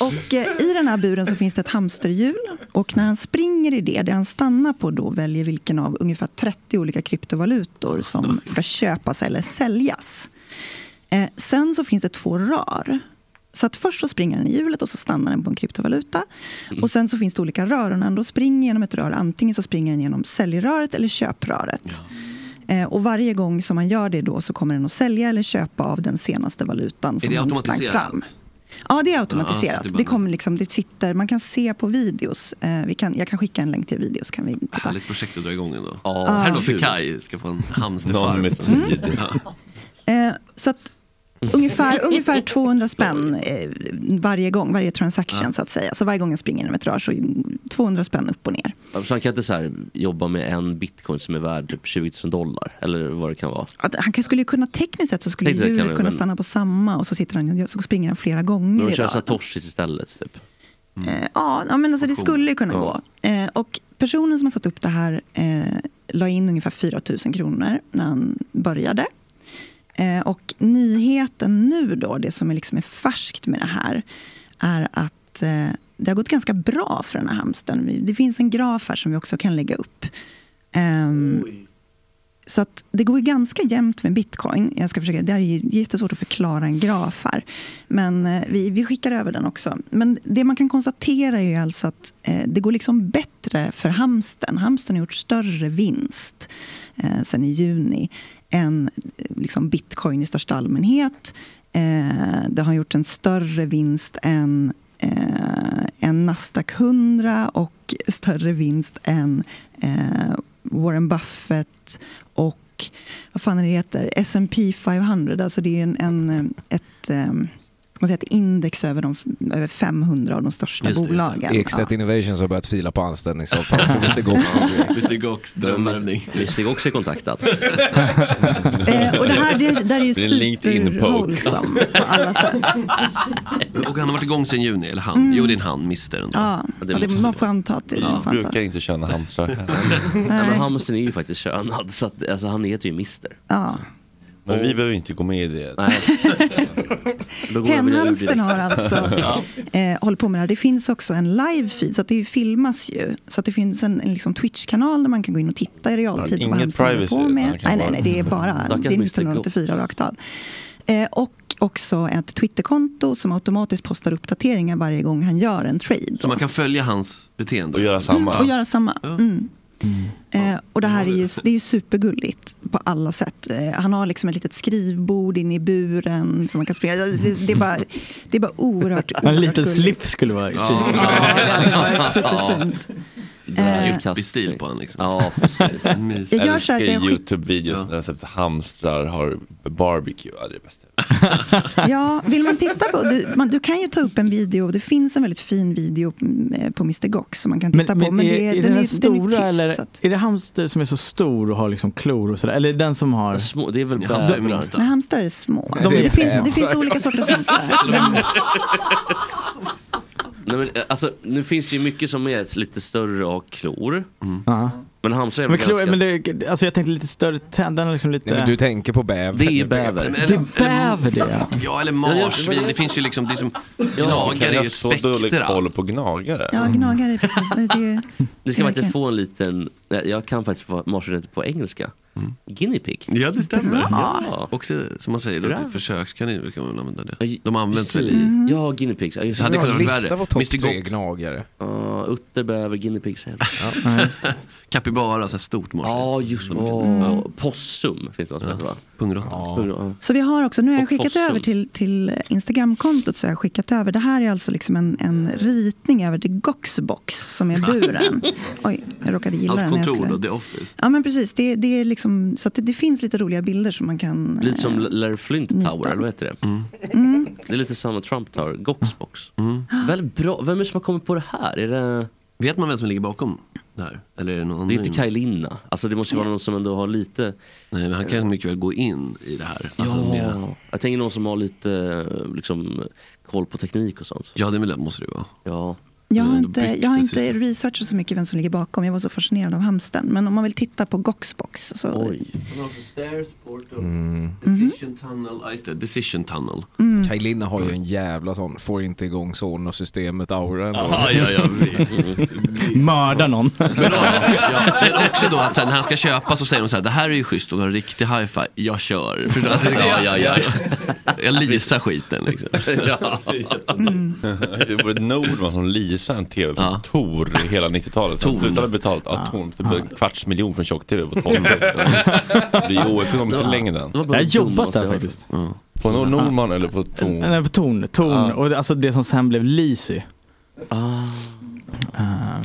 S10: och eh, i den här buren så finns det ett hamsterhjul. Och när han springer i det, det han stannar på då väljer vilken av ungefär 30 olika kryptovalutor som ska köpas eller säljas. Eh, sen så finns det två rör. Så att först så springer den i hjulet och så stannar den på en kryptovaluta.
S3: Mm.
S10: Och sen så finns det olika rör. Och när den då springer genom ett rör, antingen så springer den genom säljröret eller köpröret. Eh, och varje gång som man gör det då så kommer den att sälja eller köpa av den senaste valutan som
S3: det
S10: den sprang
S3: automatiserat?
S10: fram. Ja, det är
S3: Ja,
S10: automatiserat.
S3: så det är bara-
S10: det kommer liksom, det sitter, man kan se på videos. Eh, vi kan, jag kan skicka en länk till videos. Kan vi titta.
S3: Härligt projekt att dra igång ändå.
S6: Ja.
S3: Här då för Kaj ska få en hamsterfarm.
S1: Någon med tid.
S6: Mm.
S10: Eh, så att ungefär, ungefär 200 spänn eh, varje gång, varje transaction så att säga. Så varje gång jag springer genom ett rör så är 200 spänn upp och ner.
S6: Så han kan inte så här jobba med en bitcoin som är värd typ 20 000 dollar. Eller vad det kan vara.
S10: Att han kan- skulle ju kunna, tekniskt sett så skulle
S6: Tekniskt kan
S10: hjulet
S6: vi,
S10: kunna
S6: men-
S10: stanna på samma och så, sitter han, så springer han flera gånger
S6: De
S10: i
S6: kör
S10: röret.
S6: satoshis istället. Typ.
S10: Eh, Ja, ja, men alltså det skulle ju kunna
S6: Ja.
S10: gå. Eh, och personen som har satt upp det här eh, la in ungefär 4 000 kronor när han började. Eh, och nyheten nu då, det som är liksom är färskt med det här, är att eh, det har gått ganska bra för den här hamstern. Vi- Det finns en graf här som vi också kan lägga upp. Ehm, så att det går ju ganska jämnt med bitcoin. Jag ska försöka, det här är ju jättesvårt att förklara en graf här. Men eh, vi, vi skickar över den också. Men det man kan konstatera är ju alltså att eh, det går liksom bättre för hamsten. Hamsten har gjort större vinst eh, sen i juni än eh, liksom bitcoin i största allmänhet. Eh, det har gjort en större vinst än eh, en Nasdaq 100 och större vinst än eh, Warren Buffett och och vad fan är det heter, S&P 500, alltså det är en, en, eh, ett, eh, ska man säga, ett index över, de, över 500 av de största
S8: Just det, just det.
S10: bolagen.
S8: Ekstedt Innovations har börjat fila på anställningsavtal för Mr Gox.
S3: Mr Gox drömvärvning.
S6: Mr Gox är kontaktad.
S10: Eh, och det här det, där är ju
S3: Det är en LinkedIn poke.
S10: superhållsam på alla sätt.
S3: Och han har varit igång sedan juni, eller han? Jo, det är en han, Mr. ändå.
S10: Ja, och det, man får anta att det
S6: Ja,
S10: man får anta.
S6: brukar inte känna hamstrar heller.
S10: Nej.
S6: Nej, men hamstern är ju faktiskt könad, så att, alltså, han heter ju Mister.
S10: Ja.
S1: Men vi behöver inte gå med i det.
S6: Nej. Då går jag väl ur direkt.
S10: Hemhamstern har alltså
S6: Ja.
S10: eh, håller på med det här. Det finns också en live-feed, så att det filmas ju. Så att det finns en, en liksom Twitch-kanal där man kan gå in och titta i realtid
S1: Ja,
S10: på
S1: inget
S10: vad hamstern håller
S1: privacy,
S10: på
S1: utan
S10: med.
S1: det kan
S10: Nej, nej,
S1: vara-
S10: nej, det är bara det
S6: Stackars
S10: är
S6: Mr.
S10: 1984 rakt av. Eh, och också ett Twitterkonto som automatiskt postar uppdateringar varje gång han gör en trade.
S3: Så man kan följa hans beteende.
S1: Och göra samma.
S10: Och göra samma. Mm.
S4: Mm.
S10: Eh, och det här är ju, det är ju supergulligt på alla sätt. Eh, han har liksom ett litet skrivbord inne i buren som man kan springa. Det, det, är, bara, det är bara oerhört, oerhört
S4: En liten
S10: gulligt.
S4: slips skulle vara fint.
S3: Ja.
S10: Ja, det hade varit superfint. Eh,
S3: Djupkast stil på honom liksom.
S6: Ja, precis.
S10: Jag gör så
S1: Älskar
S10: här att jag skick-
S1: Youtube-videos
S3: Ja.
S1: när jag sett hamstrar har barbecue. Ja, det är bäst.
S10: ja, vill man titta på, du, man, du kan ju ta upp en video, det finns en väldigt fin video mm, på Mr Gox som man kan titta på. Men det,
S4: är, är
S10: den,
S4: den,
S10: är,
S4: stora
S10: den är tyst.
S4: eller
S10: så att,
S4: är det hamster som är så stor och har liksom klor och sådär? Eller den som har...
S6: Små, det är väl
S3: Han är
S6: bölar.
S3: minsta.
S10: nej, hamstrar är små.
S4: De-
S10: det, finns, det finns olika sorters hamstrar.
S6: Nej, men, eh, alltså, nu finns det ju mycket som är lite större och har klor.
S1: Mm.
S4: Ja.
S6: Men hamstrar är
S4: Men,
S6: väl
S4: klor,
S6: ganska...
S4: men det, alltså jag tänkte lite större tänder, liksom lite...
S8: Nej, men du tänker på bäver.
S6: Det är ju bäver.
S3: Men- eller-
S4: det
S3: eller-
S4: är bäver det.
S3: Ja, eller
S6: Ja,
S3: marsvin. Det finns ju liksom, det är som,
S1: Jag
S3: gnagare är
S1: har
S3: ju ett
S1: så dålig
S3: spektra.
S1: koll på gnagare.
S10: Ja, gnagare är precis. Det är ju,
S6: Ni ska faktiskt
S10: verkligen.
S6: få en liten... Nej, Jag kan faktiskt vara- marsvinet på engelska. Guinea pig.
S3: Mm. Ja, det stämmer.
S6: Ja.
S3: Också som man säger, då,
S6: Bra.
S3: till försökskaniner kan man använda det.
S6: Ja,
S3: De används väl i...
S6: precis. Ja, guinea pigs. Ja, just
S3: Det hade
S8: Det
S3: kunnat
S8: en
S3: vara
S8: lista
S3: värre.
S8: på topp
S3: Mr.
S8: tre
S3: Gox,
S8: gnagare.
S6: Ja, utter, bäver, guinea pigs.
S3: capybara, så här stort marsvin.
S6: Ja, just det. Oh. Possum finns det något som heter va?
S3: Pungråtta.
S6: Ja.
S10: Så vi har också, nu har jag
S6: Och
S10: skickat
S6: fossen.
S10: över till, till Instagramkontot, så har jag skickat över, det här är alltså liksom en, en ritning över The Goxbox som är buren. Oj, jag råkade gilla
S3: Hans
S10: den. när jag
S3: kontor
S10: skulle-
S3: då, The Office.
S10: Ja men precis, det, det är liksom, så att det, det finns lite roliga bilder som man kan... mm.
S6: Lite som
S10: eh,
S8: Mm.
S6: Larry Flint Tower, eller vad heter det?
S3: Mm.
S6: Det är lite samma Trump Tower, Goxbox. Väl bra. Vem är det som har kommit på det här? Är det,
S3: Vet man vem som ligger bakom det här? Eller är det någon
S6: det är inte
S3: anonym?
S6: Kaj Linna. Alltså det måste ju vara någon som ändå har lite...
S3: Nej, men han kan mycket väl gå in i det här. Alltså, med,
S6: Jag tänker någon som har lite eh, liksom, koll på teknik och sånt.
S3: ja, det vill- måste det ju vara.
S6: Ja.
S10: jag har
S3: ändå
S10: inte,
S3: byggt
S10: jag har
S3: ett
S10: inte
S3: system.
S10: researchat så mycket vem som ligger bakom, jag var så fascinerad av hamsten. Men om man vill titta på Goxbox så...
S6: Oj.
S3: Han har också stairs, portal,
S1: Mm.
S3: decision tunnel. Ja, just det. Decision tunnel.
S6: Mm.
S8: Kaj Linna har ju en jävla sån, får inte igång Sonos-systemet, aura ändå.
S3: Ja, ja, ja.
S4: Mörda någon.
S3: Men, då, ja, men också då att sen när han ska köpa så säger de så här, det här är ju schysst och du har en riktig hi-fi, jag kör. Förstår du? Alltså, ja, ja, ja. Jag leasar skiten liksom.
S6: ja.
S1: Det borde Nordman som leasade en tv från
S3: Ja.
S1: Tor hela 90-talet. Han
S3: Torn.
S1: slutade betala ja, Torn. Typ en kvarts miljon för en tjock-tv på 12 Det blir oekonomiskt i längden.
S6: Det var
S4: Jag
S6: bara
S4: har
S6: det
S4: jobbat
S6: dummaste
S4: där
S6: jag hört.
S4: faktiskt.
S1: På Nor- Norman eller på Torn.
S4: Nej, på Torn. Torn. Och det, alltså det som sen blev Lisi.
S6: Ah.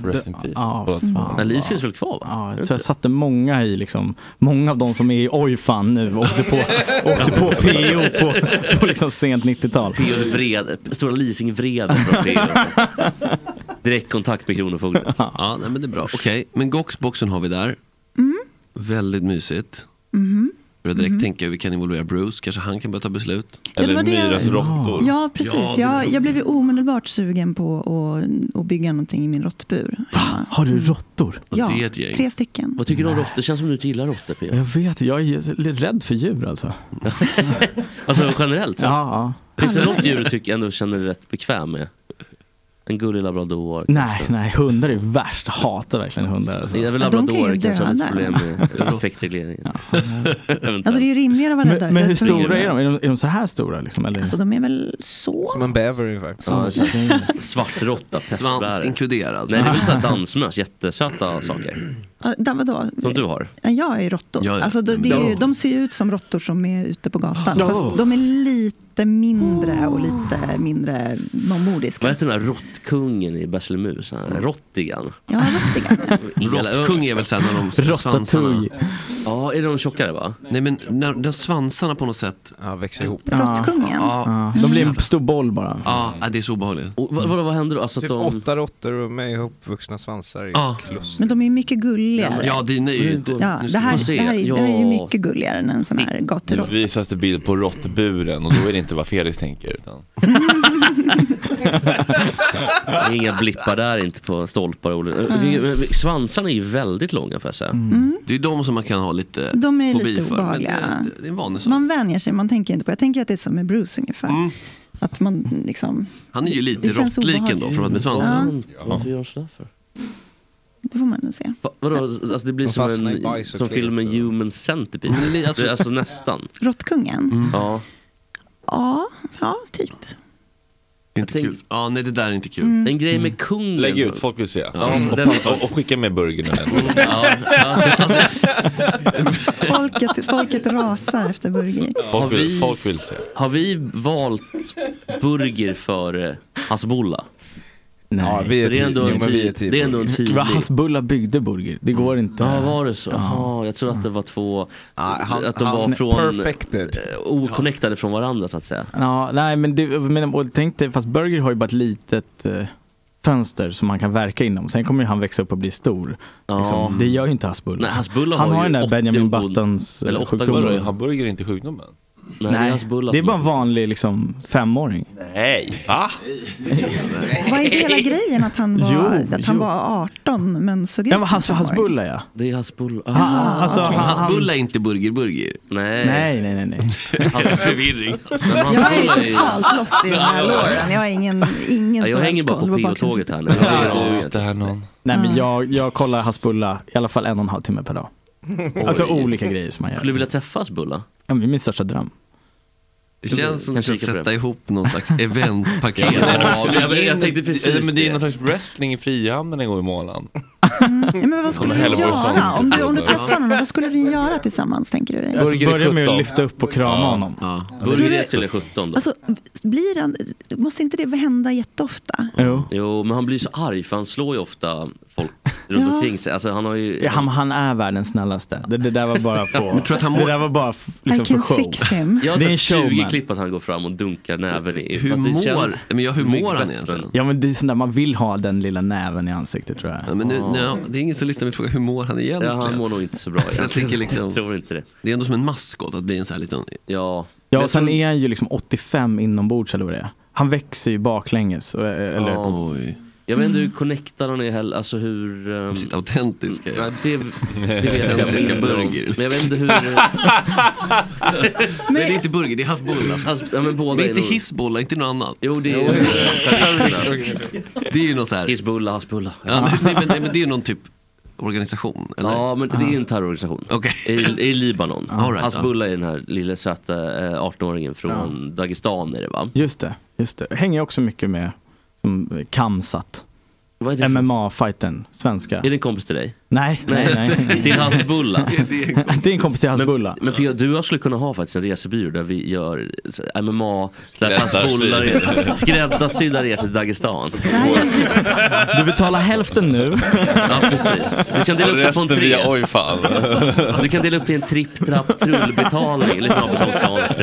S1: Rest in peace.
S4: Eh, Ja,
S1: Båda två.
S4: fan.
S6: Nej, Lis finns väl kvar va?
S4: Ja, jag tror jag satte många i liksom, många av de som är i Oj fan nu åkte på, åkte på PO på, på liksom sent 90-tal.
S6: P.O. Vred, Stora leasingvreden från P.O. Direktkontakt med Kronofogden.
S3: Ja, nej, men det är bra. Okej, men Goxboxen har vi där.
S10: Mm.
S3: Väldigt mysigt. Börjar direkt tänka hur vi kan involvera Bruce, kanske han kan börja ta beslut.
S10: Mhm. Ja, det var
S1: Eller
S10: det jag-
S1: Myras råttor.
S10: Ja, precis. Jag, jag blev ju omedelbart sugen på att, att bygga någonting i min råttbur.
S4: Har du råttor?
S10: Ja,
S3: det är ett gäng.
S10: tre stycken.
S6: Vad tycker du om råttor? Det känns som du inte gillar råttor P.O.
S4: Jag vet, jag är lite rädd för djur alltså.
S6: Alltså generellt. Ja.
S4: Ja, ja.
S6: Finns det något djur du tycker ändå känner dig rätt bekväm med? En gullig labrador?
S4: Nej, nej, hundar är värst. Jag hatar verkligen hundar. Alltså.
S6: Det är väl
S10: Ja, de kan ju
S6: labrador kanske har lite
S10: döda.
S6: problem med effektregleringen.
S10: Alltså det är ju rimligare att vara rädd.
S4: Men, men hur
S10: för-
S4: stora är de? Är de, är de så här stora liksom? Eller?
S10: Alltså de är väl så.
S8: Som en bäver ungefär.
S6: Ja, en sån här Svartråtta,
S3: Svans
S6: pestbärare.
S3: inkluderad.
S6: Nej, det är väl såhär dansmöss, jättesöta saker.
S10: Ja, där- vadå?
S6: Som du har.
S10: Ja, jag är råttor.
S3: Ja, ja.
S10: Alltså, de, det är ju, de ser ju ut som råttor som är ute på gatan. Fast de är lite mindre och lite mindre
S6: Vad
S10: mormodiska.
S6: heter den där råttkungen i Besselmus? Rottigan.
S10: Ja, råttiga.
S6: Ingela-
S3: Råttkung är väl såhär när de
S4: Råttatouille.
S6: Ja, är de tjockare va?
S3: Nej men när, när svansarna på något sätt
S8: ja, växer ihop.
S10: Råttkungen.
S3: Ja,
S4: De blir en
S10: Mm.
S4: stor boll bara.
S3: ja, ja, det är så obehagligt.
S6: Och, vad, vad, vad händer då? Alltså
S8: Typ
S6: att de...
S8: åtta råttor med ihopvuxna svansar i
S3: Ja.
S8: kluster.
S10: Men de är ju mycket gulligare.
S3: Ja, dina är ju inte...
S10: Ja,
S3: nu ska
S10: det, här,
S6: man se.
S10: det, här, det här är ju
S6: Ja.
S10: mycket gulligare än en sån här
S1: Nu
S10: gaturåtta.
S1: visas det bild på råttburen och då är det inte vad Felix tänker utan
S6: Det är Inga blippar där inte på stolpar och olika. Svansarna är ju väldigt långa får jag säga.
S3: Mm. Det är de som man kan ha lite
S10: Mm. De är
S3: fobi
S10: lite
S3: för, men
S10: obehagliga.
S3: Det, det är en vanlig sak. Mm.
S10: Man vänjer sig, man tänker inte på Jag tänker att det är som med Bruce ungefär. Att man liksom,
S3: Han är ju lite
S10: Det känns
S3: råttlik ändå,
S10: obehagligt.
S3: för att med svansen.
S10: Ja.
S6: Varför gör de sådär för?
S10: det får man nog se.
S6: Va, vadå, alltså det blir
S8: De
S6: som,
S8: fastnar i
S6: en,
S8: bajs och
S6: som
S8: klet
S6: filmen
S8: och-
S6: Human Centipede.
S3: Men det är alltså- Mm.
S6: Alltså, alltså nästan.
S10: Råttkungen?
S4: Mm.
S6: Ja.
S10: Ja, ja, typ.
S3: Inte
S6: tänk-
S3: kul. Ja, nej det där är inte kul.
S10: Mm.
S6: En grej med kungen.
S1: Mm. Lägg ut, folk vill se.
S6: Ja,
S1: Och,
S6: den-
S1: och, och skicka med burgern och den.
S6: Ja, ja, alltså,
S10: Folket, folket rasar efter Burger.
S1: Folk
S6: vi-
S1: vill, folk vill se.
S6: har vi valt burger före Hasbulla?
S8: Ja, vi är
S6: Det är
S8: tio.
S6: ändå
S8: Jo,
S6: en
S8: men vi är
S6: tydlig... Det är
S8: tio.
S6: ändå en tydlig...
S4: Vad Hasbulla byggde burger, det går inte.
S6: Ja, var det så? Jaha, jag tror att det var två...
S8: Ja, han-
S6: att de var
S8: han-
S6: från...
S8: Perfected.
S6: eh, Oconnectade från varandra så att säga.
S4: Ja, nej men, det, men och tänk dig, fast Burger har ju bara ett litet eh, fönster som han kan verka inom. Sen kommer ju han växa upp och bli stor.
S6: Ja.
S4: Liksom. Det gör ju inte Hasbulla.
S6: Nej, Hasbulla
S4: han
S6: har
S4: har
S6: ju
S4: ju den där
S6: 80
S4: Benjamin
S6: och god-
S4: Buttons
S6: eller
S4: eh,
S6: åtta
S4: sjukdom.
S6: gånger.
S1: Vadå, är hamburgare inte sjukdomen?
S6: Nej, det är
S4: Nej,
S6: Hasbulla
S4: det är
S6: som-
S4: bara en vanlig liksom, femåring.
S1: Nej! Va?
S10: Vad är det hela grejen att han var,
S4: Jo,
S10: att han
S4: jo.
S10: var 18 men såg ut
S4: Ja, men Has,
S10: som 15 år?
S4: Hasbulla ja.
S6: Det är Hasbulla. Ah,
S4: Ah, alltså, han,
S3: Hans
S4: han,
S3: bulla är inte burger-burger.
S6: Nej.
S4: nej, nej, nej. nej.
S6: Alltså, förvirring. Men
S10: Jag
S6: Hasbulla
S10: är
S6: är ju...
S10: totalt lost i den här låren. Jag har ingen, ingen
S6: Ja, jag
S10: som
S6: hänger
S10: helst
S6: bara
S10: koll
S6: på
S10: bakgrunds-
S6: PO-tåget här nu. Jag har ingen aning.
S1: Ut det här någon.
S4: nej men jag, jag kollar Hasbulla i alla fall en och en halv timme per dag. Alltså olika grejer som man
S6: Skulle du
S4: gör.
S6: vilja träffa Hasbulla?
S4: Ja, men min största dröm.
S3: Det känns som att
S6: Kanske
S3: du
S6: kika
S3: ska
S6: på det.
S3: sätta ihop någon slags eventpaket.
S6: jag, jag tänkte
S1: Eller,
S6: precis
S1: men det är
S6: det.
S1: någon slags wrestling i Frihamnen en gång i månaden.
S10: Nej, men vad skulle
S1: Hellborg
S10: du göra?
S1: Song.
S10: Om du, om du träffade honom, vad skulle ni göra tillsammans tänker du dig?
S4: Alltså,
S1: Burger är
S4: börja med att
S1: 17.
S4: lyfta upp och krama honom.
S3: Ja.
S10: Tror du-
S6: Burger är till den 17 då.
S10: Alltså, blir han, måste inte det hända jätteofta?
S4: Jo.
S6: Jo, men han blir så arg för han slår ju ofta folk runt
S10: Ja.
S6: omkring sig. Alltså han har ju...
S4: Ja, han, han är världens snällaste. Det, det där var bara på...
S3: tror att han mår-
S4: det där var bara f- liksom
S10: I
S4: för
S10: can
S4: show.
S10: fix him.
S6: jag har
S4: det är
S6: sett
S4: en showman.
S6: 20 klipp att han går fram och dunkar näven i.
S3: Hur
S6: fast det
S3: mår,
S6: känns
S3: men ja, hur
S6: mycket
S3: mår han
S6: bättre
S3: egentligen?
S6: än-
S4: Ja men det är sån där, man vill ha den lilla näven i ansiktet tror jag.
S3: Ja, men nu, nej, det är ingen som lyssnar på frågan, hur mår han egentligen?
S6: Ja, han mår nog inte så bra egentligen.
S3: tänker liksom-
S6: Jag tror inte det.
S3: Det är ändå som en maskot att bli en sån här liten...
S6: Ja.
S4: Ja
S6: Men
S4: och
S6: jag tror-
S4: sen är han ju liksom 85 inombords eller vad det är. Han växer ju baklänges. och- eh, Eller,
S6: Ja.
S3: Oj,
S6: Jag vet inte hur connectad han är heller, alltså hur... ehm,
S3: sitt autentiska.
S6: ja, det, det vet jag
S3: Autentiska
S6: inte.
S3: burger.
S6: Men jag vet inte hur...
S3: Nej, det är inte burger, det är hans bullar.
S6: Alltså, ja, men båda
S3: Men
S6: är
S3: inte
S6: nog-
S3: hissbollar, inte något annat.
S6: Jo, det är
S3: Det är ju någon så här...
S6: Hizbullah, Hasbullah.
S3: Ja, nej, nej, men, nej, men det är ju någon typ organisation, eller? Ah.
S6: Ja, men det är ju en terrororganisation.
S3: Okej.
S6: I, I Libanon.
S3: All right,
S6: Hasbullah är den här lilla söta eh, 18-åringen från Dagestan är det va?
S4: just det, just det. Hänger också mycket med som eh, Kamsat.
S6: Vad är det för-
S4: mma fighten svenska.
S6: Är det en kompis till dig?
S4: Nej, nej, nej.
S6: Till Hasbullah?
S4: Det är en kompis till Hasbulla.
S6: Men Pia, du och jag skulle kunna ha faktiskt en resebyrå där vi gör eh, MMA, slash
S1: Skräddarsydda.
S6: Hasbullah, skräddarsydda resor till Dagestan.
S10: Det här är ju-
S4: Du betalar hälften nu.
S6: Oh, Ja, precis. Du kan dela upp det på
S1: Resten
S6: en tre.
S1: via, oj fan.
S6: Du kan dela upp det i en tripp, trapp, trullbetalning. Lite av betalt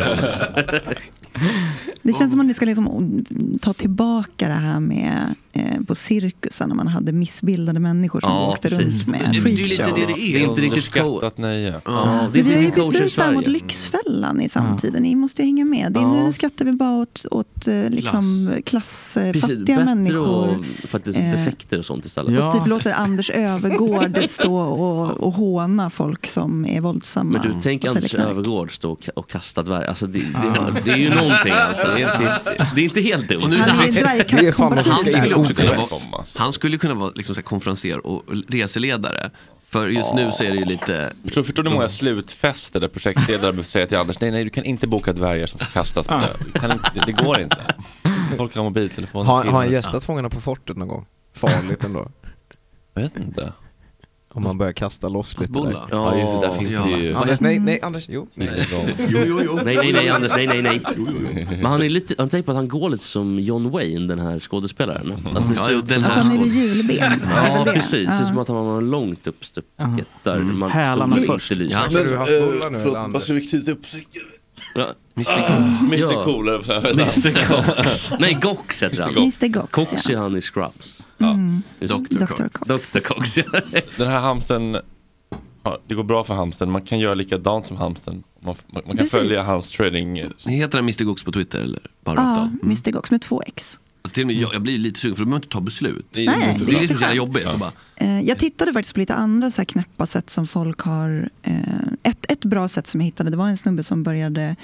S10: Det känns som att ni ska liksom o- ta tillbaka det här med eh, på cirkusar när man hade missbildade människor som
S6: Ja,
S10: åkte
S6: precis.
S10: runt med
S3: Det är ju lite
S10: freakshows.
S3: det
S6: Det är
S3: det är.
S6: inte riktigt cool.
S1: Skattat nöje.
S6: Ja, det
S10: Men vi
S6: är inte
S10: har ju bytt
S6: riktigt coacher i
S10: ut det här mot
S6: Sverige.
S10: Lyxfällan i samtiden. Ni måste ju hänga med. Det är,
S6: Ja.
S10: Nu skrattar vi bara åt, åt eh, liksom,
S6: Precis,
S10: klassfattiga
S6: bättre
S10: människor.
S6: och faktiskt
S10: Eh,
S6: defekter och sånt istället.
S4: Ja.
S10: Och typ låter Anders Övergård stå och, och håna folk som är våldsamma.
S6: Men du, tänk
S10: och säljer
S6: Anders
S10: knark.
S6: Övergård stå och, och kasta dvärg. Alltså det, det, det är ju någonting alltså. Det är inte, det är inte helt dumt.
S3: Och nu-
S10: Han är ju
S8: Det är fan vad som
S3: Han
S8: ska
S10: dvärgkastkompatibel.
S3: skulle
S8: in
S3: också kunna
S8: OS.
S3: vara, han skulle kunna vara liksom så här konferenser och reseledare. För just nu så är det ju lite...
S1: Förstår, förstår du hur
S6: Mm.
S1: många slutfester där projektledare behöver säga till Anders, nej nej du kan inte boka dvärgar som ska kastas på
S6: Ah.
S1: död. Du kan inte, det går inte. Folk har mobiltelefoner.
S8: Har, har han
S1: filmer.
S8: gästat Fångarna på fortet någon gång? Farligt ändå.
S1: Jag vet inte.
S8: Om man börjar kasta loss lite där.
S3: Fastbolla?
S1: Ja, just det, där finns det ju...
S8: Anders, nej, nej, Anders, jo.
S1: Nej,
S3: Jo, jo, jo.
S6: Nej, nej, nej Anders, nej, nej, nej. Men han är lite, har ni tänkt på att han går lite som John Wayne, den här skådespelaren? Alltså, det
S3: Ja,
S6: ser
S3: jo,
S6: ut
S3: den
S6: som-
S10: Alltså
S3: här
S10: han är vid julben.
S6: Ja, precis. Det ser ut som
S10: Ja.
S6: att han har långt uppstucket där.
S4: Mm.
S6: Man,
S4: Hälarna
S6: som
S4: först.
S6: inte lyser.
S3: Ja.
S8: Ska du ha fastbolla nu eller
S1: Eh, Förlåt, vad
S8: Anders?
S1: ska vi knyta upp säcken?
S6: Ja.
S1: Mr
S6: Ja.
S1: Cool, eller vad säger jag?
S6: Mr Cox. Nej, Gox heter han.
S10: Mr Gox.
S6: Cox är
S10: ja.
S6: han i Scrubs.
S10: Mm.
S6: Just-
S10: Dr Cox.
S6: Dr Cox, ja.
S1: Den här hamsten, ja, det går bra för hamsten. Man kan göra likadant som hamsten. Man, man, man kan
S10: Precis.
S1: följa hans trading. eh,
S3: Ni heter han Mr Gox på Twitter eller? Bara rakt av?
S10: Ja,
S3: Mm.
S10: Mr Gox med två X.
S3: Alltså, till och med jag, jag blir lite sugen för då behöver man inte ta beslut. Det
S1: i-
S10: Nej.
S1: mot-
S3: är det som är så jävla
S10: Jätteskönt.
S3: jobbigt. Ja. Bara,
S10: Eh, Jag tittade faktiskt på lite andra så här knäppa sätt som folk har. eh, Ett, ett bra sätt som jag hittade, det var en snubbe som började,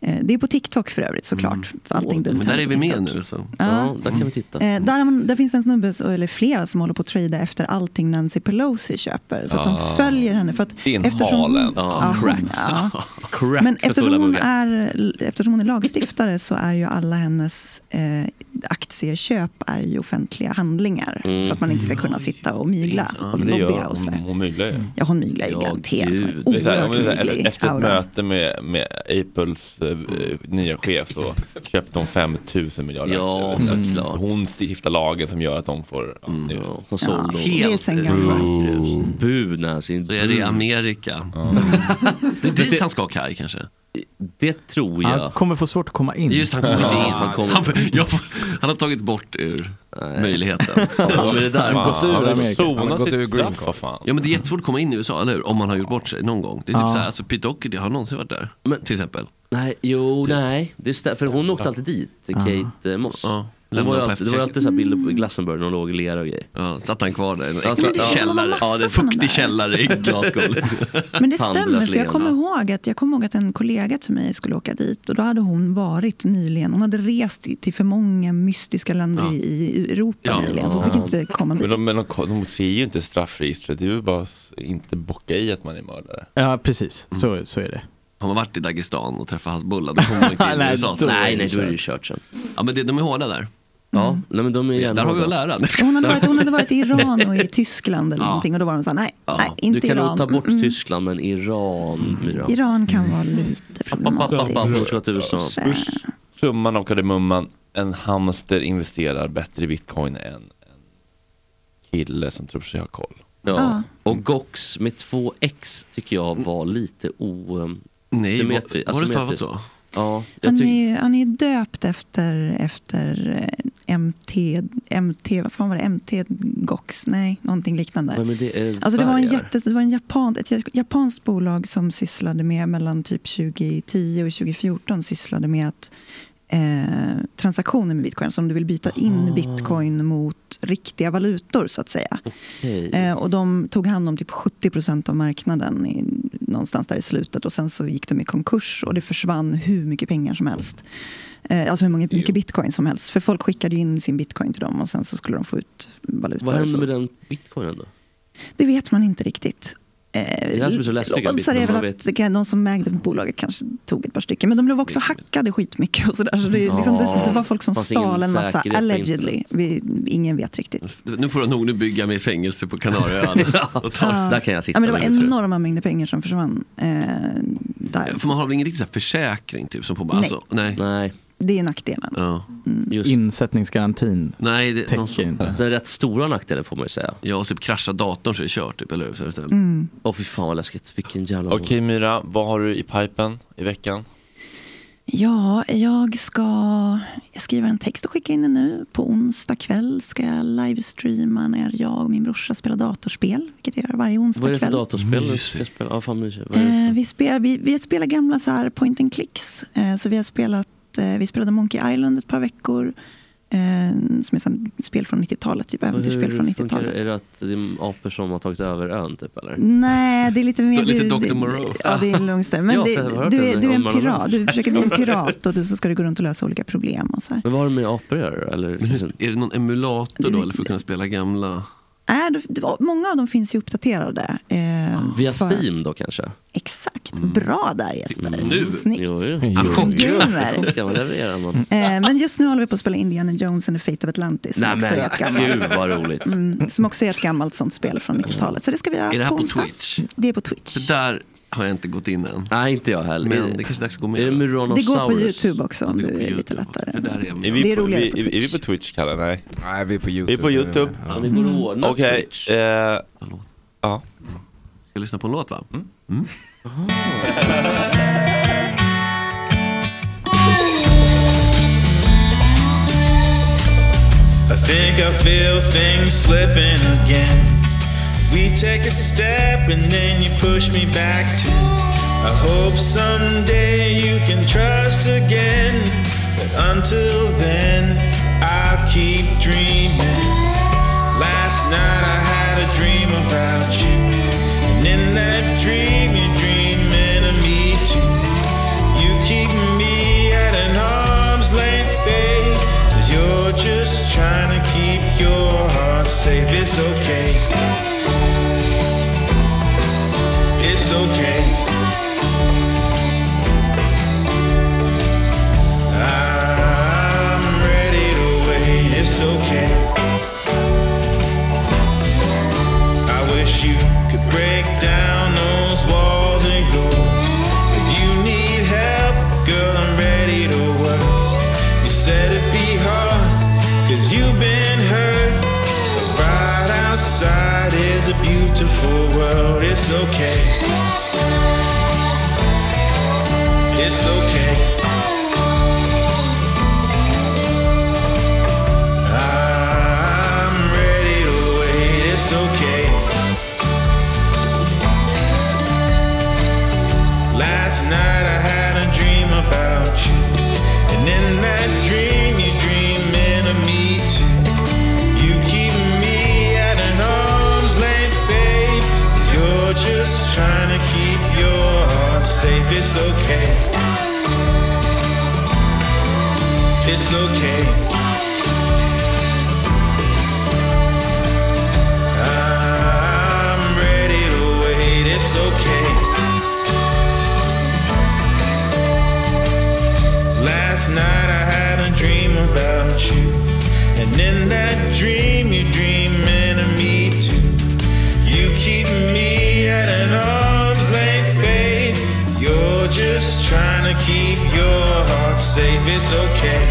S10: eh, det är på TikTok för övrigt såklart. För allting dumt
S3: Mm. men där
S10: händer
S3: är
S10: på
S3: vi med
S10: TikTok.
S3: nu. Så.
S10: Ja.
S6: Ja, där kan vi titta.
S10: Eh, där, har man- där finns en snubbe, så- eller flera, som håller på att trada efter allting Nancy Pelosi köper. Så att
S3: Ah.
S10: de följer henne. För att
S1: Din
S10: eftersom
S1: halen.
S6: Ja,
S10: hon-
S6: crack.
S10: ja.
S6: Crack
S10: Men
S6: för
S10: eftersom
S6: fulla
S10: hon,
S6: muggar.
S10: är, eftersom hon är lagstiftare så är ju alla hennes eh, aktieköp är ju offentliga handlingar. För att man inte ska kunna sitta och mygla och
S1: Mm. Det gör
S10: lobbya och
S1: hon,
S10: sådär.
S1: hon myglar
S6: Mm.
S1: ju.
S10: Ja, hon myglar ju
S6: Ja,
S10: garanterat.
S6: gud.
S10: Hon är
S1: Det är så här, om det är så
S10: oerhört
S1: här,
S10: myglig
S1: e- efter ett
S10: aura.
S1: möte med, med Apples eh, eh, nya chef så köpte hon 5000 miljarder
S6: Ja,
S1: aktier. Mm.
S6: såklart. Mm,
S1: Hon stiftar lagen som gör att de får... ja, det-
S6: Ja, och
S10: Ja,
S6: sålde
S10: det är sen gammalt.
S6: hon. Bu, Nancy.
S3: Då är det Amerika. Mm.
S6: Mm.
S3: det är dit han ska Kaj kanske.
S6: Det tror
S4: Han
S6: jag.
S4: kommer få svårt att komma in.
S3: Just han kommer inte in.
S6: han
S3: Han,
S6: kommer-
S3: får- jag får- han har tagit bort ur möjligheten.
S6: Ja, men det där.
S1: Fan,
S4: gått ur
S1: han har
S4: Amerika.
S8: Han har
S1: sonat
S8: gått ur
S1: sitt
S8: green
S1: straff,
S8: card.
S1: vad fan.
S3: Ja men det är jättesvårt att komma in i USA, eller hur? Om man har gjort bort sig någon gång. Det är typ så här, alltså Pete Doherty, har han någonsin varit där?
S6: Men-
S3: till exempel.
S6: Nej, jo, nej. Det är stä- för hon åkte alltid dit, Kate eh, Moss.
S3: Ja,
S6: Det var, ju
S3: lämnade på
S6: alltid, det var ju alltid så här bilder på Glastonbury när hon låg i lera och grejer.
S3: Ja, satt han kvar där i en
S6: Ja, så-
S3: äcklig
S6: ja.
S3: källare.
S10: Ja, det är-
S3: fuktig källare i Glasgow.
S10: Men det
S6: Tandlös
S10: stämmer, för jag
S6: leende.
S10: kommer, ihåg att, jag kommer ihåg att en kollega till mig skulle åka dit och då hade hon varit nyligen, hon hade rest i- till för många mystiska länder
S3: Ja.
S10: i- i Europa
S3: Ja.
S10: nyligen, så hon fick inte komma dit.
S1: Men, de, men de, de ser ju inte straffregistret. Det är ju bara att inte bocka i att man är mördare.
S4: Ja, precis. Så, så är det.
S3: Har man varit i Dagestan och träffat hans bulla, då kommer man inte in i
S4: Nej,
S3: USA.
S4: då-
S6: Nej, nej, då är det ju kört sen.
S3: Ja men det, de är hårda där.
S6: Ja, nej, men de är gärna
S3: Där har vi att
S6: hårda.
S3: lära.
S10: Hon hade, varit, hon hade varit i Iran och i Tyskland eller
S3: Ja.
S10: någonting och då var de så här, nej,
S6: Ja,
S10: nej inte
S6: du kan
S10: Iran.
S6: nog ta bort
S10: Mm, mm.
S6: Tyskland, men
S3: Mm.
S6: Iran blir det.
S10: Iran kan vara lite problematiskt.
S6: Fortsätt USA.
S10: Så-
S1: Summan av kardemumman, en hamster investerar bättre i bitcoin än en kille som tror sig ha koll.
S6: Ja.
S10: Ja.
S6: Och Gox med två X tycker jag var lite o... ehm,
S3: Nej, var,
S6: Symmetri-
S3: var det
S6: asymmetriskt.
S3: stavat så?
S6: Ja, jag
S10: Han är,
S6: tycker...
S10: ju- han är ju döpt efter, efter eh, MT, MT, vad fan var det, MT Gox, nej, någonting liknande.
S6: Nej, men det är
S10: Alltså det var, en
S6: dvärgar.
S10: jätte, det var en japan, ett japanskt bolag som sysslade med mellan typ 2010 och 2014 sysslade med att eh, transaktioner med bitcoin, som du vill byta in bitcoin mot riktiga valutor så att säga.
S6: Okej.
S10: Eh, och de tog hand om typ 70 procent av marknaden i, någonstans där i slutet och sen så gick de i konkurs och det försvann hur mycket pengar som helst. Eh, alltså hur många, mycket bitcoin som helst. För folk skickade ju in sin bitcoin till dem och sen så skulle de få ut valutor.
S6: Vad
S10: Så-
S6: hände med den bitcoinen då?
S10: det vet man inte riktigt. Eh,
S6: är det som är så läskigt,
S10: Loppan
S6: Gabi,
S10: säger
S6: när man
S10: väl att det kan- de som ägde bolaget kanske tog ett par stycken. Men de blev också hackade skitmycket och sådär. Så det, är liksom, det, det var folk som
S6: Fanns ingen
S10: stal en massa,
S6: säkerhet på
S10: allegedly.
S6: internet.
S10: Vi, ingen vet riktigt.
S3: Nu får han nog nu bygga med fängelse på Kanarieöarna. Och ta-
S6: Där kan jag sitta
S10: Ja, men det var
S6: med min fru.
S10: enorma mängder pengar som försvann. Eh, där.
S3: För man har väl ingen riktig så här försäkring typ som på bara,
S10: Nej.
S3: alltså, nej.
S6: Nej, Mm.
S10: Det är nackdelen.
S3: Ja.
S6: just
S4: Insättningsgarantin
S3: Nej, det, någon
S4: täcker
S3: som,
S4: inte.
S6: Den rätt stora nackdelen får man ju säga.
S3: ja, och typ krascha datorn så är det kört typ, eller hur? Så, är det så, här,
S10: Mm.
S6: Åh fy fan vad läskigt, vilken jävla...
S1: Okej Myra, vad har du i pipen i veckan?
S10: Ja, jag ska skriva en text och skicka in den nu. På onsdag kväll ska jag livestreama när jag och min brorsa spelar datorspel. Vilket jag gör varje onsdag
S6: Vad är det för
S10: kväll.
S6: datorspel du ska spela? Ja, fan mysigt. Vad är det
S10: Eh,
S6: för-
S10: vi, spelar, vi, vi spelar gamla så här point and clicks. Eh, så vi har spelat, eh, vi spelade Monkey Island ett par veckor. Eh, som är sån spel från 90-talet, typ äventyrsspel
S6: Hur
S10: från
S6: funkar det? Är
S10: 90-talet.
S6: det att det är apor som har tagit över ön typ eller?
S10: Mm. Nej, det är lite mer...
S3: Lite
S10: det-
S3: Dr.
S10: det-
S3: Moreau.
S10: Ja, det är en lång story. Men
S6: Ja,
S10: det,
S6: för jag har hört
S10: du, är,
S6: den
S10: du är
S6: om
S10: en
S6: Moreau.
S10: pirat, du försöker bli en pirat och du, så ska du gå runt och lösa olika problem och så här.
S6: Men vad har det med apor att göra då? Eller?
S3: är det någon emulator då, eller för att kunna spela gamla?
S10: är, det- många av dem finns ju uppdaterade. Eh,
S6: Via
S10: för-
S6: Steam då kanske?
S10: Exakt, bra där Jesper.
S6: Nu?
S10: Snyggt.
S6: Jo, jo.
S10: Han chockar.
S6: Kan man leverera någon?
S10: Eh, men just nu håller vi på att spela Indiana Jones and the Fate of Atlantis. Som,
S6: Nej
S10: också är, ett
S6: men
S10: gammalt,
S6: gud vad roligt.
S10: mm, som också är ett gammalt sånt spel från 90-talet. Så det ska vi göra
S3: Mm. Är det här på
S10: onsdag.
S3: Twitch?
S10: Det är på Twitch.
S3: För där har jag inte gått in än.
S6: Nej inte jag heller.
S3: Men
S6: Är-
S3: det kanske är dags att gå med.
S6: Är det
S10: Det går på
S6: Muranosaurus?
S10: YouTube också om
S3: går
S10: du
S3: på
S10: är lite
S3: YouTube.
S10: lättare.
S3: För där är jag
S1: Är
S3: med.
S1: vi
S10: Det är
S1: på,
S10: roligare
S1: vi,
S10: på
S1: är, är vi
S10: Twitch.
S1: på Twitch Kalle? Nej.
S8: Nej, vi är på
S1: Vi
S8: YouTube.
S1: är
S3: Typ, eh,
S1: på YouTube. Mm.
S6: Ja, vi borde ordna
S1: Okej.
S6: Twitch.
S1: eh,
S3: Ska
S1: Ja.
S3: jag lyssna på en låt va? Mm.
S2: I think I feel things slipping again. We take a step and then you push me back ten. I hope someday you can trust again. But until then, I'll keep dreaming. Last night I had a dream about you. And in that dream, you're dreaming of me too. You keep me at an arm's length, babe. Cause you're just trying to keep your heart safe. It's okay. It's okay. I'm ready to wait. It's okay. I wish you could break down those walls of yours. If you need help, girl, I'm ready to work. You said it'd be hard, cause you've been hurt. But right outside is a beautiful world. It's okay. It's okay. I'm ready to wait. It's okay. Last night I had a dream about you. And in that dream, you dreaming of me too. You keep me at an arm's length, babe. You're just trying to keep your heart safe. It's okay. It's okay. I'm ready to wait. It's okay. Last night I had a dream about you. And in that dream, you're dreaming of me too. You keep me at an arm's length, babe. You're just trying to keep your heart safe. It's okay.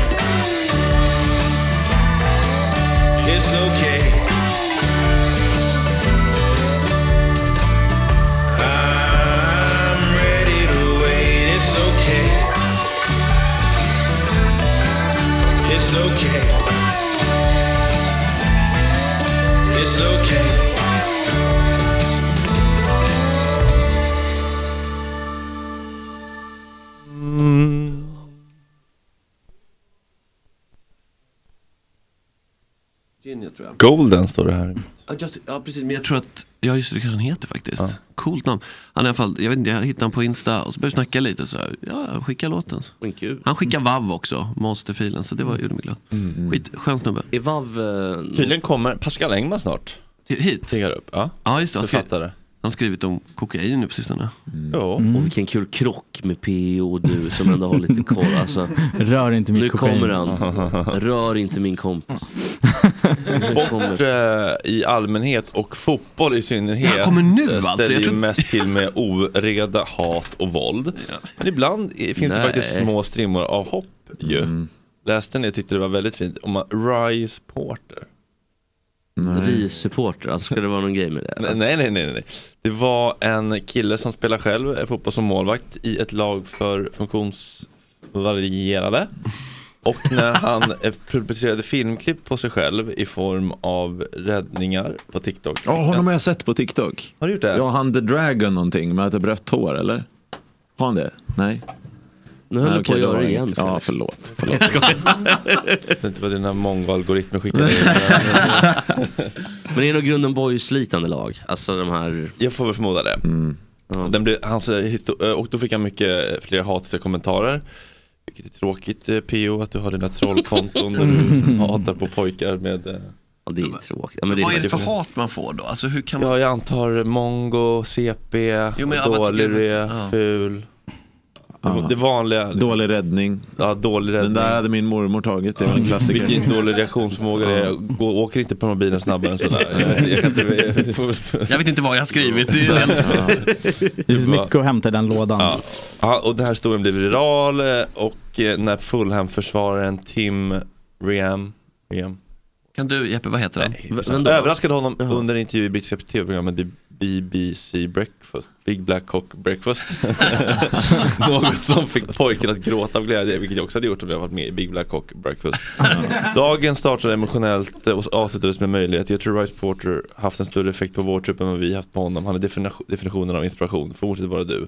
S2: It's okay. I'm ready to wait. It's okay. It's okay. It's okay.
S3: Junior tror jag.
S1: Golden står det här.
S3: Ja, just, ja precis, men jag tror att, ja just det, det kanske han heter faktiskt. Coolt namn. Han i alla fall, jag vet inte, jag hittade honom på Insta och så började vi snacka lite så här. Ja, skicka låten.
S6: Men kul.
S3: Han skickar
S1: Mm.
S3: VAV också, monsterfilen, så det var, gjorde mig glad.
S8: Mm,
S3: Skit, skön snubbe.
S6: Är Vav... eh,
S1: Tydligen kommer Pascal Engman snart.
S3: Hit?
S1: Tiggar upp. Ja.
S3: Ja just det, han skrev-
S1: Författare.
S3: han har skrivit om kokain nu på sistone.
S1: Jo.
S6: Och vilken kul krock med PO och du som ändå har lite koll. Alltså,
S4: Rör inte
S6: nu
S4: mitt kokain.
S6: kommer han. Rör inte min kompis. Nu
S1: Sport
S6: kommer-
S1: eh, i allmänhet och fotboll i synnerhet
S3: Ja, kommer nu,
S1: eh,
S3: alltså. Jag
S1: ställer ju
S3: tror-
S1: mest till med oreda, hat och våld. Men ibland i- finns det
S6: Nej.
S1: faktiskt små strimmor av hopp ju. Läste ni, jag tyckte det var väldigt fint, om man- Rise Porter.
S6: Vi-supporter, alltså ska det vara någon grej med det?
S1: Nej, nej, nej, nej, nej. Det var en kille som spelar själv eh, fotboll som målvakt i ett lag för funktionsvarierade. Och när han eh, publicerade filmklipp på sig själv i form av räddningar på TikTok.
S5: Ja, honom har jag sett på TikTok.
S1: Har du gjort det?
S5: Ja, han The Dragon någonting med ett rött hår eller? Har han det? Nej.
S6: Nu höll
S1: Ah,
S5: Nej,
S6: du på
S5: okej, då
S6: att göra
S5: var
S6: det
S5: det
S6: igen
S5: inget. Ja,
S6: Felix.
S5: förlåt.
S1: Jag vet inte vad dina mongo-algoritmer skickade in.
S6: Men det är nog grunden boys-slitande lag. Alltså de här...
S1: Jag får väl förmoda det.
S3: Mm.
S1: Den blev, hans, eh, histo- eh, och då fick han mycket eh, fler hatiska kommentarer. Vilket är tråkigt eh, PO att du har dina trollkonton när du hatar på pojkar med eh,
S6: Ja, det är tråkigt. Ja, men
S3: Mm. Vad
S6: det
S3: är det för
S6: verkligen-
S3: hat man får då? Alltså hur kan man...
S1: Ja, jag antar mongo, CP,
S3: Jo, men jag bara
S1: dålig
S3: tycker-
S1: du
S3: ja.
S1: är, ful. Det- Det vanliga.
S5: Dålig räddning.
S1: Ja, dålig
S5: Den
S1: räddning.
S5: där hade min mormor tagit, det var en klassiker.
S1: Vilken dålig reaktionsförmåga det är. Gå, åker inte på den här bilen snabbare än sådär. Jag, jag, kan inte- jag, får-
S3: Jag vet inte vad jag har skrivit. Det är den...
S4: Det finns mycket att hämta i den lådan.
S1: Ja. Ja, och den här historien blev viral eh, och eh, när Fulham-försvararen Tim Riam, Riam
S3: Kan du, Jeppe, vad heter han?
S6: V- vem då?
S1: överraskade honom under en intervju i brittiska tv-programmet B- BBC Breakfast, Big Black Cock Breakfast. Något som fick pojken att gråta av glädje, vilket jag också hade gjort om jag varit med i Big Black Cock Breakfast. Dagen startade emotionellt eh, och avslutades med möjlighet. Jag tror Rice Porter haft en större effekt på vår trupp än vad vi haft på honom. Han är defini- definitionen av inspiration, fortsätt vara du.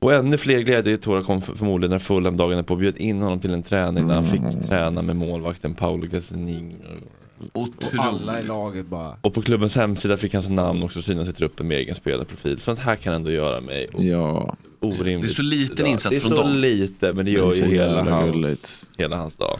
S1: Och ännu fler glädjetårar kom för- förmodligen när Fulham dagen är på bjöd in honom till en träning där han fick träna med målvakten Paolo Gassening.
S8: Alla i
S3: Otroligt.
S8: laget bara.
S1: Och på klubbens hemsida fick hans namn också synas i truppen med egen spelarprofil. Sånt här kan ändå göra mig o-
S5: Ja,
S1: orimligt
S3: Det är så liten
S1: glad.
S3: insats
S1: Det är
S3: från
S1: så
S3: dem.
S1: lite, men det
S5: det
S1: gör
S5: är
S1: ju
S5: så
S1: hela
S5: jävla
S1: hans,
S5: gulligt.
S1: hela hans dag.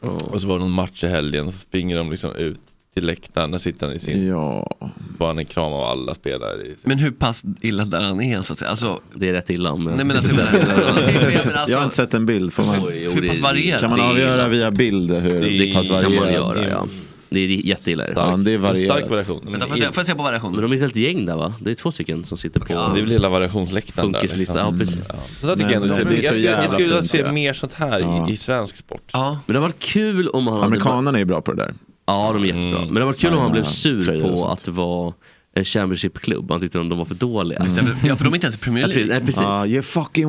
S1: Och så var det någon match i helgen och så springer de liksom ut till läktaren. Där sitter han i sin,
S5: Ja.
S1: bara en kram av alla spelare. i sin-
S3: Men hur pass illa där han är så att säga? Alltså,
S6: Det är rätt illa. Men...
S3: nej men alltså, jag menar, jag menar,
S5: Jag har inte
S3: alltså
S5: sett en bild. Får man,
S6: Oj, jo,
S3: hur
S6: det-
S3: pass varierat?
S5: kan man
S6: det är-
S5: avgöra via bild hur
S1: Det
S5: det pass
S1: kan man
S6: kan man
S5: varierar?
S6: göra, ja. Det är jätteilla. är det.
S5: Ja, det är
S1: En stark
S5: varierat.
S1: variation. Men
S3: Vänta, får jag se- får jag se på variation?
S6: Men de är ett helt gäng där va? Det är två stycken som sitter på...
S1: det är väl hela variationsläktaren där. liksom.
S6: Funkislista, ja, precis.
S1: Så där tycker
S5: Nej,
S1: jag, ändå,
S5: men de
S1: det-
S5: är så
S1: jag, skulle- jag
S5: jävla
S1: skulle vilja
S5: fina.
S1: se mer sånt här
S5: Ja.
S1: i, i svensk sport.
S3: Ja,
S6: Men det hade varit kul om han hade... bara-
S5: Amerikanerna är bra på det där.
S6: Ja, de är jättebra.
S1: Mm.
S6: Men det var kul om han blev sur
S5: tröjor och
S6: på
S5: sånt.
S6: att det var en Championship-klubb. Han tyckte de de var för dåliga.
S3: ja för de är inte ens i Premier
S6: Ja, pre-
S3: League.
S6: Nej, precis.
S5: Ah, you fucking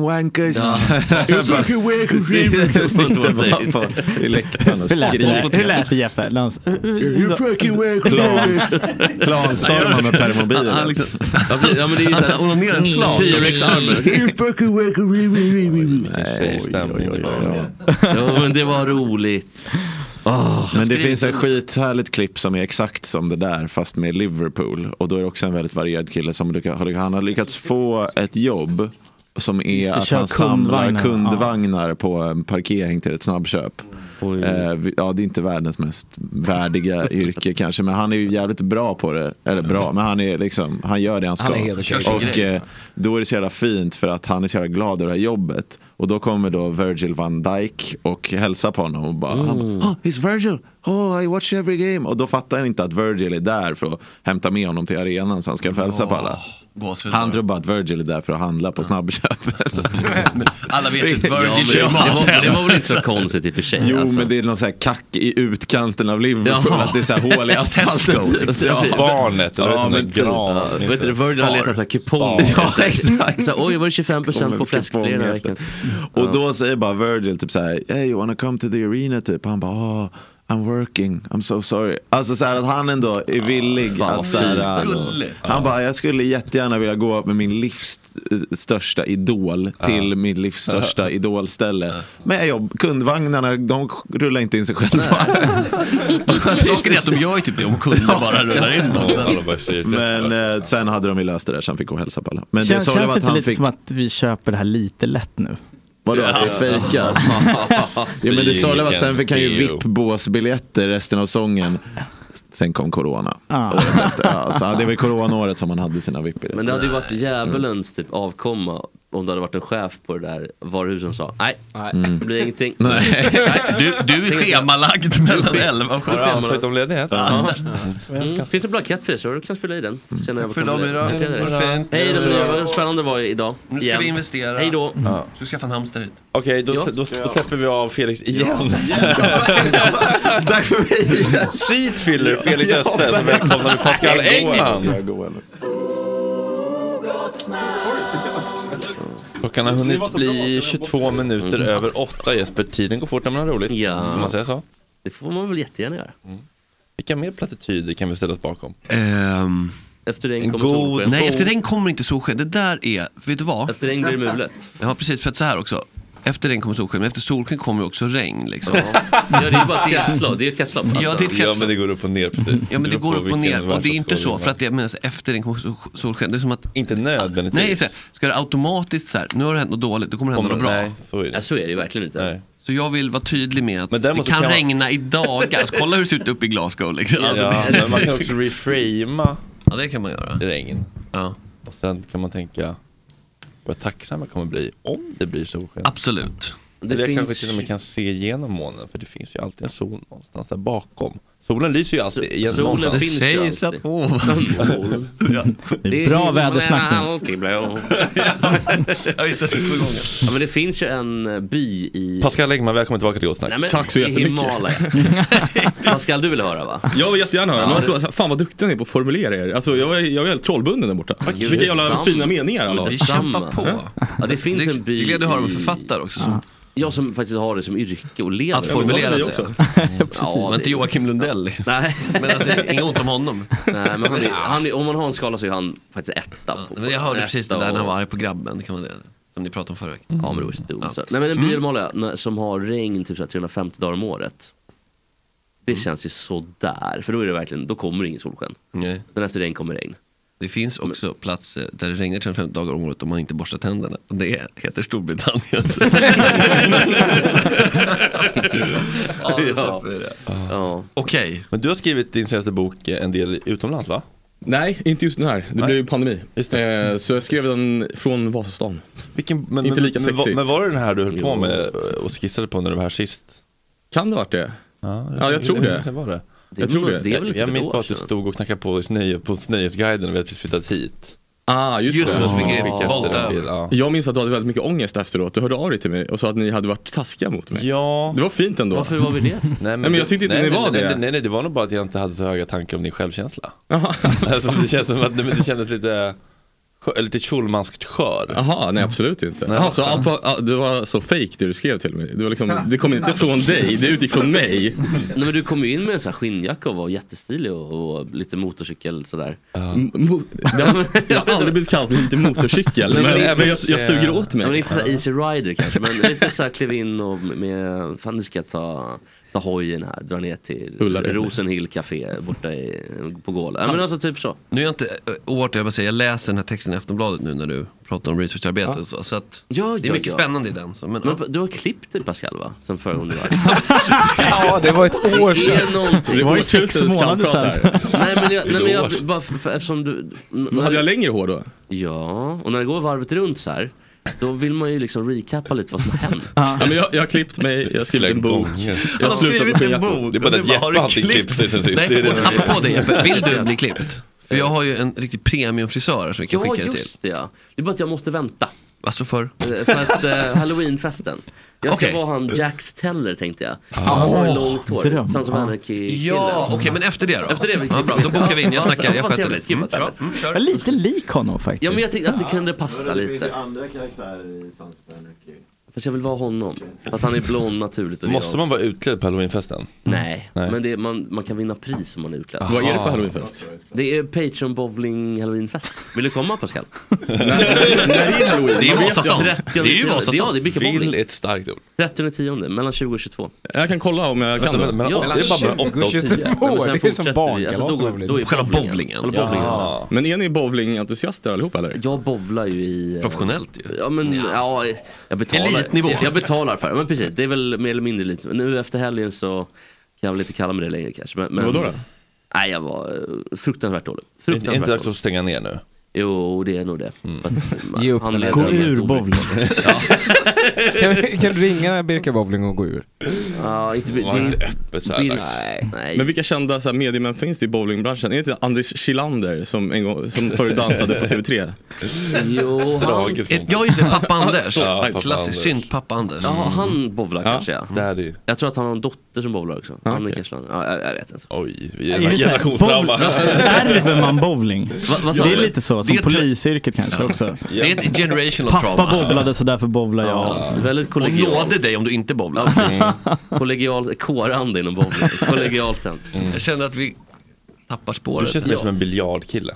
S5: wankers!
S6: man säger.
S5: Sitter bara på- i läktaren och
S4: Hur lät
S5: skriker.
S4: det- Hur lät det Jeppe? Lans-
S5: Klans, klanstormar med permobilen.
S3: Han, han liksom,
S6: Ja, precis. Ja, men det är ju såhär...
S3: han onanerar en slav.
S1: Nej, stämning.
S6: Ja, men det var roligt.
S3: Ah,
S6: Åh,
S5: Men det finns en skithärligt klipp som är exakt som det där fast med Liverpool. Och då är det också en väldigt varierad kille som lycka- har lyck- han har lyckats få ett jobb som är
S4: Just det,
S5: att
S4: kör
S5: han samlar
S4: kundvagnar.
S5: kundvagnar på en parkering till ett snabbköp.
S6: Oj.
S5: Eh, vi- ja, det är inte världens mest värdiga yrke kanske, men han är ju jävligt bra på det. Eller bra, men han, är liksom, han gör det han ska.
S8: Han är hedersgäst.
S3: Kör sin
S5: och
S3: grej.
S5: eh, då är det så jävla fint för att han är så jävla glad över det här jobbet. Och då kommer då Virgil van Dijk och hälsar på honom och bara, han bara oh, it's Virgil, oh I watch every game. Och då fattar han inte att Virgil är där för att hämta med honom till arenan så han ska få hälsa på alla.
S3: Gåshud.
S5: Han tror bara att Virgil är där för att handla på snabbköpet.
S3: Alla vet att
S6: Ja, men
S3: Virgil
S6: det,
S3: kör
S6: var, det
S3: mat.
S6: var väl inte så konstigt i och för sig.
S5: Jo,
S6: alltså.
S5: men det är någon sån här kack i utkanten av Liverpool.
S6: Jaha.
S5: Att det är så här hål i asfalten.
S6: Tesco,
S5: typ.
S6: liksom.
S1: Barnet, eller
S5: Ja,
S1: ja,
S5: men
S1: vet
S5: typ.
S6: Ja,
S1: gran.
S6: vet du, Virgin har
S3: Spar.
S6: letat så här kuponger.
S5: Ja, exakt.
S6: Så, oj, var det
S5: Kommer
S6: 25% på
S5: med
S6: fläskfilé den här
S5: kuponger.
S6: veckan?
S5: Och då säger bara Virgil typ så här, hey you wanna come to the arena typ. Han bara, oh, I'm working, I'm so sorry. Alltså så här att han ändå är villig
S6: fan, vad
S5: att så här, äh,
S6: fint.
S3: Gulligt.
S5: Han bara, jag skulle jättegärna vilja gå upp med min livs eh, största idol till mitt livs största idolställe. Men jag jobb, kundvagnarna, de rullar inte in sig själva.
S3: Saken är att de gör ju typ det om kunder bara rullar in dem.
S5: Men eh, sen hade de ju löst det där så han fick gå och hälsa på alla. Men det
S4: Känns,
S5: sorgliga
S4: känns
S5: var
S4: det
S5: att
S4: inte
S5: han
S4: lite
S5: fick,
S4: som att vi köper det här lite lätt nu?
S5: vadå att det är fejkat? Jo men det sorgliga var att sen fick han ju VIP-båsbiljetter resten av sången. Sen kom corona.
S4: Ah.
S5: Året efter. Ja, så det var ju coronaåret som han hade sina
S6: Men
S5: VIP-biljetter.
S6: det hade ju varit djävulens typ, avkomma om det hade varit en chef på det där varuhuset som sa nej, det blir ingenting.
S5: Nej.
S3: Du, du är schemalagd mellan 11 och 7.
S1: Har du ansökt om ledighet?
S6: Mm. Finns en blankett för det så du kan fylla i den. Sen när jag
S3: För
S6: kan
S3: dem
S6: bli
S3: idag.
S6: utredare.
S3: Vad fint.
S6: Hej då, men det var spännande det var idag.
S3: Nu ska
S6: Igen.
S3: vi investera. Mm.
S6: Hej då.
S3: Du ska skaffa en hamster hit.
S1: Okej, då,
S6: Ja.
S1: då, då släpper vi av Felix igen.
S5: Tack för mig!
S1: Cheatfiller Felix Öster, så välkomnar vi Pascal Engman. Klockan har hunnit bli 22 minuter över 8 Jesper. Tiden går fort när man har roligt.
S6: Mm. Ja.
S1: Om man säger så. Mm.
S6: Det får man väl jättegärna göra.
S1: Vilka mer plattityder kan vi ställa oss bakom?
S3: Ehm.
S6: Efter regn
S1: En
S6: kommer
S1: god-
S6: solsken. Oh.
S3: nej, efter regn kommer inte solsken. Det där är, vet du vad?
S6: Efter regn blir det mulet.
S3: Ja, precis. För att så här också. Efter regn kommer solsken, men efter solsken kommer också regn. Liksom.
S6: Ja, det är ju bara ett kretslopp. Det är ett kretslopp. Alltså.
S3: Ja, det är ett
S1: Ja
S3: kretslopp.
S1: men det går upp och ner precis.
S3: Ja men det
S1: Beror
S3: går
S1: på
S3: upp och
S1: vilken
S3: ner och det är inte så
S1: världsåskådning
S3: för att jag menar så här, efter den kommer sol- solsken, det är som att
S1: Inte nödvändigtvis.
S3: Nej, så här, ska det automatiskt så här, nu har det hänt något dåligt, då kommer det hända
S1: Kommer,
S3: något bra.
S1: nej, så är
S6: Ja,
S1: det.
S6: så är det ju verkligen inte.
S1: Nej.
S3: Så jag vill vara tydlig med att
S1: Men
S3: det
S1: däremot så
S3: kan
S1: kan man-
S3: regna i dagar. Alltså, kolla hur det ser ut uppe i Glasgow liksom. Alltså,
S1: ja,
S3: det-
S1: men man kan också reframa
S3: ja, det kan man göra.
S1: regn.
S3: Ja.
S1: Och sen kan man tänka vad tacksam jag kommer bli om det blir solsken.
S3: Absolut.
S1: Det jag kanske till och med kan se igenom månen, för det finns ju alltid en sol någonstans där bakom. Solen lyser ju alltid igenom
S6: solen
S1: någonstans.
S6: finns ju
S3: Sägs att
S6: alltid.
S3: ovan
S4: Det är bra
S6: himlen
S4: vädersnack nu.
S6: alltid blå.
S3: Ja visst, jag ska få igång det.
S6: Ja, men det finns ju en eh, by i...
S1: Pascal Engman, välkommen tillbaka till Gott Snack.
S6: Nej, men,
S12: Tack så
S6: i
S12: jättemycket.
S6: Himalaya. Pascal, du vill höra va?
S12: Jag vill jättegärna höra, men
S6: Ja,
S12: alltså, fan vad duktiga ni är på att formulera er. Alltså, jag, var- jag är helt trollbunden där borta.
S6: Tack.
S12: Vilka jävla
S6: Detsamma.
S12: fina meningar alltså. alla har.
S3: Vi
S6: Samma.
S3: kämpar på.
S6: Ja, det finns
S3: Det
S6: en by
S3: är glad att höra en
S6: i-
S3: författare också. som-
S6: Jag som faktiskt har det som yrke och
S3: Att
S6: lever av det.
S12: Ja, men
S3: formulera
S12: det är
S3: sig.
S12: också.
S6: Ja,
S3: Ja, men inte Joakim Lundell liksom.
S6: Nej,
S3: Men alltså, inget ont om honom.
S6: nej men han är, han är, om man har en skala så är han faktiskt etta. På,
S3: Men jag hörde
S6: etta
S3: precis det där när han
S6: och-
S3: var arg på grabben, det kan man säga. Som ni pratade om förra veckan.
S6: Ja men det var så dumt. Så. Nej men en by
S3: Mm.
S6: i Himalaya när- som har regn typ så här 350 dagar om året. Det
S3: Mm.
S6: känns ju sådär, för då är det verkligen, då kommer det ingen solsken.
S3: Nej.
S6: Men efter regn kommer regn.
S3: Det finns också platser där Mm. det regnar 350 dagar om året om man inte borstar tänderna. Och det heter Storbritannien.
S6: Ja, det
S3: Ja.
S6: Ja.
S3: Okej,
S1: Men du har skrivit din senaste bok eh, en del utomlands va?
S12: Nej, inte just den här. Det blev ju pandemi.
S1: Just
S12: Eh, så jag skrev den från Vasastan.
S1: Vilken, men,
S12: Inte
S1: men,
S12: lika
S1: men,
S12: sexigt.
S1: men var det den här du höll på
S6: Jo.
S1: med och skissade på när du var här sist?
S12: Kan det ha varit det?
S1: Ja,
S12: jag tror
S1: hur
S12: det.
S1: länge sedan Var det.
S6: Det,
S12: Jag tror
S6: är-
S12: det.
S6: det är väl
S1: Jag,
S6: typ
S1: jag
S6: ett
S1: minns
S6: år
S1: bara att du
S6: sedan.
S1: stod och knackade på Snöje- på Snöjesguiden och vi hade precis flyttat hit.
S12: Ah, just,
S3: just
S12: det.
S3: det. Så fick
S1: Vi
S3: jag
S1: skickade efter
S3: volta
S1: en bild,
S3: över.
S1: ja.
S12: Jag minns att du hade väldigt mycket ångest efteråt. Du hörde av dig till mig och sa att ni hade varit taskiga mot mig.
S1: Ja,
S12: Det var fint ändå.
S6: Varför var vi det?
S1: nej
S12: men jag tyckte inte
S1: nej,
S12: ni
S1: nej,
S12: var
S1: nej,
S12: det.
S1: Nej, nej, nej, det var nog bara att jag inte hade så höga tankar om din självkänsla. alltså, det känns som att nej, men det kändes lite, skö- lite Schulmanskt skör.
S12: Jaha, nej absolut inte. Jaha, så allt var, ah, det var så fake det du skrev till mig. Det, var liksom, det kom inte från dig, det utgick från mig.
S6: Nej, men du kom ju in med en sån här skinnjacka och var jättestilig och, och lite motorcykel sådär.
S12: M- mo- Mm, det har, jag har aldrig blivit kallad lite motorcykel, men,
S6: Men-
S12: men, jag, jag suger åt
S6: Ja, men
S12: mig.
S6: inte så här easy rider kanske, men lite så här klev in och med, fan nu ska jag ta, ta hojen här, dra ner till
S12: Ullared.
S6: Rosenhill Café borta i, på Gåla. Ja, men alltså typ så.
S3: nu är jag inte äh, oartig, jag bara säger, jag läser den här texten i Aftonbladet nu när du pratar om researcharbete och så. Så att
S6: Ja,
S3: det är
S6: ja,
S3: mycket
S6: ja.
S3: spännande i den. Så, men, ja.
S6: Men du har klippt dig Pascal va? Sen förra gången du var
S8: Ja, det var ett år
S6: Det
S8: sedan.
S6: är någonting.
S12: Det
S7: var ju
S12: årtusendets
S7: sex månader
S12: kallprat
S7: sedan.
S12: här.
S6: Nej men jag, nej, men jag bara för, för, eftersom du...
S12: Hade jag längre hår då?
S6: Ja, och när det går varvet runt så här. Då vill man ju liksom recappa lite vad som har hänt.
S12: Ja, men jag, jag har klippt mig, jag har skrivit en bok. Jag har slutat med skinnjackor.
S1: Det är bara det att Jeppe har inte klippt sig sen sist. Det
S3: Nej,
S1: är det
S3: och
S1: som är-
S3: apropå det Jeppe, vill du bli klippt? För jag har ju en riktig premiumfrisör som vi kan
S6: Ja
S3: skicka dig till.
S6: just det ja. Det är bara att jag måste vänta.
S3: Alltså för?
S6: Eh, För att eh, halloweenfesten. Jag ska
S3: Okej. Ah.
S6: vara han Jax Teller tänkte jag. Han har långt hår.
S4: dröm.
S6: Sons of
S4: Ja.
S6: Anarchy
S3: Ja, okej men efter det då?
S6: Efter det,
S3: ja, bra, då bokar vi in, jag
S6: Ja,
S3: snackar, jag
S6: vad
S3: sköter
S6: trevligt,
S3: det.
S6: gud,
S3: Mm,
S6: vad
S3: bra.
S6: trevligt.
S3: Mm,
S7: Jag är
S3: kör.
S7: lite lik honom faktiskt.
S6: Ja men jag tyckte att det kunde passa lite.
S5: andra karaktärer i Sons of Anarchy.
S6: Fast jag vill vara honom. För att han är blond naturligt. Och det är
S1: Måste
S6: jag.
S1: man vara utklädd på halloweenfesten?
S6: Nej,
S1: Mm. Nej.
S6: men det, man, man kan vinna pris om man är utklädd.
S12: Vad är det för halloweenfest?
S6: Det är Patreon Bowling Halloweenfest. Vill du komma Pascal?
S3: Det är ju Vasastan. Det är ju
S6: Ja,
S3: Vasastan.
S6: det är mycket
S1: Vill
S6: bowling.
S1: är ett starkt ord.
S6: 30 10, mellan 20 och 22.
S12: Jag kan kolla om jag kan
S1: Vänta,
S12: det.
S1: men, men,
S6: Ja.
S1: det är bara mellan 8 och 10.
S6: Nej,
S8: 22,
S6: men sen
S8: det är som
S6: fortsätter vi.
S8: barnkalas
S6: Alltså, då går-
S8: roligt.
S6: då är
S3: Själva bowlingen.
S6: Eller bowlingen. ja.
S1: Ja.
S12: Men är ni bowlingentusiaster allihopa eller?
S6: Jag bowlar ju i... eh,
S3: Professionellt ju.
S6: Ja men ja, jag betalar.
S3: Elitnivå.
S6: Jag betalar för det. Men precis, det är väl mer eller mindre lite. Nu efter helgen så kan jag väl inte kalla mig det längre kanske. Men, men,
S12: Vadå då?
S6: Nej jag var eh, fruktansvärt dålig.
S1: Är det inte
S6: Fruktansvärt
S1: dags
S6: dålig.
S1: att stänga ner nu?
S6: Jo det är nog det. Mm.
S8: Ge upp den
S6: leder
S8: här.
S4: Gå
S6: mig
S4: ur
S6: otroligt.
S4: bowling.
S8: Kan, kan du ringa Birka Bowling och gå ur?
S6: Ja, inte, det,
S1: Var
S6: är
S1: det inte
S6: inte
S1: öppet så här
S6: Birk-
S1: dags?
S6: Nej.
S12: Men vilka kända så här, mediemän finns det i bowlingbranschen? Är det inte Anders Kilander som, en gång, som förut dansade på TV3?
S6: Jo, han,
S1: Tragisk
S3: Eh, Ja just det, pappa Anders.
S1: Ja, pappa
S3: Klassisk
S1: Anders.
S3: synt pappa Anders.
S6: ja, han bowlar kanske ja.
S1: Daddy.
S6: Jag tror att han har en dotter som bowlar också.
S12: okej.
S6: Annika Schlander. Ja, jag, jag vet inte.
S1: Oj,
S4: Är det så här,
S1: generationstrauma.
S4: bowl- Ärver man bowling?
S6: Va, vad sa
S4: Det är
S6: du?
S4: lite så, som
S3: Det-
S4: polisyrket kanske också.
S3: Det är ett generational
S4: Pappa
S3: trauma.
S4: bowlade så därför bowlar jag.
S6: Ja, väldigt
S3: Och
S6: kollegial.
S3: nåde dig om du inte bowlar.
S6: Ja, precis. Kollegial, kårande inom bowling. Kollegial sen.
S1: Mm.
S3: Jag känner att vi tappar
S1: Du
S3: spåret.
S1: känns mer som en biljardkille.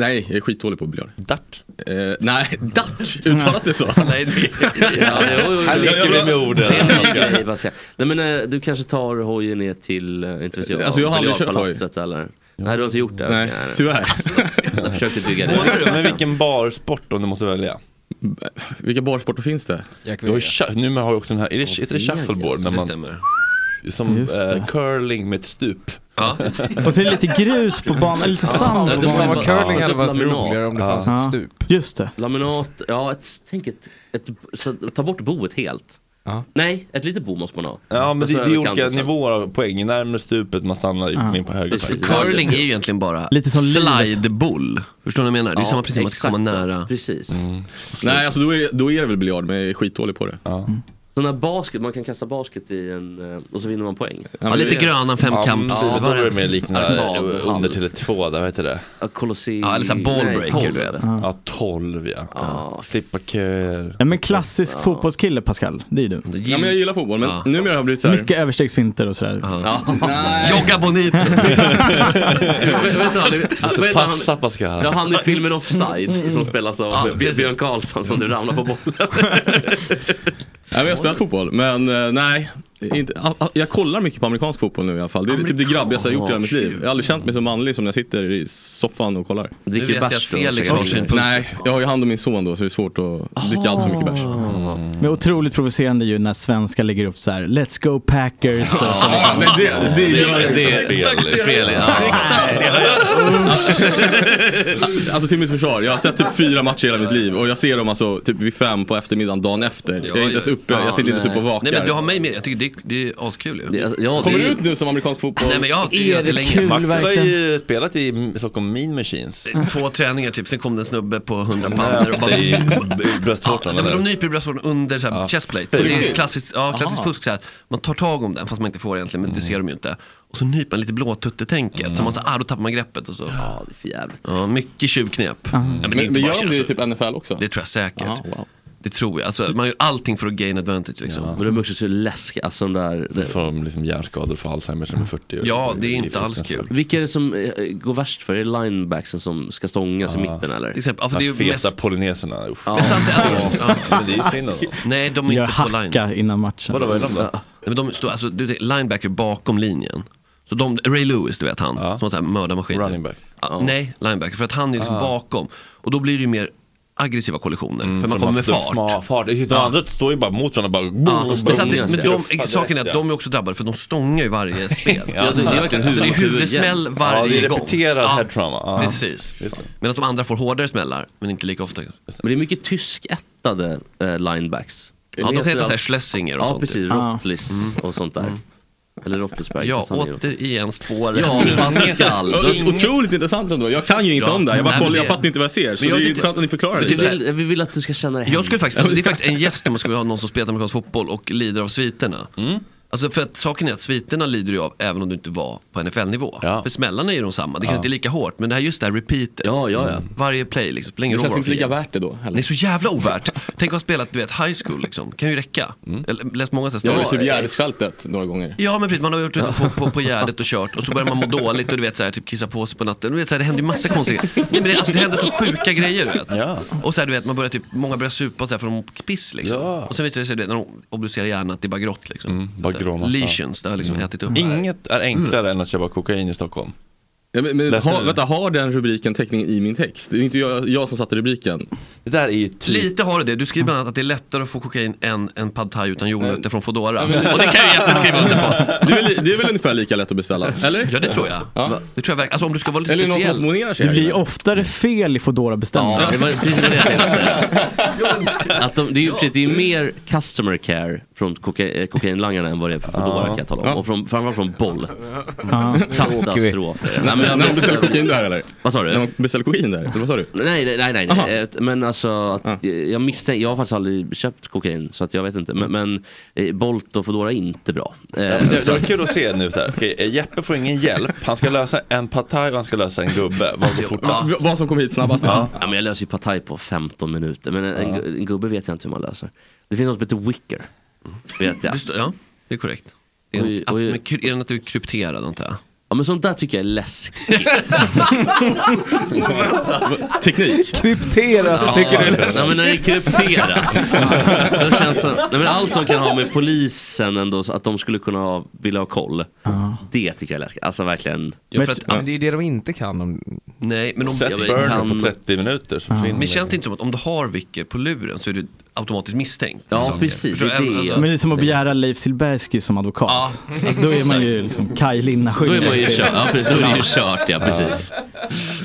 S12: Nej, jag är skitdålig på biljard.
S1: Dart.
S12: Eh, nej, dart! Uttalas det så?
S3: Nej, det-
S6: Ja, jo, jo,
S1: Här
S6: jo.
S1: leker vi med orden.
S6: Det är en ny grej, Pascal. Nej men eh, du kanske tar hojen ner till, eh, inte vet jag,
S12: Alltså, jag har aldrig kört
S6: Biljardpalatset eller? Nej du har inte gjort det?
S12: Nej,
S1: Alltså.
S6: Okej, nej, nej.
S12: tyvärr.
S6: Jag försökte bygga det.
S1: Men vilken barsport om du måste välja?
S12: vilka barsporter finns det?
S1: Du har ju shu- numera har jag också den här, är det, heter alltså. det shuffleboard? När
S3: Det
S1: man,
S3: stämmer.
S1: Som
S3: Just det.
S1: eh, curling med ett stup.
S4: Och så är det lite grus på banan, lite sand på banan. Ja. Just det.
S6: Laminat, ja ett, tänk ett, ett så, ta bort boet helt. Nej, ett litet bo måste man ha.
S1: Ja men
S6: så
S1: det, det
S6: över
S1: är olika
S6: kanten sen.
S1: nivåer av poäng, närmare stupet man stannar
S6: Ja.
S1: in på höger
S3: Precis,
S1: sida.
S3: curling är ju egentligen bara
S1: Lite som livet.
S3: slideboll. Förstår du vad jag menar? Det är
S12: Ja,
S3: samma princip, man ska
S12: exakt
S3: komma
S12: så.
S3: nära. Mm.
S6: Precis.
S12: Nej alltså då är, då är det väl biljard, men jag är skitdålig på det.
S6: Sån här basket, man kan kasta basket i en, eh, och så vinner man poäng.
S1: men det är- Ja, men precis, då börjar det med liknande
S6: Arkadhall.
S1: eh, under Tele2 där, vad heter det?
S6: Ja, Colosseum.
S1: Ja, eller så här
S6: Nej,
S1: ballbreaker
S6: tolv.
S1: du vet.
S4: Ja.
S1: Ja, 12 ja. ja. Klippa köer.
S4: Ja, men klassisk fotbollskille Pascal, det är du.
S12: Ja, men jag gillar fotboll, men numera har jag blivit så här.
S4: Mycket överstegsfinter och sådär.
S3: Jogga Bonito!
S6: Vad heter han?
S1: Passa Pascal.
S6: Ja, han i filmen Offside som spelas av
S12: Ja,
S6: Björn Karlsson som du ramlar på bollen.
S12: Nej, men jag har spelat fotboll, men eh, nej. Inte, ah, ah, jag kollar mycket på amerikansk fotboll nu i alla fall. Det är typ det grabbigaste jag har gjort i hela mitt liv. Jag har aldrig känt mig så manlig som när jag sitter i soffan och kollar.
S6: Dricker vet jag bärs att då, Felix säkert. har sin punkt.
S12: Nej, jag har ju hand om min son då så det är svårt att dricka allt för mycket bärs.
S6: Ah.
S4: Men otroligt provocerande ju när svenskar lägger upp så här: let's go Packers och så. liksom-
S12: Ja, men det, det,
S4: Det- det är
S12: exakt
S4: fel,
S12: det jag-
S4: fel, ja.
S12: det är Exakt det jag gör. Alltså till mitt försvar, jag har sett typ fyra matcher i hela mitt liv och jag ser dem alltså typ vid fem på eftermiddagen dagen efter. Jag är inte ens uppe, jag sitter inte ens uppe och vakar.
S3: Nej men du har mig med, jag tycker det, det är askul ju.
S6: alltså-
S12: Kommer du ut nu som amerikansk fotboll?
S3: Nej men jag har inte det länge.
S1: Max har ju spelat i Stockholm Mean Machines.
S3: Två träningar typ, sen kom det en snubbe på 100 paddor och bara...
S1: I
S3: Ja,
S1: bröstvårtan
S3: nej, men de
S1: eller?
S3: nyper i bröstvården under så här, chestplate.
S1: fy.
S3: Det är klassiskt, ja, klassiskt
S1: Aha.
S3: fusk. Så här. Man tar tag om den fast man inte får egentligen, men det ser de ju inte. Och så nyper man lite blåtuttetänket. Så man så, ah, då tappar man greppet och så. Ja, det är för jävligt. Ja, mycket tjuvknep.
S12: Mm.
S3: Ja,
S12: Men- men gör de det i
S3: typ
S12: NFL också?
S3: Det tror jag säkert. Det tror jag. Alltså, man gör allting för att gain advantage liksom.
S6: Men de är också så läskiga, alltså de där...
S1: Det får de liksom hjärnskador för Alzheimers som är 40 år.
S3: Ja, det är
S1: I
S3: inte alls
S1: fruktansvärt.
S3: kul.
S6: Vilka är det som eh, går värst för? Är det linebacksen som ska stångas i mitten eller?
S3: Till exempel, ja, för det är ju
S1: feta
S3: mest-
S1: polyneserna. usch.
S6: Ja. Det är sant,
S1: Ja, men det är ju synd alltså. om dem.
S3: Alltså, Nej, de är
S4: Gör
S3: inte på line.
S4: hacka innan matchen.
S3: Vadå, vad är de då? Nej, men de står, alltså, du, vet, linebacker bakom linjen. Så de, Ray Lewis, du vet han, som var så här mördarmaskin. Running
S1: back.
S3: Nej, linebacker, för att han är liksom
S1: Ah.
S3: bakom. Och då blir det ju mer aggressiva kollisioner, för man
S1: Mm, de har
S3: kommer med
S1: så
S3: fart.
S1: sma- fart. De
S3: Ja.
S1: andra står ju bara mot varandra bara...
S3: Ja, men så att,
S1: Bara-
S3: men de,
S1: Fan,
S3: saken är
S1: direkt,
S3: att
S1: ja.
S3: de är också drabbade för de stångar ju varje spel.
S1: Ja, det är verkligen
S3: så det är
S1: huvud-
S3: huvudsmäll
S1: huvudjäm.
S3: varje
S1: Ja, det är
S3: gång.
S1: repeterad head trauma. Ja.
S3: Precis.
S1: Just det.
S3: Medan de andra får hårdare smällar, men inte lika ofta.
S6: Men det är mycket tysk-ättade eh, linebacks.
S3: Ja, de heter så här Schlesinger och
S6: ja,
S3: sånt,
S6: Precis,
S3: typ. Mm.
S6: Rottlis och sånt där. Eller Rottlisberg.
S3: Ja,
S6: fast han är ju-
S3: återigen spåret.
S6: Ja, Pascal.
S12: Ja, det är Otroligt intressant ändå. Jag kan ju inte
S3: Ja.
S12: om det här. Jag bara
S3: Nej, men
S12: kollar, jag
S3: det-
S12: fattar inte vad jag ser. Så
S3: Men jag
S12: det är
S3: tycker-
S12: intressant att ni förklarar
S3: Men typ
S12: det.
S3: det är väl-
S6: Vi vill att du ska känna dig
S3: Jag skulle faktiskt, alltså, det är faktiskt en gäst om man skulle ha någon som spelar amerikansk fotboll och lider av sviterna.
S12: Mm.
S3: Alltså för att saken är att sviterna lider du av även om du inte var på NFL-nivå. För smällarna är ju de samma, det kanske
S12: Ja.
S3: inte är lika hårt men det här just det här repeatet. Mm. Varje play liksom, spelar ingen roll
S12: Det känns
S3: vad
S12: inte
S3: de
S12: lika
S3: gör.
S12: värt det då heller.
S3: Det är så jävla ovärt. Tänk att ha spelat du vet, high school liksom, kan ju räcka.
S12: Mm.
S3: Jag läst många sådana
S12: Jag har
S3: här
S12: varit typ Gärdesfältet några gånger.
S3: Ja men precis, man har varit ute på, på, på Gärdet och kört och så börjar man må dåligt och du vet så här, typ kissa på sig på natten. Du vet, så här, det händer ju massa konstiga grejer. Nej, men det, alltså, det händer så sjuka grejer du vet. Och så här, du vet, man börjar typ, många börjar supa så här, för de mår piss liksom. Och sen visar det sig du vet, när de obducerar hjärnan att det är bara grått liksom.
S1: Mm, Bara Mm. grå massa.
S3: Lesions, det har liksom ätit upp. Mm.
S1: Inget är enklare än att köpa kokain i Stockholm.
S12: Ja, men, men,
S1: Läste
S12: ha,
S1: du?
S12: vänta, har den rubriken täckning i min text? Det är inte jag, jag som satte rubriken.
S1: Det där är ju
S3: Lite har du det. Du skriver bland annat att det är lättare att få kokain än en pad thai utan jordnötter från Foodora.
S12: men-
S3: Och det kan jag Jeppe skriva under på.
S12: Det är, väl, det är väl ungefär lika lätt att beställa? Eller?
S3: Ja det tror jag.
S12: Ja.
S3: Det tror jag verkligen. Alltså om du ska vara lite
S12: Eller någon som
S3: speciell.
S12: opponerar
S4: Det blir ju oftare fel i foodora beställningar
S6: Ja, det var precis det jag tänkte säga. Alltså. Att de, det, är ju, precis, det är ju mer customer care från koka, eh, kokainlangarna än vad det är från Foodora kan jag tala om. Och från, framförallt från Bollet.
S12: Ja.
S6: Katastrof.
S12: När- när de beställer kokain där, eller?
S6: Vad sa du?
S12: När de beställer kokain där? Eller vad sa du?
S6: Nej, nej, nej. nej,
S12: Aha.
S6: nej. Eh, Men alltså, att eh, jag misstänker, jag har faktiskt aldrig köpt kokain så att jag vet inte. Men, men eh, Bolt och Foodora är inte bra. Eh,
S1: Ja, men Det, det
S6: så-
S1: var kul att se nu så här. Okej, eh, Jeppe får ingen hjälp, han ska lösa en pad thai och han ska lösa en gubbe. Vad går fortast?
S12: Vad som kom hit snabbast?
S6: Ja. men jag löser ju Pad Thai på 15 minuter, men en, en, gu- en gubbe vet jag inte hur man löser. Det finns något som heter wicker. Vet jag.
S3: Det står- ja, det är korrekt. Det är, en
S6: Oj,
S3: app,
S6: oj.
S3: men kry- är den att du är krypterad antar jag?
S6: Ja men sånt där tycker jag är läskigt.
S12: Teknik.
S13: Krypterat
S6: Ja,
S13: tycker du är
S6: Ja
S13: läskigt.
S6: men när det är krypterat. Då känns som, nej, men allt som kan ha med polisen ändå, så att de skulle kunna ha, vilja ha koll. Det tycker jag är läskigt. Alltså verkligen.
S8: Ja, för att, alltså, det är ju det de inte kan om
S3: Nej, men om,
S1: Sätt
S3: jag vet-
S1: burner på 30 minuter så försvinner
S3: Men känns det inte som att om du har Vicker på luren så är du automatiskt misstänkt? för saker? Förstår du? Alltså-
S4: Men det är som att begära Leif Silbersky som advokat.
S3: Ja,
S4: Så att då är man ju liksom Kaj Linna
S3: Då är
S4: skyldig.
S3: man ju kört, ja, precis. Då är det ju kört, ja
S4: Ja.
S3: precis.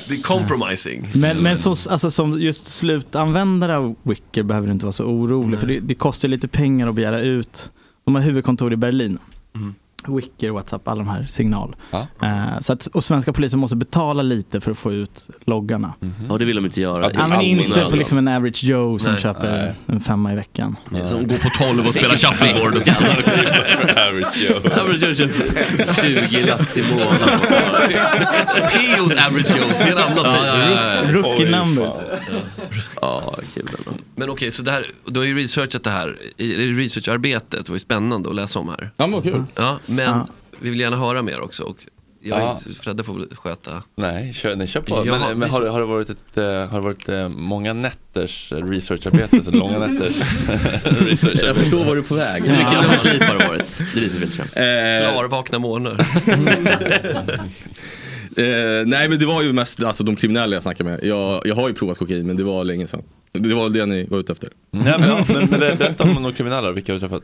S3: Det är compromising.
S4: Men, men så, alltså, som just slutanvändare av Wicker behöver du inte vara så orolig. För det, det kostar ju lite pengar att begära ut. De har huvudkontor i Berlin. Wicker, WhatsApp, alla de här signal. Eh, så att, och svenska polisen måste betala lite för att få ut loggarna.
S12: Mm.
S6: Ja, det vill de inte göra.
S4: Ja, men inte på liksom en average Joe som
S6: Nej.
S4: köper
S6: Nej.
S4: en femma i veckan.
S3: Som går på 12 och spelar shuffleboard och så.
S1: Average Joe.
S3: Average Joe kör 20 lax i månaden. P.O.s Average Joe, det är en annan typ.
S4: Rookie numbers.
S3: Ja, kul ändå. Men okej, så det här, du har ju researchat det här, i i researcharbetet, det var ju spännande att läsa om här.
S12: Ja, men kul.
S3: Ja, men
S1: Ja.
S3: vi vill gärna höra mer också. Och jag,
S1: Ja.
S3: Fredde får väl sköta.
S1: Nej, kör, nej, kör på.
S3: Ja,
S1: men men har,
S3: vi-
S1: har det varit, ett, eh, har det varit eh, många nätters eh, researcharbete? Så långa nätters researcharbete?
S6: Jag förstår var du är på väg. Hur mycket lönnslip har det varit? Det är lite väl fram.
S3: Klarvakna månader.
S12: Eh, nej men det var ju mest alltså, de kriminella jag snackade med. Jag, jag har ju provat kokain men det var länge sedan. Det var det ni var ute efter.
S1: Mm. Nej, men, ja, men, men det- berätta om de kriminella, vilka har du träffat?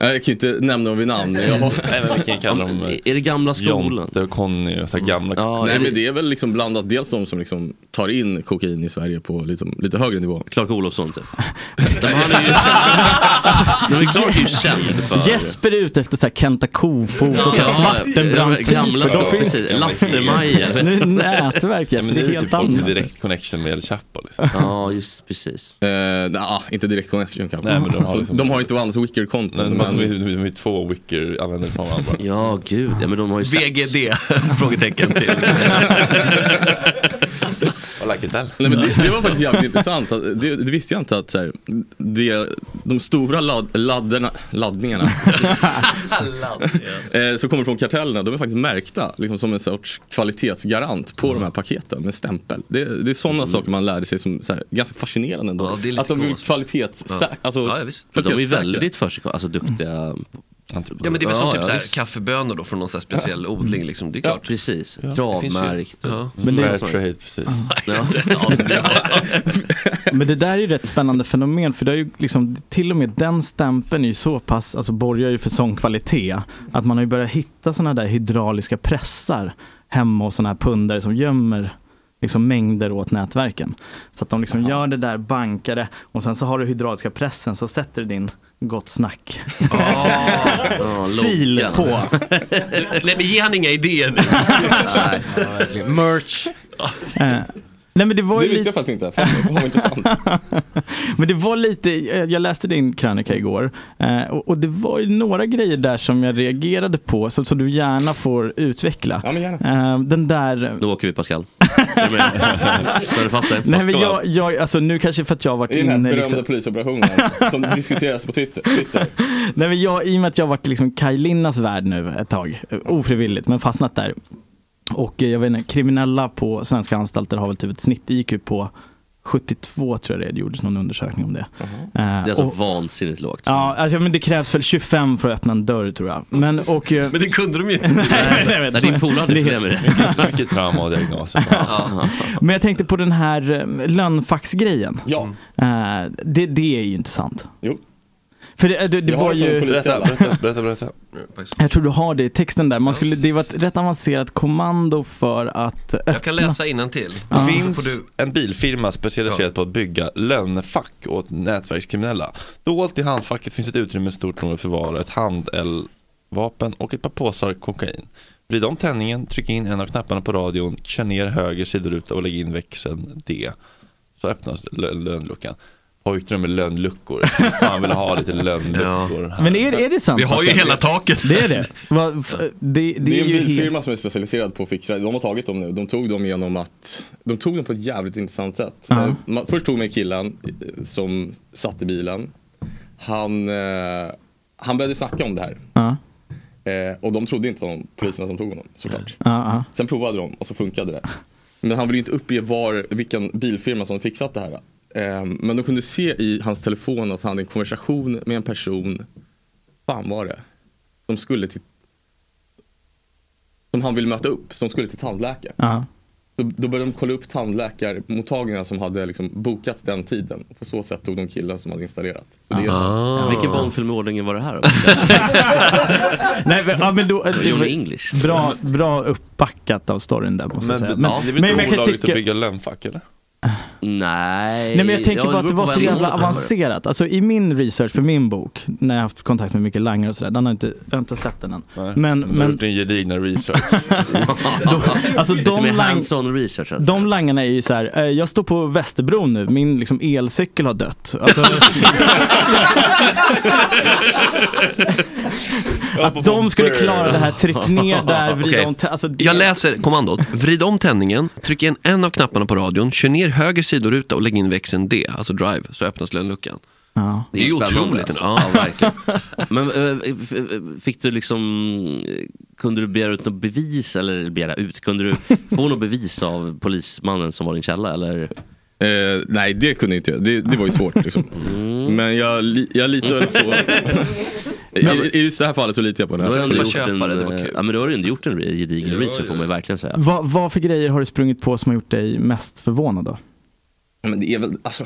S12: Nej, Jag kan ju inte nämna dem vid namn. men Jag har...
S1: Nej, men vi kan ju kalla dem, eh,
S6: Är det gamla Mm.
S1: Jonte och Conny och så här gamla.
S12: Nej men det är väl liksom blandat, dels de som liksom tar in kokain i Sverige på liksom, lite högre nivå.
S6: Clark Olofsson typ. Han är ju känd. Men Clark är ju känd för...
S4: Jesper är ute efter så här Kenta Kofot och så här typ.
S6: Ja,
S4: Svartenbrandt.
S6: ja, gamla skor, precis. Lasse-Maja, vet
S4: Nu är
S6: du.
S4: det nätverk
S1: Nej,
S4: Jesper,
S1: men nu
S4: det är
S1: är det
S4: helt
S1: typ folk med
S4: annat.
S1: direkt connection med El Chapo. Liksom.
S6: Ja, just precis.
S12: Eh, nah, inte direkt connection kanske.
S1: Nej, men de har
S12: alltså,
S1: liksom-
S12: de har inte varandras wicker-konton.
S1: Nej, de, har-
S12: men-
S1: de, är- de är två wicker-användare från varandra.
S6: Ja, gud. Ja, men de har ju
S3: VGD? Frågetecken till.
S1: Och Lacketel.
S12: Nej, men det, det var faktiskt jävligt intressant. Att, det, det visste jag inte att så här, det, de stora ladd, ladderna, laddningarna eh, som kommer från kartellerna, de är faktiskt märkta liksom, som en sorts kvalitetsgarant på de här paketen med stämpel. Det, det är sådana saker man lärde sig som så här, ganska fascinerande ändå.
S6: Mm. det är lite
S12: att de vill
S6: coolt.
S12: kvalitetssäkra. Alltså,
S6: Men de är
S12: kvalitetssäkra.
S6: väldigt för sig, alltså duktiga.
S3: Ja men det är väl som typ så här,
S6: visst.
S3: kaffebönor då från någon så här speciell odling liksom, det är klart.
S6: precis,
S3: Ja, det
S6: kravmärkt.
S3: finns ju. Ja.
S4: Men det- Fairtrade,
S1: precis.
S6: Ja.
S4: Men det där är ju rätt spännande fenomen för det är ju liksom, till och med den stämpeln är ju så pass, alltså borgar ju för sån kvalitet att man har ju börjat hitta sådana där hydrauliska pressar hemma hos sådana här pundare som gömmer liksom mängder åt nätverken. Så att de liksom gör det där, bankar det och sen så har du hydrauliska pressen så sätter du din Gott snack. Sil
S3: loggan.
S4: på.
S3: Nej men ge han inga idéer nu.
S8: Merch.
S4: Eh, Nej men det var
S12: Det
S4: ju
S12: visste
S4: lite...
S12: jag faktiskt inte. Fan, vad intressant.
S4: Men det var lite, eh, jag läste din krönika igår eh, och och det var ju några grejer där som jag reagerade på som, som du gärna får utveckla. Eh, Den där...
S6: Då åker vi Pascal. Spänner du fast dig?
S4: Nej men jag, jag, alltså nu kanske för att jag har varit
S12: I den här
S4: inne
S12: berömda
S4: liksom,
S12: polisoperationen som diskuteras på Twitter. Twitter.
S4: Nej men jag, i och med att jag har varit liksom Kaj Linnas värld nu ett tag, eh, ofrivilligt, men fastnat där. Och eh, jag vet inte, kriminella på svenska anstalter har väl typ ett snitt-IQ på 72 tror jag det är. det gjordes någon undersökning om det. Det
S6: Det är alltså vansinnigt lågt.
S4: Ja, alltså, men det krävs väl 25 för att öppna en dörr tror jag. Men, och, eh,
S3: Men det kunde de ju inte.
S4: Nej, nej, jag vet.
S6: din polare hade problem med det.
S1: Mycket trauma och diagnoser.
S4: men jag tänkte på den här eh, lönnfaxgrejen.
S12: Ja.
S4: Eh, det, det är ju intressant.
S12: Jo.
S4: För det, det, det var ju...
S1: Berätta, berätta, berätta. berätta.
S4: Jag tror du har det i texten där. Man skulle, det var ett rätt avancerat kommando för att
S3: Jag kan läsa innantill.
S1: Det
S3: Så
S1: finns
S3: får du-
S1: en bilfirma specialiserad på att bygga lönnfack åt nätverkskriminella. Dolt i handfacket finns ett utrymme stort nog att förvara ett handeldvapen och ett par påsar kokain. Vrid om tändningen, tryck in en av knapparna på radion, kör ner höger sidoruta och lägg in växeln D. Så öppnas lö- lönnluckan. Pojkdröm med lönnluckor. Fan vill ha lite lönnluckor här.
S4: Men är, är det sant?
S3: Vi har ju hela taket.
S4: Det är det. Va, f- det, det,
S12: Det är
S4: är
S12: en
S4: ju
S12: bilfirma
S4: helt...
S12: som är specialiserad på att fixa, de har tagit dem nu. De tog dem genom att, de tog dem på ett jävligt intressant sätt.
S4: Ja.
S12: Eh, Man, först tog man killen eh, som satt i bilen. Han, eh, han började snacka om det här.
S4: Ja,
S12: Eh, och de trodde inte om poliserna som tog honom såklart.
S4: ja,
S12: Sen provade de och så funkade det. Men han ville ju inte uppge var, vilken bilfirma som fixat det här. Eh, men de kunde se i hans telefon att han hade en konversation med en person, fan var det, som skulle till som han ville möta upp, som skulle till tandläkaren.
S4: ja.
S12: Då, då började de kolla upp tandläkarmottagningarna som hade liksom bokat den tiden. Och på så sätt tog de killen som hade installerat. Så det är
S6: Ah.
S12: så.
S6: Vilken barnfilm i ordningen var det här då?
S4: Nej, men, ja, men då,
S6: Det var Johnny English.
S4: Bra, bra uppbackat av storyn där måste jag
S1: Men,
S4: säga.
S1: men, det är väl
S4: men
S1: inte
S4: jag kan
S1: olagligt
S4: tycka-
S1: att bygga lönnfack eller?
S4: Nej
S6: Nej.
S4: men jag tänker
S6: Ja,
S4: bara att
S6: beror
S4: det var
S6: på
S4: så
S6: vem
S4: jävla
S6: det var.
S4: avancerat. Alltså i min research för min bok, när jag har haft kontakt med mycket langare och sådär, den har inte, jag har inte släppt den än. Men,
S1: Du har
S4: men
S1: gjort din gedigna research.
S4: alltså
S1: Lite
S4: de,
S1: mer
S4: lang,
S6: hands-on research alltså.
S4: de langarna är ju så här, eh, jag står på Västerbron nu, min liksom elcykel har dött. Alltså, att de skulle klara det här, tryck ner där, vrida
S3: Okej.
S4: om, tä- alltså
S3: Jag läser kommandot. Vrid om tändningen, tryck in en av knapparna på radion, kör ner höger sidoruta och lägg in växeln D, alltså drive, så öppnas lönnluckan.
S4: Ja.
S3: Det är ju
S6: Spännande,
S3: otroligt.
S6: alltså.
S3: Ja, verkligen.
S6: Men eh, f- f- fick du liksom, eh, kunde du begära ut något bevis eller begära ut, kunde du få något bevis av polismannen som var din källa eller?
S12: Eh, nej, det kunde jag inte jag. Det, det var ju svårt liksom.
S6: Mm.
S12: Men jag, li- jag litar väl på... I, I just det här fallet så litar jag på den
S6: Då
S12: här.
S6: har du ändå
S12: Jag
S6: gjort en, eh, ja, men då har du ändå gjort en re- gedigen research får man ju verkligen säga.
S4: Vad, vad för grejer har du sprungit på som har gjort dig mest förvånad då?
S12: Ja, Men det är väl, alltså,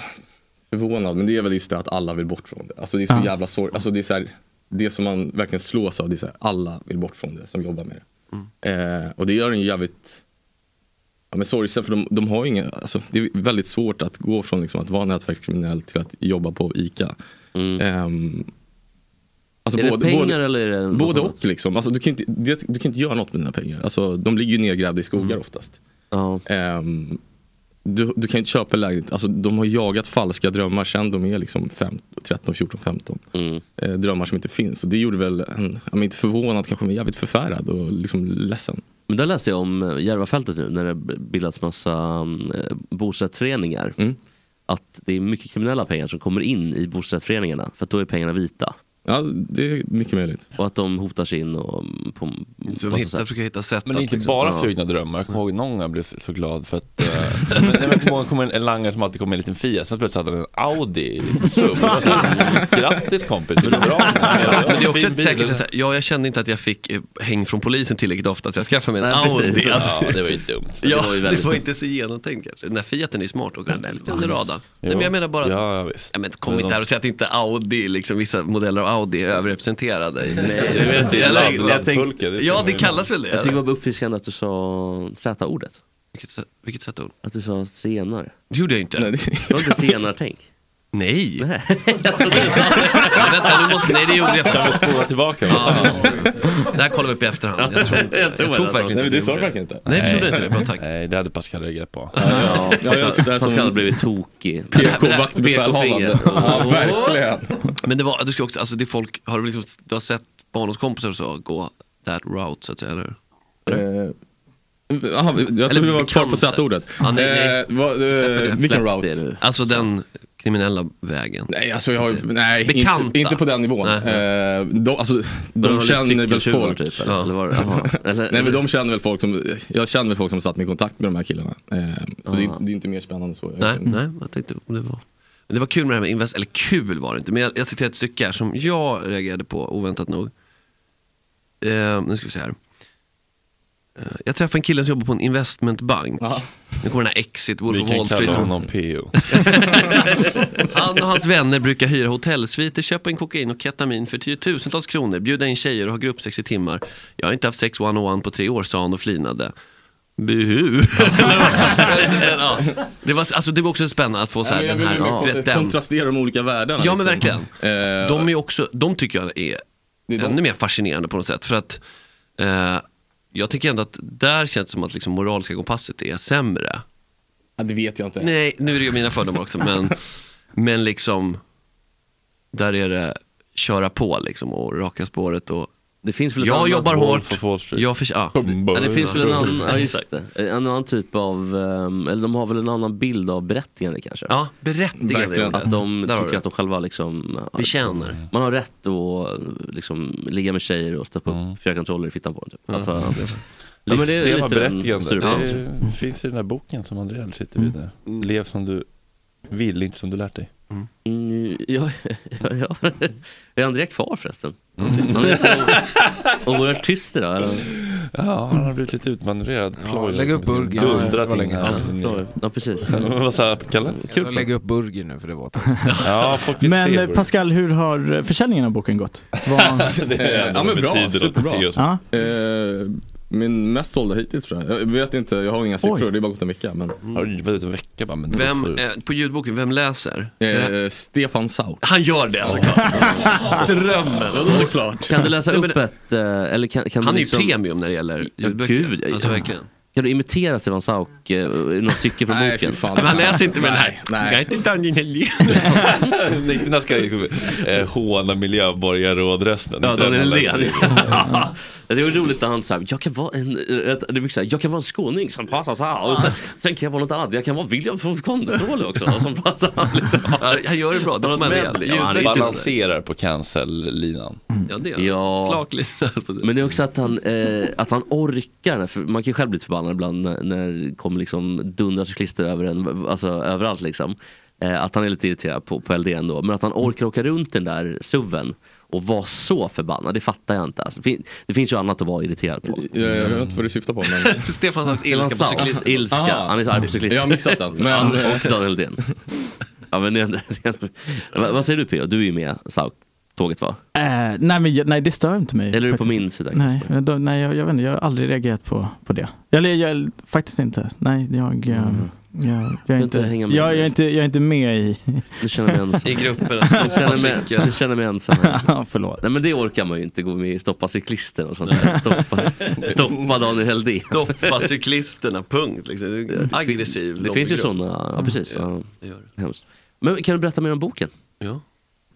S12: förvånad, men det är väl just det att alla vill bort från det. Alltså det är så
S4: Ja.
S12: jävla sorgligt. Alltså det är så här, det som man verkligen slås av, det är så här, alla vill bort från det som jobbar med det. Eh, och det gör en jävligt ja, men sorgsen, för de, de har inga, alltså, det är väldigt svårt att gå från liksom, att vara nätverkskriminell till att jobba på ICA. Ehm, alltså,
S6: Mm. Är det pengar
S12: både,
S6: eller är det något
S12: Både
S6: annat?
S12: och liksom. Alltså, du, kan inte, det, du kan inte göra något med dina pengar. Alltså, de ligger ju nedgrävda i
S6: Mm.
S12: skogar oftast. Ehm, du, du kan inte köpa en lägenhet. Alltså, de har jagat falska drömmar sen de är liksom fem, 13, 14, 15.
S6: Mm.
S12: Eh, drömmar som inte finns. Och det gjorde väl en, jag men inte förvånad kanske, men jävligt förfärad och liksom ledsen.
S6: Men där läste jag om eh, Järvafältet nu när det bildats massa mm, eh, bostadsrättsföreningar.
S12: Mm.
S6: Att det är mycket kriminella pengar som kommer in i bostadsrättsföreningarna för att då är pengarna vita.
S12: Ja, det är mycket möjligt.
S6: Och att de hotar sig in och mm, på
S3: Så de hittar, försöker hitta sätt
S1: Men
S3: att
S1: inte
S3: liksom-
S1: bara
S3: Ja.
S1: sugna drömmar. Jag kommer ihåg någon gång jag blev så så glad för att eh, men, nej, men, det kom en, en langare som alltid kom med en liten Fia, sen plötsligt hade han en Audi SUV. Och så, Grattis kompis, du är bra.
S3: Men det är också
S1: Fin
S3: ett
S1: bil.
S3: säkert, så här, ja, jag kände inte att jag fick eh, häng från polisen tillräckligt ofta så jag skaffade mig en
S1: Nej,
S3: Audi.
S1: precis.
S3: Alltså.
S1: Ja, det var ju dumt.
S3: Ja,
S1: Det
S3: det
S1: var
S3: var,
S1: ju väldigt dumt.
S3: inte så genomtänkt kanske. Den här Fiaten är smart och den är lite under
S1: Jo.
S3: radarn. Nej, men jag menar bara,
S1: Ja, ja, visst.
S3: Nej, men kom
S1: Det är
S3: inte här och säg att inte Audi, liksom, vissa modeller av Audi är överrepresenterade. i-
S6: Nej, jag vet inte.
S3: Eller-
S6: Ladd-
S3: jag
S6: laddpulka,
S3: tänkte-
S6: det är
S3: Ja,
S6: så
S3: det
S6: man-
S3: kallas väl det?
S6: Jag tycker det
S3: eller?
S6: var uppfriskande att du sa Z-ordet.
S3: Vilket, vilket Z-ord?
S6: Att du sa senare.
S3: Det gjorde jag inte.
S6: Nej, det... var inte senare-tänk.
S3: Nej. Vänta, nu måste, nej det gjorde jag
S1: Kan vi spola tillbaka?
S3: Ja, vi måste. Det här kollar vi upp i efterhand. Jag tror, inte-
S1: Jag tror
S3: jag tror
S1: det.
S3: verkligen
S1: Nej, men
S3: inte att jag
S1: det sa du
S3: gjorde
S1: verkligen inte.
S3: Nej, jag gjorde
S1: Nej.
S3: inte det. Bra, tack.
S1: Nej, det hade Pascal reagerat på.
S3: Ja,
S6: Ja, jag ser det här som- Pascal blivit tokig. PK-befälhavande. Ja, verkligen.
S3: Men det var, du ska också, alltså det är folk, har du, liksom, du har sett barndomskompisar och så gå that route så att säga, eller?
S12: Eh, aha, jag
S3: Eller
S12: tror vi var kvar på
S3: bekanta.
S12: Z-ordet.
S3: Ja, nej, nej.
S12: Eh, vad, eh,
S3: Släpper det.
S12: vilken
S3: Släpp
S12: route?
S3: det nu. Alltså den kriminella vägen.
S12: Nej, alltså jag har, nej
S3: Bekanta.
S12: inte, inte på den nivån.
S3: Nej.
S12: Eh, de alltså,
S3: Men de
S12: de
S3: har
S12: känner
S3: lite
S12: väl
S3: cykeltjuvar
S12: folk.
S3: typ, eller? Ja. Eller var det- jaha. Eller-
S12: nej, men de känner väl folk som, jag känner väl folk som satt mig i kontakt med de här killarna. Eh, så det, är- det är inte mer spännande än så.
S3: Ah. Nej, nej, jag tänkte om det var. Men det var kul med det här med invest, eller kul var det inte, men jag, jag citerar ett stycke här som jag reagerade på oväntat nog. Eh, nu ska vi se här. Eh, jag träffade en kille som jobbar på en investmentbank. Nu kommer den här Exit, Wolf
S1: Vi
S3: of
S1: kan
S3: Wall
S1: kalla
S3: Street.
S1: honom PO.
S3: Han och hans vänner brukar hyra hotellsviter, köpa in kokain och ketamin för tiotusentals kronor, bjuda in tjejer och ha gruppsex i timmar. Jag har inte haft sex one-on-one på tre år, sa han och flinade. Buhu. ja, det, var, alltså, det var också spännande att få så här,
S12: Nej, men
S3: den här,
S12: jag vill ju
S3: rätt-
S12: kont-
S3: den.
S12: kontrastera de olika världarna.
S3: Ja men
S12: liksom.
S3: verkligen.
S12: Eh,
S3: De, är också, de tycker jag är ännu mer fascinerande på något sätt. För att eh, jag tycker ändå att där känns det som att liksom moraliska kompasset är sämre.
S12: Ja, det vet jag inte.
S3: Nej, nu är det ju mina fördomar också. Men, men liksom, där är det köra på liksom och raka spåret. Och,
S6: det finns väl ett
S3: jag
S6: annat
S3: jobbar
S6: Wolf
S3: hårt.
S6: of Wall Street.
S3: Jag förs- ja.
S6: Ja, det finns väl en annan, ja, just det. en annan typ av, ehm, eller de har väl en annan bild av berättigande kanske.
S3: Ja, berättigande är ordet.
S6: Att de
S3: Där har du
S6: tycker
S3: det.
S6: att de själva liksom... ja,
S3: Betjänar.
S6: Man har rätt att liksom, ligga med tjejer och stoppa upp
S3: Mm.
S6: fyra kontroller i fittan på dem. Typ. Alltså,
S1: Mm.
S6: ja, men det är
S1: Livsstil har
S6: lite den
S1: berättigande.
S6: strupen.
S3: Mm.
S1: Det är- finns i den där boken som Andreas sitter vid. där. Lev som du vill, inte som du lärt dig.
S6: Mm, ja, ja, ja. Är André kvar förresten?
S1: Mm.
S6: Han är så oerhört tyst idag. eller?
S1: Ja, han har blivit lite utmanövrerad.
S6: Ja,
S1: Ploj.
S6: lägg upp burgen. Ja, det
S1: Dundrat
S6: var
S1: in
S6: länge
S1: här.
S6: sedan. Ja, ja, precis.
S1: Vad sa Kalle?
S8: Jag sa Alltså, lägg upp burgen nu för det var ett tag
S1: Ja, folk vill
S4: Men
S1: se
S4: eh,
S1: burgen.
S4: Pascal, hur har eh, försäljningen av boken gått?
S1: Det är ändå
S12: Eh, ja, men bra,
S1: betyder något
S12: superbra.
S1: till oss. Ja.
S12: Eh, min mest sålda hittills tror jag. Jag vet inte, jag har inga siffror, det är bara gått en vecka. Men...
S1: Har du varit en vecka bara? Men
S3: Vem, eh, på ljudboken, vem läser?
S12: Eh, Stefan Sauk.
S3: Han gör det såklart. Drömmen.
S12: Ja, såklart.
S6: Kan du läsa
S3: Nej, men-
S6: upp ett... eh, Eller kan, kan
S3: Han är
S6: du
S3: ju
S6: liksom...
S3: premium när det gäller
S6: Ja,
S3: ljudböcker.
S6: Gud, ja.
S3: Alltså, verkligen.
S6: Kan du imitera Stefan Sauk eh, i något stycke från
S3: Nej,
S6: boken?
S3: fy fan. Men han läser inte med den här. Jag heter inte Angelina Lee.
S1: Niklas ska liksom, eh, håna miljöborgarrådrösten.
S6: Ja,
S1: Inte den
S6: Daniel
S1: han
S6: Helén.
S1: läser.
S6: det var roligt när han sa, jag kan vara en, eh, det brukar säga, jag kan vara en skåning som pratar så här. Och sen, sen kan jag vara något annat, jag kan vara William från Konsole också. Som pratar så här, liksom.
S3: Han gör det bra, det får man
S6: Medley.
S3: med.
S6: Ja, han är
S3: Ljudböcker.
S1: Balanserar på cancel-linan.
S3: Ja, det är han.
S6: Mm. Ja.
S3: Slaklista, höll på att säga.
S6: Men det är också att han, eh, att han orkar. För man kan ju själv bli förbannad ibland när, när det kommer liksom dundrar cyklister över en, alltså överallt liksom. Eh, att han är lite irriterad på, på LD ändå. Men att han orkar åka runt den där suven och vara så förbannad, det fattar jag inte. Alltså, fin- det finns ju annat att vara irriterad på.
S12: Jag, jag vet inte vad du syftar på. Men...
S3: Stefan Sauks ilska på
S6: Stefan Sauks
S3: cyklister.
S6: ilska.
S12: Aha.
S6: Han är så arg på cyklister.
S12: Jag har missat den, men-
S6: Han och Daniel Helldén. ja, men det, är ändå- det, är ändå- vad, vad säger du P.O.? Du är ju med Sauk-tåget va?
S4: Eh, nej, men, jag- nej, det stör inte mig.
S6: Eller är du på
S4: faktiskt.
S6: min sida?
S4: Nej, men då, nej jag, jag vet inte, jag har aldrig reagerat på, på det. Eller jag, faktiskt inte. Nej, jag, eh, jag, jag, är
S6: Mm. inte
S4: inte,
S6: hänga med.
S4: jag, jag, är inte, jag är inte med i...
S6: Du känner mig ensam.
S3: I grupper,
S6: Jag
S3: att stoppa
S6: känner mig,
S3: cykeln.
S6: jag känner mig ensam.
S4: Ja, förlåt.
S6: Nej men det orkar man ju inte gå med i stoppa cyklisten och sånt där. Stoppa, stoppa Daniel Helldén.
S3: Stoppa cyklisterna, punkt. Liksom. Det är en Aggressiv
S6: Det finns ju
S3: lobbygrupp. Mm.
S6: sådana, ja precis. Ja,
S3: Det gör det.
S6: Hemskt. Men kan du berätta mer om boken?
S3: Ja.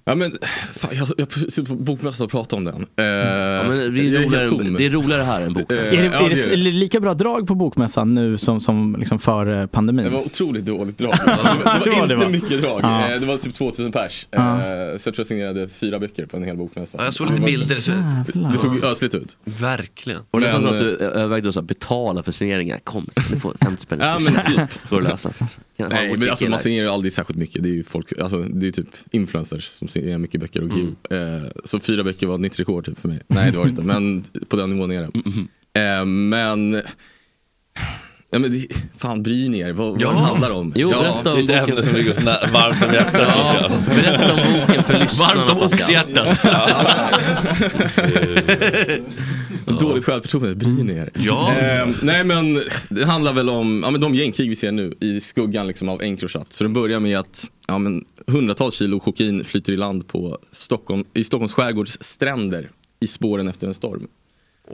S12: Ja, men, fan, jag jag sitter på bokmässan och pratar om den. Eh,
S6: Ja, men det,
S12: jag
S6: är
S12: helt tom.
S6: roligare, det är roligare här än boken.
S12: Eh,
S4: Är det,
S12: ja,
S4: är, det,
S12: det
S4: är det lika bra drag på bokmässan nu som, som liksom före
S12: Det
S4: pandemin?
S12: var otroligt dåligt drag. Det var,
S4: Det var det,
S12: inte
S4: va?
S12: mycket drag.
S4: Ja.
S12: Eh, Det var typ 2000 pers. Eh,
S4: Ja.
S12: Så jag tror jag signerade fyra böcker på en hel bokmässa.
S3: Ja, jag såg lite bilder. Så.
S4: Jävlar.
S12: Det såg ödsligt ut.
S3: Verkligen.
S6: Var det nästan så
S12: Men, eh,
S6: att du övervägde att så här betala för signeringar? Kom, så du får 50 spänn.
S12: Ja, men typ.
S6: Går det att lösa? Kan jag ha
S12: Nej,
S6: vår
S12: men alltså,
S6: kille
S12: man
S6: här?
S12: signerar ju aldrig särskilt mycket. Det är ju folk, alltså, det är ju typ influencers som signerar mycket böcker och
S6: Mm.
S12: give. Eh, så fyra böcker var ett nytt rekord typ för mig. Nej, det var det inte, men på den nivån är det.
S6: Mm-hmm.
S12: Eh, men... Ja, men det, fan, bry ni er. Vad, vad
S3: Ja.
S12: det handlar om?
S6: Jo,
S12: ja,
S6: berätta om
S1: Det är ett ämne
S6: boken.
S1: som ligger oss nä- varmt om hjärtat.
S6: Ja, berätta om boken för lyssnarna.
S3: Varmt om
S6: Pascal.
S3: oxhjärtat.
S12: Dåligt självförtroende, bry
S4: Mm.
S12: ni er.
S3: Ja.
S12: Eh, nej men det handlar väl om ja, men de gängkrig vi ser nu i skuggan liksom, av Encrochat. Så den börjar med att ja, men, hundratals kilo kokain flyter i land på Stockholm, i Stockholms skärgårds stränder i spåren efter en storm.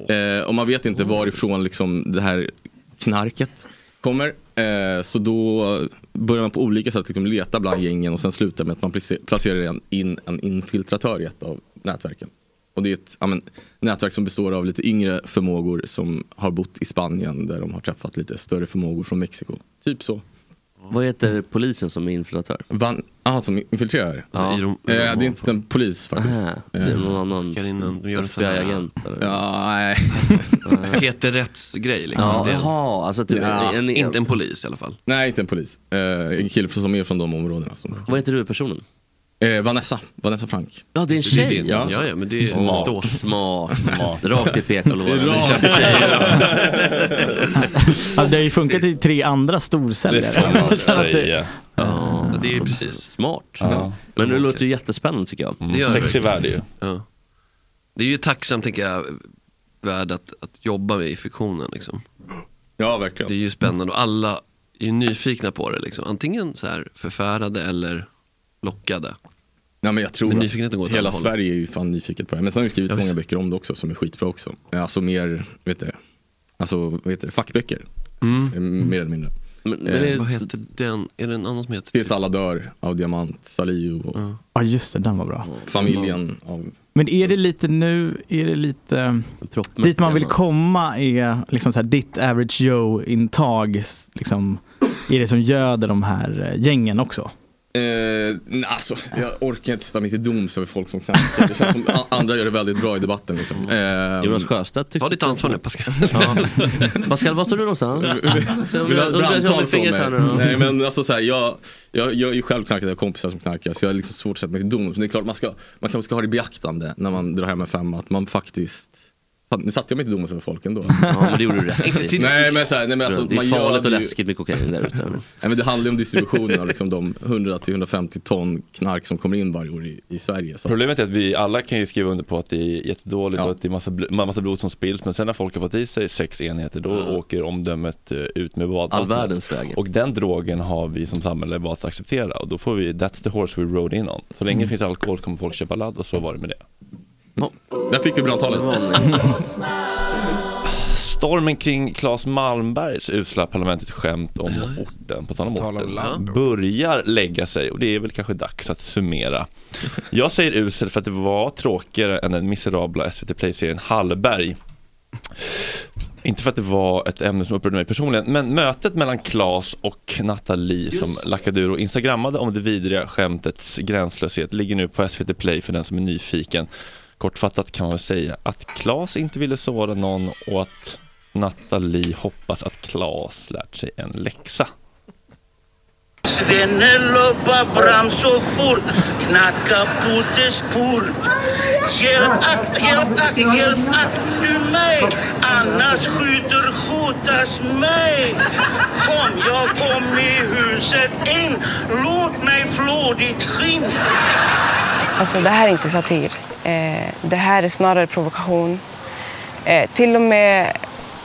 S12: Eh, och man vet inte varifrån liksom, det här knarket kommer. Eh, så då börjar man på olika sätt liksom, leta bland gängen och sen slutar med att man place- placerar en, in en infiltratör i ett av nätverken. Och det är ett ja, men, nätverk som består av lite yngre förmågor som har bott i Spanien där de har träffat lite större förmågor från Mexiko. Typ så.
S6: Vad heter polisen som är infiltratör?
S12: Van, ah, som infiltrerar?
S6: Ja.
S3: Alltså, I de- i de-
S12: Eh, det är inte en polis faktiskt. Eh,
S6: Aha, det är någon annan
S3: Skickar in en- de gör en sån här-
S6: FBI-agent? eller?
S12: Ja, nej.
S3: eh, Peter Rätts-grej liksom.
S6: Ja,
S3: Det är-
S6: Jaha, alltså typ,
S12: Ja,
S6: en, en,
S3: Inte en polis i alla fall.
S12: nej, inte en polis. Eh, en kille som är från de områdena. Som,
S6: Vad heter du personen?
S12: eh, Vanessa, Vanessa Frank.
S6: Ja, det är en
S3: Det är
S6: tjej!
S3: din.
S6: ja.
S3: Ja, ja, men det är en ståt.
S6: Smart. Rakt i PK-lådan.
S4: Alltså, det har ju funkat i tre andra storceller.
S1: Det får man
S4: Så att det-
S1: säga.
S6: Ja,
S3: Det är precis. Mm.
S6: smart.
S1: Ja.
S6: Men det låter ju jättespännande tycker jag.
S3: Det gör det
S1: Sexig värld ju.
S3: Ja. Det är ju tacksam tänker jag, värld att, att jobba med i fiktionen. Liksom.
S12: Ja,
S3: Det är
S12: verkligen.
S3: ju spännande och alla är ju nyfikna på det. Liksom. Antingen så här förfärade eller lockade.
S12: Nej, men jag tror
S3: Men
S12: att
S3: nyfikenheten går åt
S12: hela
S3: alla håll.
S12: Sverige är ju fan nyfiket på det här. Men sen har vi skrivit
S3: Ja, visst.
S12: många böcker om det också som är skitbra också. Alltså mer, vet du, alltså, vad heter det, fackböcker. Eh, Mer eller mindre.
S6: Men, men
S1: Eh,
S6: det,
S3: Mm. Eh, Vad heter den? Är det en annan som heter
S12: Tills alla dör av Diamant, Salio och
S4: Ja, just det, den var bra.
S12: familjen av...
S4: Men är det lite nu, är det lite...
S6: proppmätt
S4: Dit man vill
S6: jävla-
S4: komma är liksom så här, ditt average Joe-intag, s- liksom, är det som göder de här eh, gängen också?
S12: Eh, nej, alltså, jag orkar inte sätta mig till doms över folk som knarkar. Det känns som a- andra gör det väldigt bra i debatten. Liksom. Eh,
S6: Mm. Jonas Sjöstedt tyckte- Ta ditt ansvar nu, Pascal. Pascal, var står du någonstans? Jag
S12: Vill du ha ett
S6: undrar hur jag har
S12: brandtal
S6: med
S12: från
S6: fingret här nu då.
S12: mig? Nej men alltså så här, jag, jag, jag är ju själv knarkare, jag har kompisar som knarkar så jag har liksom svårt att sätta mig till doms. Men det är klart man, ska, man kanske ska ha det i beaktande när man drar hem en femma att man faktiskt Fan, nu satte jag mig till doms över folk ändå.
S6: Ja, men det gjorde du rätt i.
S12: Nej men, så här, nej, men alltså,
S6: Det är
S12: man
S6: farligt
S12: gör
S6: och
S12: ju-
S6: läskigt med kokain där ute.
S12: Mm. Nej, men det handlar ju om distributionen av liksom, de 100-150 ton knark som kommer in varje år i, i Sverige. Så.
S1: Problemet är att vi alla kan ju skriva under på att det är jättedåligt och att det är massa, bl- massa blod som spills men sen när folk har fått i sig sex enheter då åker omdömet eh, ut med badvattnet.
S6: All världens vägen.
S1: Och den drogen har vi som samhälle valt att acceptera och då får vi, that's the horse we rode in on. Så länge
S6: Mm.
S1: det finns alkohol kommer folk köpa ladd och så var det med det.
S12: Där fick vi brandtalet.
S1: Stormen kring Claes Malmbergs usla parlamentet skämt om orten, på tal om
S8: tal om
S1: orten,
S8: land.
S1: börjar lägga sig och det är väl kanske dags att summera. Jag säger usel för att det var tråkigare än den miserabla SVT Play-serien Hallberg. Inte för att det var ett ämne som upprörde mig personligen, men mötet mellan Claes och Nathalie som Lakaduro instagrammade om det vidriga skämtets gränslöshet ligger nu på SVT Play för den som är nyfiken. Kortfattat kan man väl säga att Claes inte ville såra någon och att Nathalie hoppas att Claes lärt sig en läxa.
S2: Svenne loppar fram så fort, knackar på dess port. Hjälp att, hjälp att, hjälp att du mig, annars skjuter skjutas mig. Kom, jag kom i huset in, låt mig flå ditt skinn.
S13: Alltså det här är inte satir. Eh, det här är snarare provokation. Eh, till och med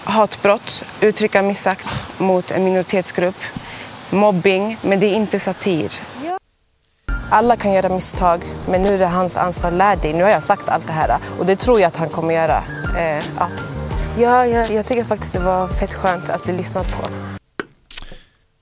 S13: hatbrott, uttrycka missakt mot en minoritetsgrupp, mobbing, men det är inte satir.
S14: Alla kan göra misstag, men nu är det hans ansvar. Lär dig. Nu har jag sagt allt det här och det tror jag att han kommer göra. Eh, ja. Ja, jag, jag tycker faktiskt det var fett skönt att bli lyssnad på.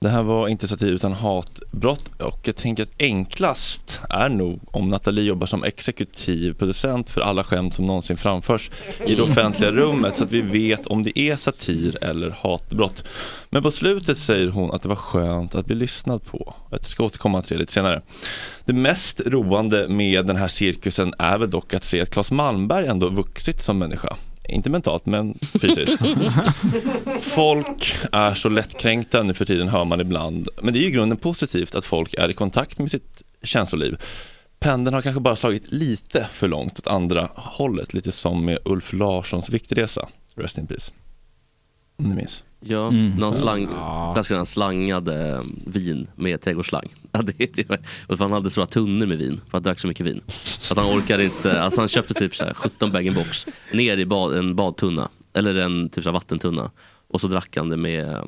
S1: Det här var inte satir utan hatbrott och jag tänker att enklast är nog om Nathalie jobbar som exekutiv producent för alla skämt som någonsin framförs i det offentliga rummet så att vi vet om det är satir eller hatbrott. Men på slutet säger hon att det var skönt att bli lyssnad på. Jag ska återkomma till det lite senare. Det mest roande med den här cirkusen är väl dock att se att Claes Malmberg ändå vuxit som människa. Inte mentalt, men fysiskt. Folk är så lättkränkta nu för tiden hör man ibland. Men det är ju i grunden positivt att folk är i kontakt med sitt känsloliv. Pendeln har kanske bara slagit lite för långt åt andra hållet, lite som med Ulf Larssons viktresa. Rest in peace. Om ni minns.
S6: Ja,
S1: Mm.
S6: när han slang,
S1: Ja.
S6: klassiker när han slangade eh, vin med trädgårdsslang. Ja, det, det var, och för han hade stora tunnor med vin, för han drack så mycket vin. Att han orkade inte, alltså han köpte typ så här 17 bag box ner i bad, en badtunna, eller en typ så här vattentunna. Och så drack han det med eh,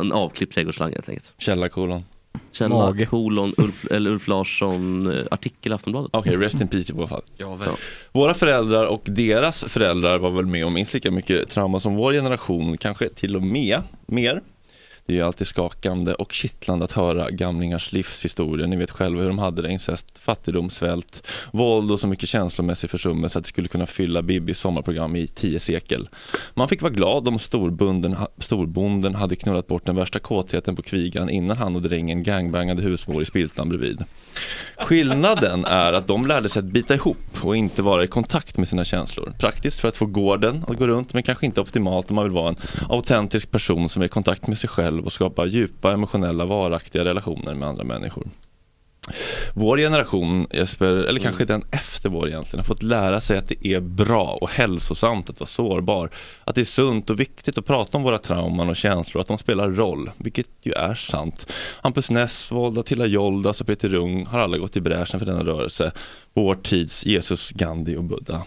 S6: en avklippt trädgårdsslang helt enkelt.
S1: Källarkolon.
S6: Källa,
S1: Mage.
S6: kolon, Ulf, eller Ulf Larsson, eh, artikel i Aftonbladet.
S1: Okej, rest in peace i båda fall.
S6: Ja, väl.
S1: Våra föräldrar och deras föräldrar var väl med om minst lika mycket trauma som vår generation, kanske till och med mer. Det är ju alltid skakande och kittlande att höra gamlingars livshistorier. Ni vet själva hur de hade det. Incest, fattigdom, svält, våld och så mycket känslomässig försummelse att det skulle kunna fylla Bibbis sommarprogram i tio sekel. Man fick vara glad om storbonden, storbonden hade knullat bort den värsta kåtheten på kvigan innan han och drängen gangbangade husmor i Spiltan bredvid. Skillnaden är att de lärde sig att bita ihop och inte vara i kontakt med sina känslor. Praktiskt för att få gården att gå runt men kanske inte optimalt om man vill vara en autentisk person som är i kontakt med sig själv och skapa djupa emotionella varaktiga relationer med andra människor. Vår generation, Jesper, eller kanske den efter vår egentligen, har fått lära sig att det är bra och hälsosamt att vara sårbar. Att det är sunt och viktigt att prata om våra trauman och känslor, att de spelar roll, vilket ju är sant. Hampus Nessvold, Attila Joldas och Peter Rung har alla gått i bräschen för denna rörelse. Vår tids Jesus, Gandhi och Buddha.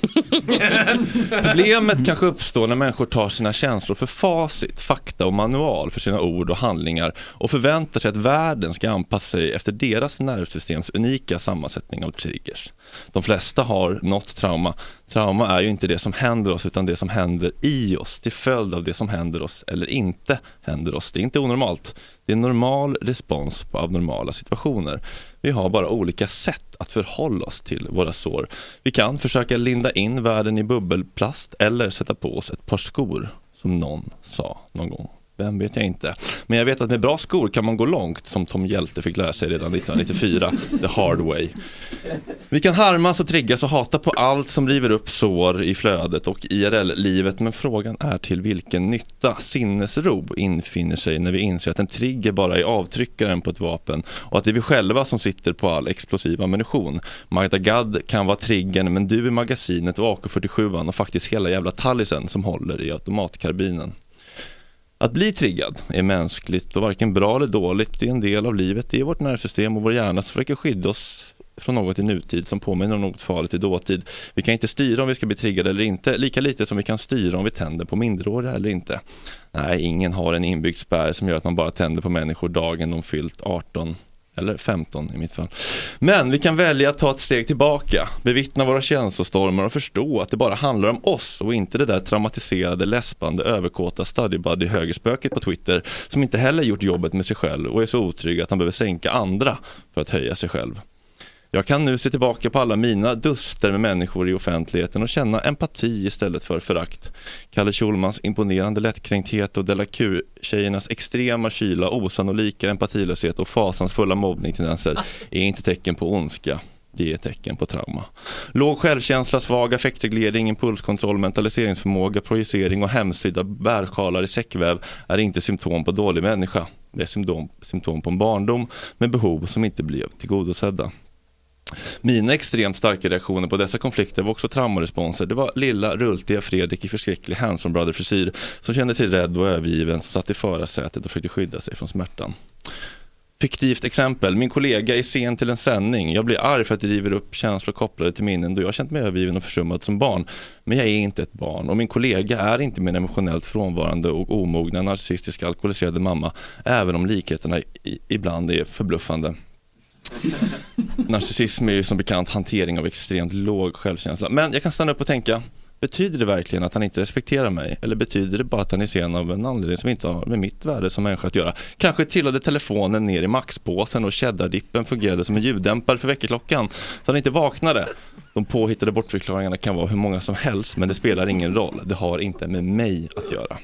S1: Problemet kanske uppstår när människor tar sina känslor för facit, fakta och manual för sina ord och handlingar och förväntar sig att världen ska anpassa sig efter deras nervsystems unika sammansättning av triggers. De flesta har något trauma. Trauma är ju inte det som händer oss utan det som händer i oss till följd av det som händer oss eller inte händer oss. Det är inte onormalt. Det är en normal respons på abnormala situationer. Vi har bara olika sätt att förhålla oss till våra sår. Vi kan försöka linda in världen i bubbelplast eller sätta på oss ett par skor, som någon sa någon gång Vem vet jag inte. Men jag vet att med bra skor kan man gå långt som Tom Hjälte fick lära sig redan 1994, the hard way. Vi kan harmas och triggas och hata på allt som river upp sår i flödet och IRL-livet men frågan är till vilken nytta sinnesro infinner sig när vi inser att en trigger bara är avtryckaren på ett vapen och att det är vi själva som sitter på all explosiv ammunition. Magda Gad kan vara triggern men du är magasinet och AK47 och faktiskt hela jävla tallisen som håller i automatkarbinen. Att bli triggad är mänskligt och varken bra eller dåligt. Det är en del av livet. Det är vårt nervsystem och vår hjärna som försöker skydda oss från något i nutid som påminner om något farligt i dåtid. Vi kan inte styra om vi ska bli triggade eller inte, lika lite som vi kan styra om vi tänder på minderåriga eller inte. Nej, ingen har en inbyggd spärr som gör att man bara tänder på människor dagen de fyllt 18. Eller 15 i mitt fall. Men vi kan välja att ta ett steg tillbaka, bevittna våra känslostormar och förstå att det bara handlar om oss och inte det där traumatiserade, läspande, överkåta studybuddy högerspöket på Twitter som inte heller gjort jobbet med sig själv och är så otrygg att han behöver sänka andra för att höja sig själv. Jag kan nu se tillbaka på alla mina duster med människor i offentligheten och känna empati istället för förakt. Kalle Schulmans imponerande lättkränkthet och Della Q-tjejernas extrema kyla, osannolika empatilöshet och fasansfulla mobbningstendenser är inte tecken på ondska. Det är tecken på trauma. Låg självkänsla, svag affektreglering, impulskontroll, mentaliseringsförmåga, projicering och hemsydda bärsjalar i säckväv är inte symptom på dålig människa. Det är symptom, symptom på en barndom med behov som inte blev tillgodosedda. Mina extremt starka reaktioner på dessa konflikter var också traumaresponser. Det var lilla, rultiga Fredrik i förskräcklig Hanson Brother-frisyr som kände sig rädd och övergiven, som satt i förarsätet och försökte skydda sig från smärtan. Fiktivt exempel, min kollega är sen till en sändning. Jag blir arg för att det river upp känslor kopplade till minnen då jag känt mig övergiven och försummad som barn. Men jag är inte ett barn och min kollega är inte min emotionellt frånvarande och omogna narcissistiska alkoholiserade mamma, även om likheterna i- ibland är förbluffande. Narcissism är ju som bekant hantering av extremt låg självkänsla. Men jag kan stanna upp och tänka, betyder det verkligen att han inte respekterar mig? Eller betyder det bara att han är sen av en anledning som inte har med mitt värde som människa att göra? Kanske trillade telefonen ner i maxpåsen och cheddardippen fungerade som en ljuddämpare för väckarklockan så han inte vaknade. De påhittade bortförklaringarna kan vara hur många som helst men det spelar ingen roll. Det har inte med mig att göra.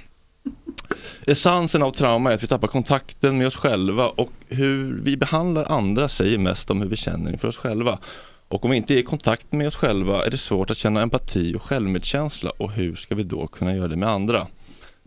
S1: Essensen av trauma är att vi tappar kontakten med oss själva och hur vi behandlar andra säger mest om hur vi känner inför oss själva. Och om vi inte är i kontakt med oss själva är det svårt att känna empati och självmedkänsla och hur ska vi då kunna göra det med andra?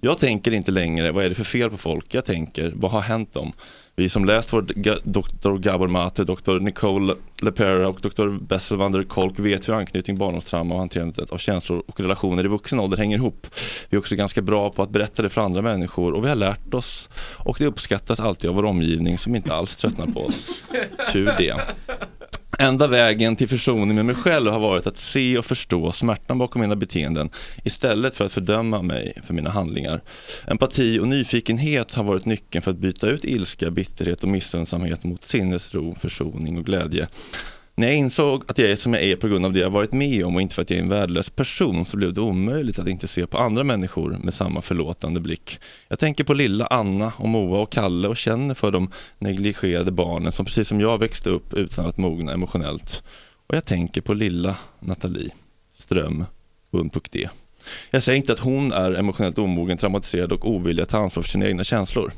S1: Jag tänker inte längre, vad är det för fel på folk? Jag tänker, vad har hänt dem? Vi som läst vår Ga- Dr. Gabor Mate, Dr. Nicole LePera och Dr. Bessel van der Kolk vet hur anknytning, barndomstrauma och hanterandet av känslor och relationer i vuxen ålder hänger ihop. Vi är också ganska bra på att berätta det för andra människor och vi har lärt oss och det uppskattas alltid av vår omgivning som inte alls tröttnar på oss. Tur det. Enda vägen till försoning med mig själv har varit att se och förstå smärtan bakom mina beteenden istället för att fördöma mig för mina handlingar. Empati och nyfikenhet har varit nyckeln för att byta ut ilska, bitterhet och missunnsamhet mot sinnesro, försoning och glädje. När jag insåg att jag är som jag är på grund av det jag varit med om och inte för att jag är en värdelös person så blev det omöjligt att inte se på andra människor med samma förlåtande blick. Jag tänker på lilla Anna och Moa och Kalle och känner för de negligerade barnen som precis som jag växte upp utan att mogna emotionellt. Och jag tänker på lilla Nathalie Ström, ung.d. Jag säger inte att hon är emotionellt omogen, traumatiserad och ovillig att ta ansvar för sina egna känslor.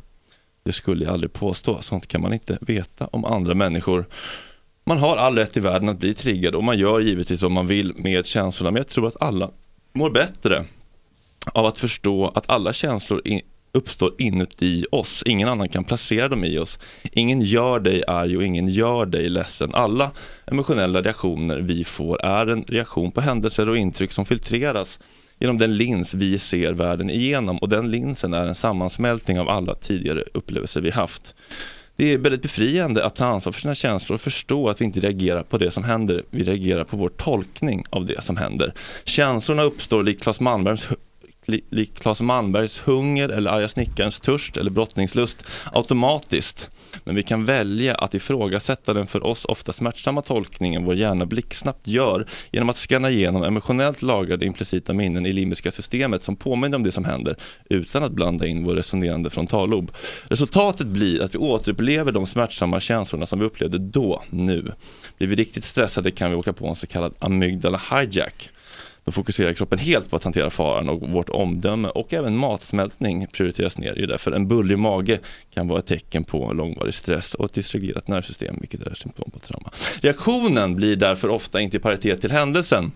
S1: Det skulle jag aldrig påstå, sånt kan man inte veta om andra människor. Man har all rätt i världen att bli triggad och man gör givetvis vad man vill med känslorna. Men jag tror att alla mår bättre av att förstå att alla känslor in, uppstår inuti oss. Ingen annan kan placera dem i oss. Ingen gör dig arg och ingen gör dig ledsen. Alla emotionella reaktioner vi får är en reaktion på händelser och intryck som filtreras genom den lins vi ser världen igenom och den linsen är en sammansmältning av alla tidigare upplevelser vi haft. Det är väldigt befriande att ta ansvar för sina känslor och förstå att vi inte reagerar på det som händer. Vi reagerar på vår tolkning av det som händer. Känslorna uppstår likt Claes Malmbergs li- likt Claes Malmbergs hunger eller arga snickarens törst eller brottningslust automatiskt. Men vi kan välja att ifrågasätta den för oss ofta smärtsamma tolkningen vår hjärna blixtsnabbt gör genom att skanna igenom emotionellt lagrade implicita minnen i limbiska systemet som påminner om det som händer utan att blanda in vår resonerande frontallob. Resultatet blir att vi återupplever de smärtsamma känslorna som vi upplevde då, nu. Blir vi riktigt stressade kan vi åka på en så kallad amygdala hijack. Då fokuserar kroppen helt på att hantera faran och vårt omdöme och även matsmältning prioriteras ner. Det är därför en bullig mage kan vara ett tecken på långvarig stress och ett dysreglerat nervsystem, vilket är symptom på trauma. Reaktionen blir därför ofta inte i paritet till händelsen.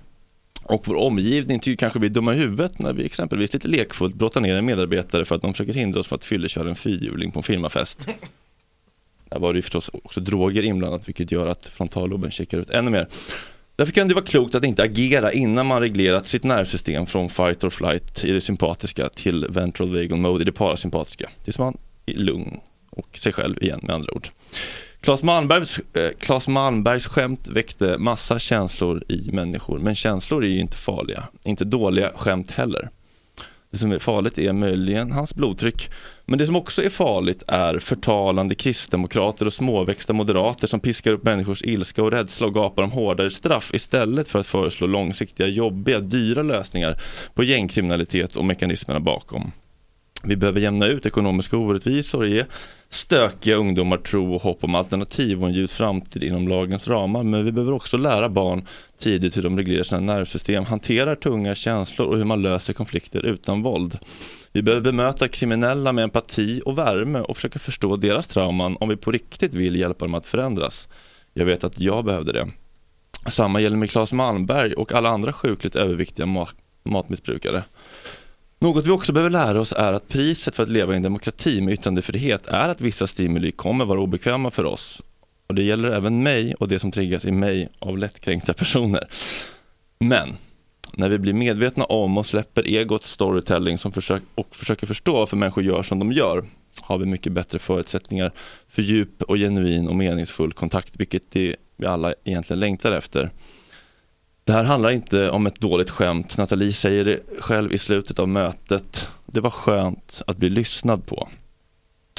S1: Och vår omgivning tycker kanske vi är dumma i huvudet när vi exempelvis lite lekfullt brottar ner en medarbetare för att de försöker hindra oss från att fylleköra en fyrhjuling på en firmafest. Där var det ju förstås också droger inblandat vilket gör att frontalloben checkar ut ännu mer. Därför kan det vara klokt att inte agera innan man reglerat sitt nervsystem från fight or flight i det sympatiska till ventral vagal mode i det parasympatiska. Tills man är lugn och sig själv igen med andra ord. Claes Malmbergs, eh, Claes Malmbergs skämt väckte massa känslor i människor, men känslor är ju inte farliga. Inte dåliga skämt heller. Det som är farligt är möjligen hans blodtryck. Men det som också är farligt är förtalande kristdemokrater och småväxta moderater som piskar upp människors ilska och rädsla och gapar om hårdare straff istället för att föreslå långsiktiga, jobbiga, dyra lösningar på gängkriminalitet och mekanismerna bakom. Vi behöver jämna ut ekonomiska orättvisor och ge stökiga ungdomar tro och hopp om alternativ och en ljus framtid inom lagens ramar. Men vi behöver också lära barn tidigt hur de reglerar sina nervsystem, hanterar tunga känslor och hur man löser konflikter utan våld. Vi behöver bemöta kriminella med empati och värme och försöka förstå deras trauman om vi på riktigt vill hjälpa dem att förändras. Jag vet att jag behövde det. Samma gäller med Claes Malmberg och alla andra sjukligt överviktiga ma- matmissbrukare. Något vi också behöver lära oss är att priset för att leva i en demokrati med yttrandefrihet är att vissa stimuli kommer vara obekväma för oss. Och det gäller även mig och det som triggas i mig av lättkränkta personer. Men, när vi blir medvetna om och släpper egot storytelling som försök, och försöker förstå varför människor gör som de gör, har vi mycket bättre förutsättningar för djup och genuin och meningsfull kontakt, vilket det vi alla egentligen längtar efter. Det här handlar inte om ett dåligt skämt. Nathalie säger det själv i slutet av mötet. Det var skönt att bli lyssnad på.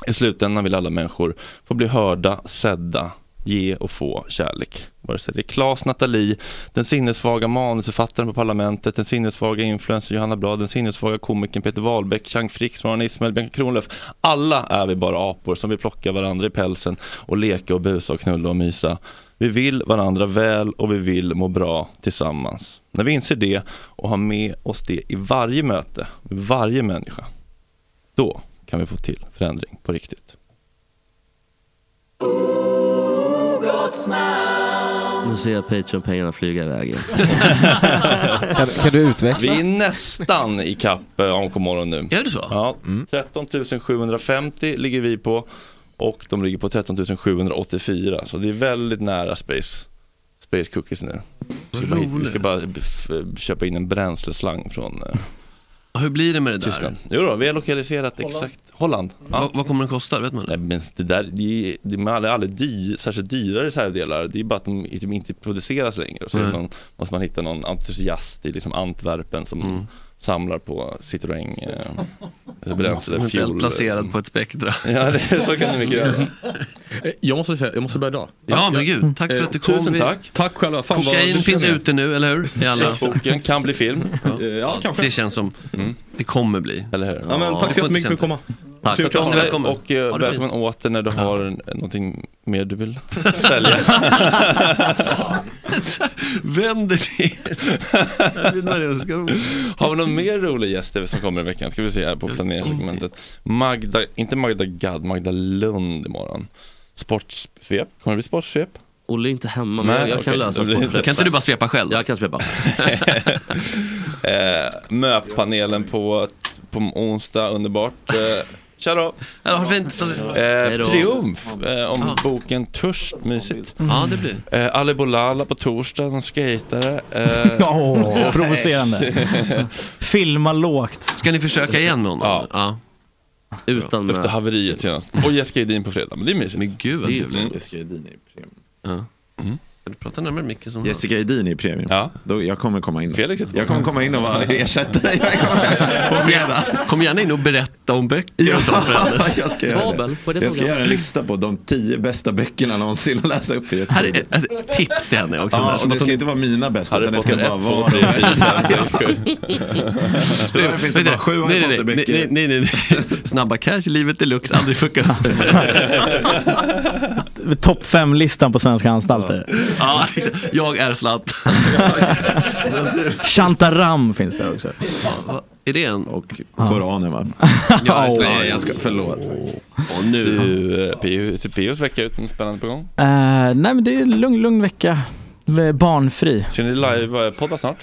S1: I slutändan vill alla människor få bli hörda, sedda, ge och få kärlek. Vare sig det är Claes Nathalie, den sinnessvaga manusförfattaren på Parlamentet, den sinnessvaga influencern Johanna Blad, den sinnessvaga komikern Peter Wahlbeck, Chang Frick, Soran Ismail, Bianca Kronlöf. Alla är vi bara apor som vill plocka varandra i pälsen och leka och busa och knulla och mysa. Vi vill varandra väl och vi vill må bra tillsammans. När vi inser det och har med oss det i varje möte, med varje människa, då kan vi få till förändring på riktigt.
S6: Nu ser jag Patreon-pengarna flyga iväg igen.
S1: Kan, du utveckla? Vi är nästan i kapp eh, Onkomorgon nu. Är det så? Ja, 13 750 ligger vi på och de ligger på 13 784. Så det är väldigt nära Space, space Cookies nu. Vi ska, bara, hit- vi ska bara f- köpa in en bränsleslang från eh,
S3: Hur blir det med det där?
S1: Tyskland. Jo då, vi har lokaliserat exakt Holland. Vad, kommer den kosta? Vet man det? Nej, men det där, det är, det är aldrig, aldrig dy, särskilt dyra reservdelar. Det är bara att de inte- inte produceras längre. Och så är det
S3: Nej.
S1: någon, måste man hitta någon entusiast i liksom Antwerpen som samlar på Citroën eh, bränsle.
S3: Eventuellt
S1: fuel. Mm.
S3: placerad på ett spektra.
S1: Ja, det, så kan det mycket väl vara.
S12: Jag måste säga, jag måste börja dra.
S3: Ja, men gud. Tack för
S12: Eh,
S3: att du kom.
S12: Tusen
S3: Vi-
S12: tack. Tack själva. Fan, vad
S3: Kokain
S12: du
S3: finns
S12: känner.
S3: ute nu, eller hur? I alla...
S12: Boken
S1: kan bli film.
S3: Ja, Det känns som det kommer bli.
S1: Eller hur?
S12: Ja, men tack så jättemycket för att komma.
S1: Tack.
S12: Kul att ha dig.
S1: Välkommen. Och eh,
S12: Ha det fint.
S1: välkommen åter när du har en, någonting mer du vill sälja. Vänd dig till. har vi någon mer rolig gäst som kommer i veckan? Ska vi se här på planeringsdokumentet. Magda, inte Magda Gad, Magda Lund imorgon. Sportsvep, kommer det bli sportsvep?
S6: Olle är inte hemma, men jag- jag kan lösa sportsvep. Kan inte du bara
S1: svepa själv? Jag
S6: kan svepa.
S1: eh, MÖP-panelen på, på onsdag, underbart. Eh, Tja då!
S3: Ja, ha det fint. Hej
S1: Eh,
S3: då.
S1: triumf eh, om
S3: Ja.
S1: boken Törst, mysigt.
S3: Mm. Ja, det blir.
S1: Eh, Ali Bolala på torsdag, en skejtare. Eh,
S4: Åh, provocerande. Filma lågt.
S3: Ska ni försöka igen med honom? Ja. eh,
S6: Utan
S1: Efter haveriet senast. Och Jessica Edin på fredag, men det är mysigt. Men
S3: gud vad trevligt.
S5: Jessica Edin är premium.
S3: Ja. Kan du prata närmare micken som
S5: Jessica Edin är premium.
S1: Ja.
S5: Då, jag kommer komma in.
S1: Felix
S5: jag kommer komma in och vara ersättare. Jag kommer- På fredag.
S3: Kom gärna in och berätta om böcker och sånt för henne.
S5: jag ska göra
S3: Babel, var
S5: det.
S3: det
S5: Jag ska
S3: frågan?
S5: göra en lista på de tio bästa böckerna någonsin och läsa upp för Jessica
S3: Här är
S5: Edin.
S3: ett tips till henne också. så här,
S5: Ja,
S3: som
S5: och
S3: att
S5: det
S3: hon-
S5: ska inte vara mina bästa,
S3: Harry
S5: utan det ska
S3: Potter
S5: bara
S3: ett,
S5: vara
S3: två,
S5: de
S3: tre,
S5: bästa. Tyvärr finns det
S3: Vänta,
S5: bara sju Harry
S3: nej, nej, nej,
S5: Potter-böcker.
S3: nej, nej, nej, nej. Snabba cash, livet deluxe, aldrig fucka upp.
S4: Topp fem listan på svenska anstalter.
S3: Ja, exakt. jag är slatt.
S4: Shantaram finns där också.
S3: Är det en?
S5: Och
S4: Koranen,
S5: va?
S4: Ja, just det.
S1: Nej,
S5: jag ska, förlåt.
S1: Och nu, eh, P.O. ser P.O.s vecka ut, något spännande på gång?
S4: Eh, nej men det är en lugn, lugn vecka. Eh, Barnfri.
S1: Ska ni live-podda snart?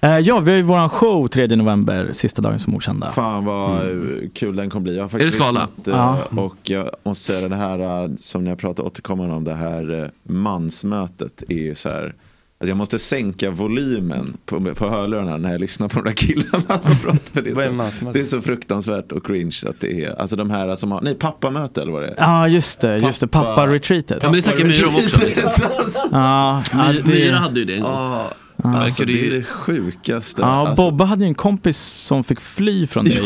S4: Eh, ja, vi har ju våran show 3 november, sista dagen som okända.
S5: Fan vad eh, kul den kommer bli. Jag har faktiskt
S4: Är det skala?
S5: lyssnat, eh,
S4: Ja.
S5: Och jag måste säga det här eh, som ni har pratat återkommande om, det här eh, mansmötet är ju så här. Alltså jag måste sänka volymen på, på hörlurarna när jag lyssnar på de där killarna som pratar. För det,
S1: Vad är
S5: är så,
S1: mansmöte?
S5: det är så fruktansvärt och cringe att det är. Alltså de här som har, nej pappamöte eller vad det är.
S4: Ja, just det. Just det. Pappa-retreatet.
S5: Ja, men det snackar Myra om också, liksom.
S4: Ja, ja, det-
S5: Ja,
S4: Ja.
S5: alltså det är det sjukaste.
S4: Ja,
S5: alltså,
S4: Bobba hade ju en kompis som fick fly från det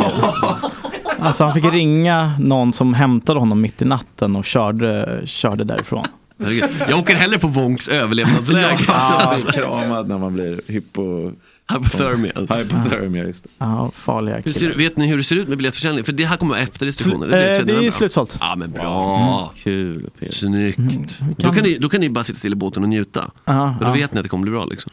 S4: Alltså han fick ringa någon som hämtade honom mitt i natten och körde, körde därifrån.
S3: Herregud. Jag åker hellre på Wonks överlevnadsläger.
S5: Ja, kramad när man blir hypo...
S3: Hypothermia.
S5: Hypothermia, just det.
S4: Ja, farliga
S3: Hur ser,
S4: killar.
S3: vet ni hur det ser ut med biljettförsäljning? För det här kommer efter restriktioner.
S4: Sl- eh,
S3: tredje
S4: det är
S3: november.
S4: slutsålt. Mm,
S3: Ja men bra.
S6: Kul.
S3: Snyggt. Då, kan ni, då kan ni bara sitta still i båten och njuta.
S4: Ja,
S3: Men då
S4: ja.
S3: vet ni att det kommer bli bra liksom.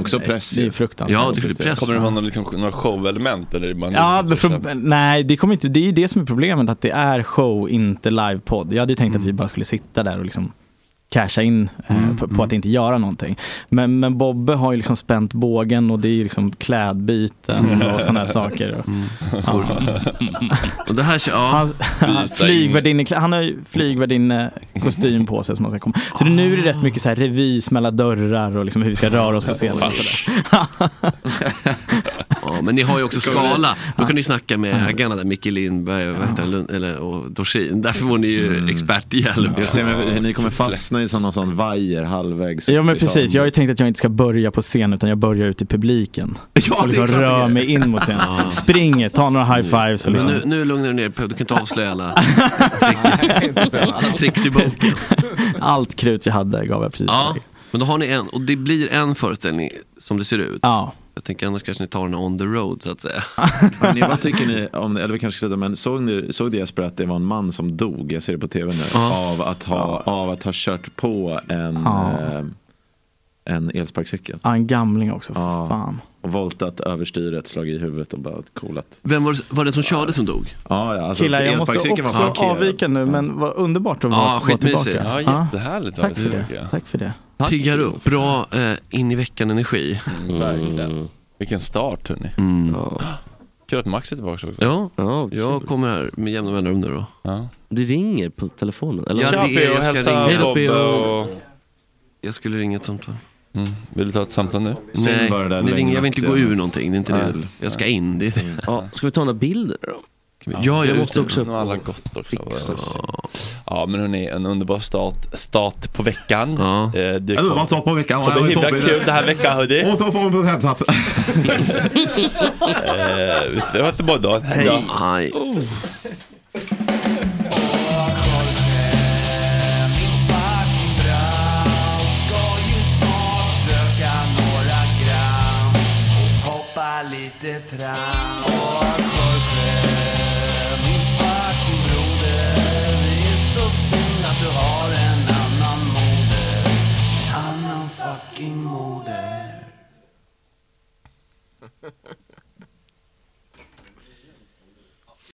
S5: Också nej, press
S4: det är ju. fruktansvärt.
S3: Ja, det är press.
S1: Kommer det vara någon, liksom, några showelement eller är det bara typ
S4: Ja, men för, nej, det, kommer inte, det är ju det som är problemet, att det är show, inte livepodd. Jag hade ju tänkt
S3: Mm.
S4: att vi bara skulle sitta där och liksom casha in eh, på,
S3: mm.
S4: på att inte göra någonting. Men, men Bobbe har ju liksom spänt bågen och det är ju liksom klädbyten och sådana här saker. Ja.
S3: Mm. Och det här, ja.
S4: Han, flygvärdinne- han har ju flygvärdinnekostym på sig som man ska komma. Så det, nu är det rätt mycket så här revy, smälla dörrar och liksom hur vi ska röra oss på scenen. Och så där.
S3: Ja, men ni har ju också
S4: Kommer det-
S3: skala. Då kan ni snacka med ägarna där, Micke Lindberg och, vad heter han, Lund, eller, och Dorsin. Där får ni ju experthjälp.
S5: Jag Mm. ser hur ni kommer fastna i sådana sån vajer halvvägs.
S4: Ja men
S5: upp i
S4: precis,
S5: sanden.
S4: jag har ju tänkt att jag inte ska börja på scen utan jag börjar ute i publiken.
S5: det är
S4: och liksom
S5: klassiker.
S4: rör mig in mot scenen. Springer, tar några high fives och
S3: Mm. Men
S4: liksom.
S3: nu, nu lugnar du ner dig, du kan inte avslöja alla trick- tricks i boken.
S4: Allt krut jag hade gav jag precis.
S3: Ja, men då har ni en, och det blir en föreställning som det ser ut.
S4: Ja.
S3: Jag tänker annars kanske ni tar den on the road så att säga.
S5: Men ni, vad tycker ni om det? Eller vi kanske ska säga, men såg, ni, såg det Jesper att det var en man som dog? Jag ser det på tv nu. Av, att ha, av att ha kört på en,
S4: Ja.
S5: eh, en elsparkcykel.
S4: Ja, en gamling också, för fan.
S5: Och voltat över styret, slagit i huvudet och bara coolat.
S3: Vem var, det- var det som körde som dog?
S5: Ja, ja, alltså,
S4: Killar, jag måste
S5: elsparkcykeln var
S4: också
S5: parkerad.
S4: avvika nu men vad underbart att vara
S3: Ja,
S4: vara tillbaka.
S3: skitmysigt. Ja, jättehärligt att
S4: Tack
S3: ha
S4: för
S3: det.
S4: det. Tack för det.
S3: Piggar upp, bra eh, in i veckan-energi.
S1: Mm. Verkligen. Vilken start hörni. Kul att Max är tillbaka också.
S3: Mm. Ja, jag kommer här med jämna mellanrum nu då.
S6: Det ringer på telefonen. Eller?
S1: Ja, det är, jag ska ringa.
S6: Hej då, P.O.
S3: Jag skulle ringa ett samtal.
S1: Mm. Vill du ta ett samtal nu?
S3: Nej, nu ringer, jag vill inte gå ur någonting. Det är inte det. Jag ska in. Det är det.
S6: Ja, ska vi ta några bilder då?
S3: Ja, jag är ute.
S1: Nu har alla gått också. Ja, men hörni, en underbar start, start på veckan. Eh, det
S15: Eller vad
S1: kommer-
S15: tar på veckan?
S1: kommer
S15: Ja,
S1: himla
S15: Tobbe.
S1: kul det här veckan hörni.
S15: Och så får hon bli hämtat.
S1: Eh, Det var Göteborg då.
S15: Hej.
S1: Hej.
S3: Hej.
S1: Oh.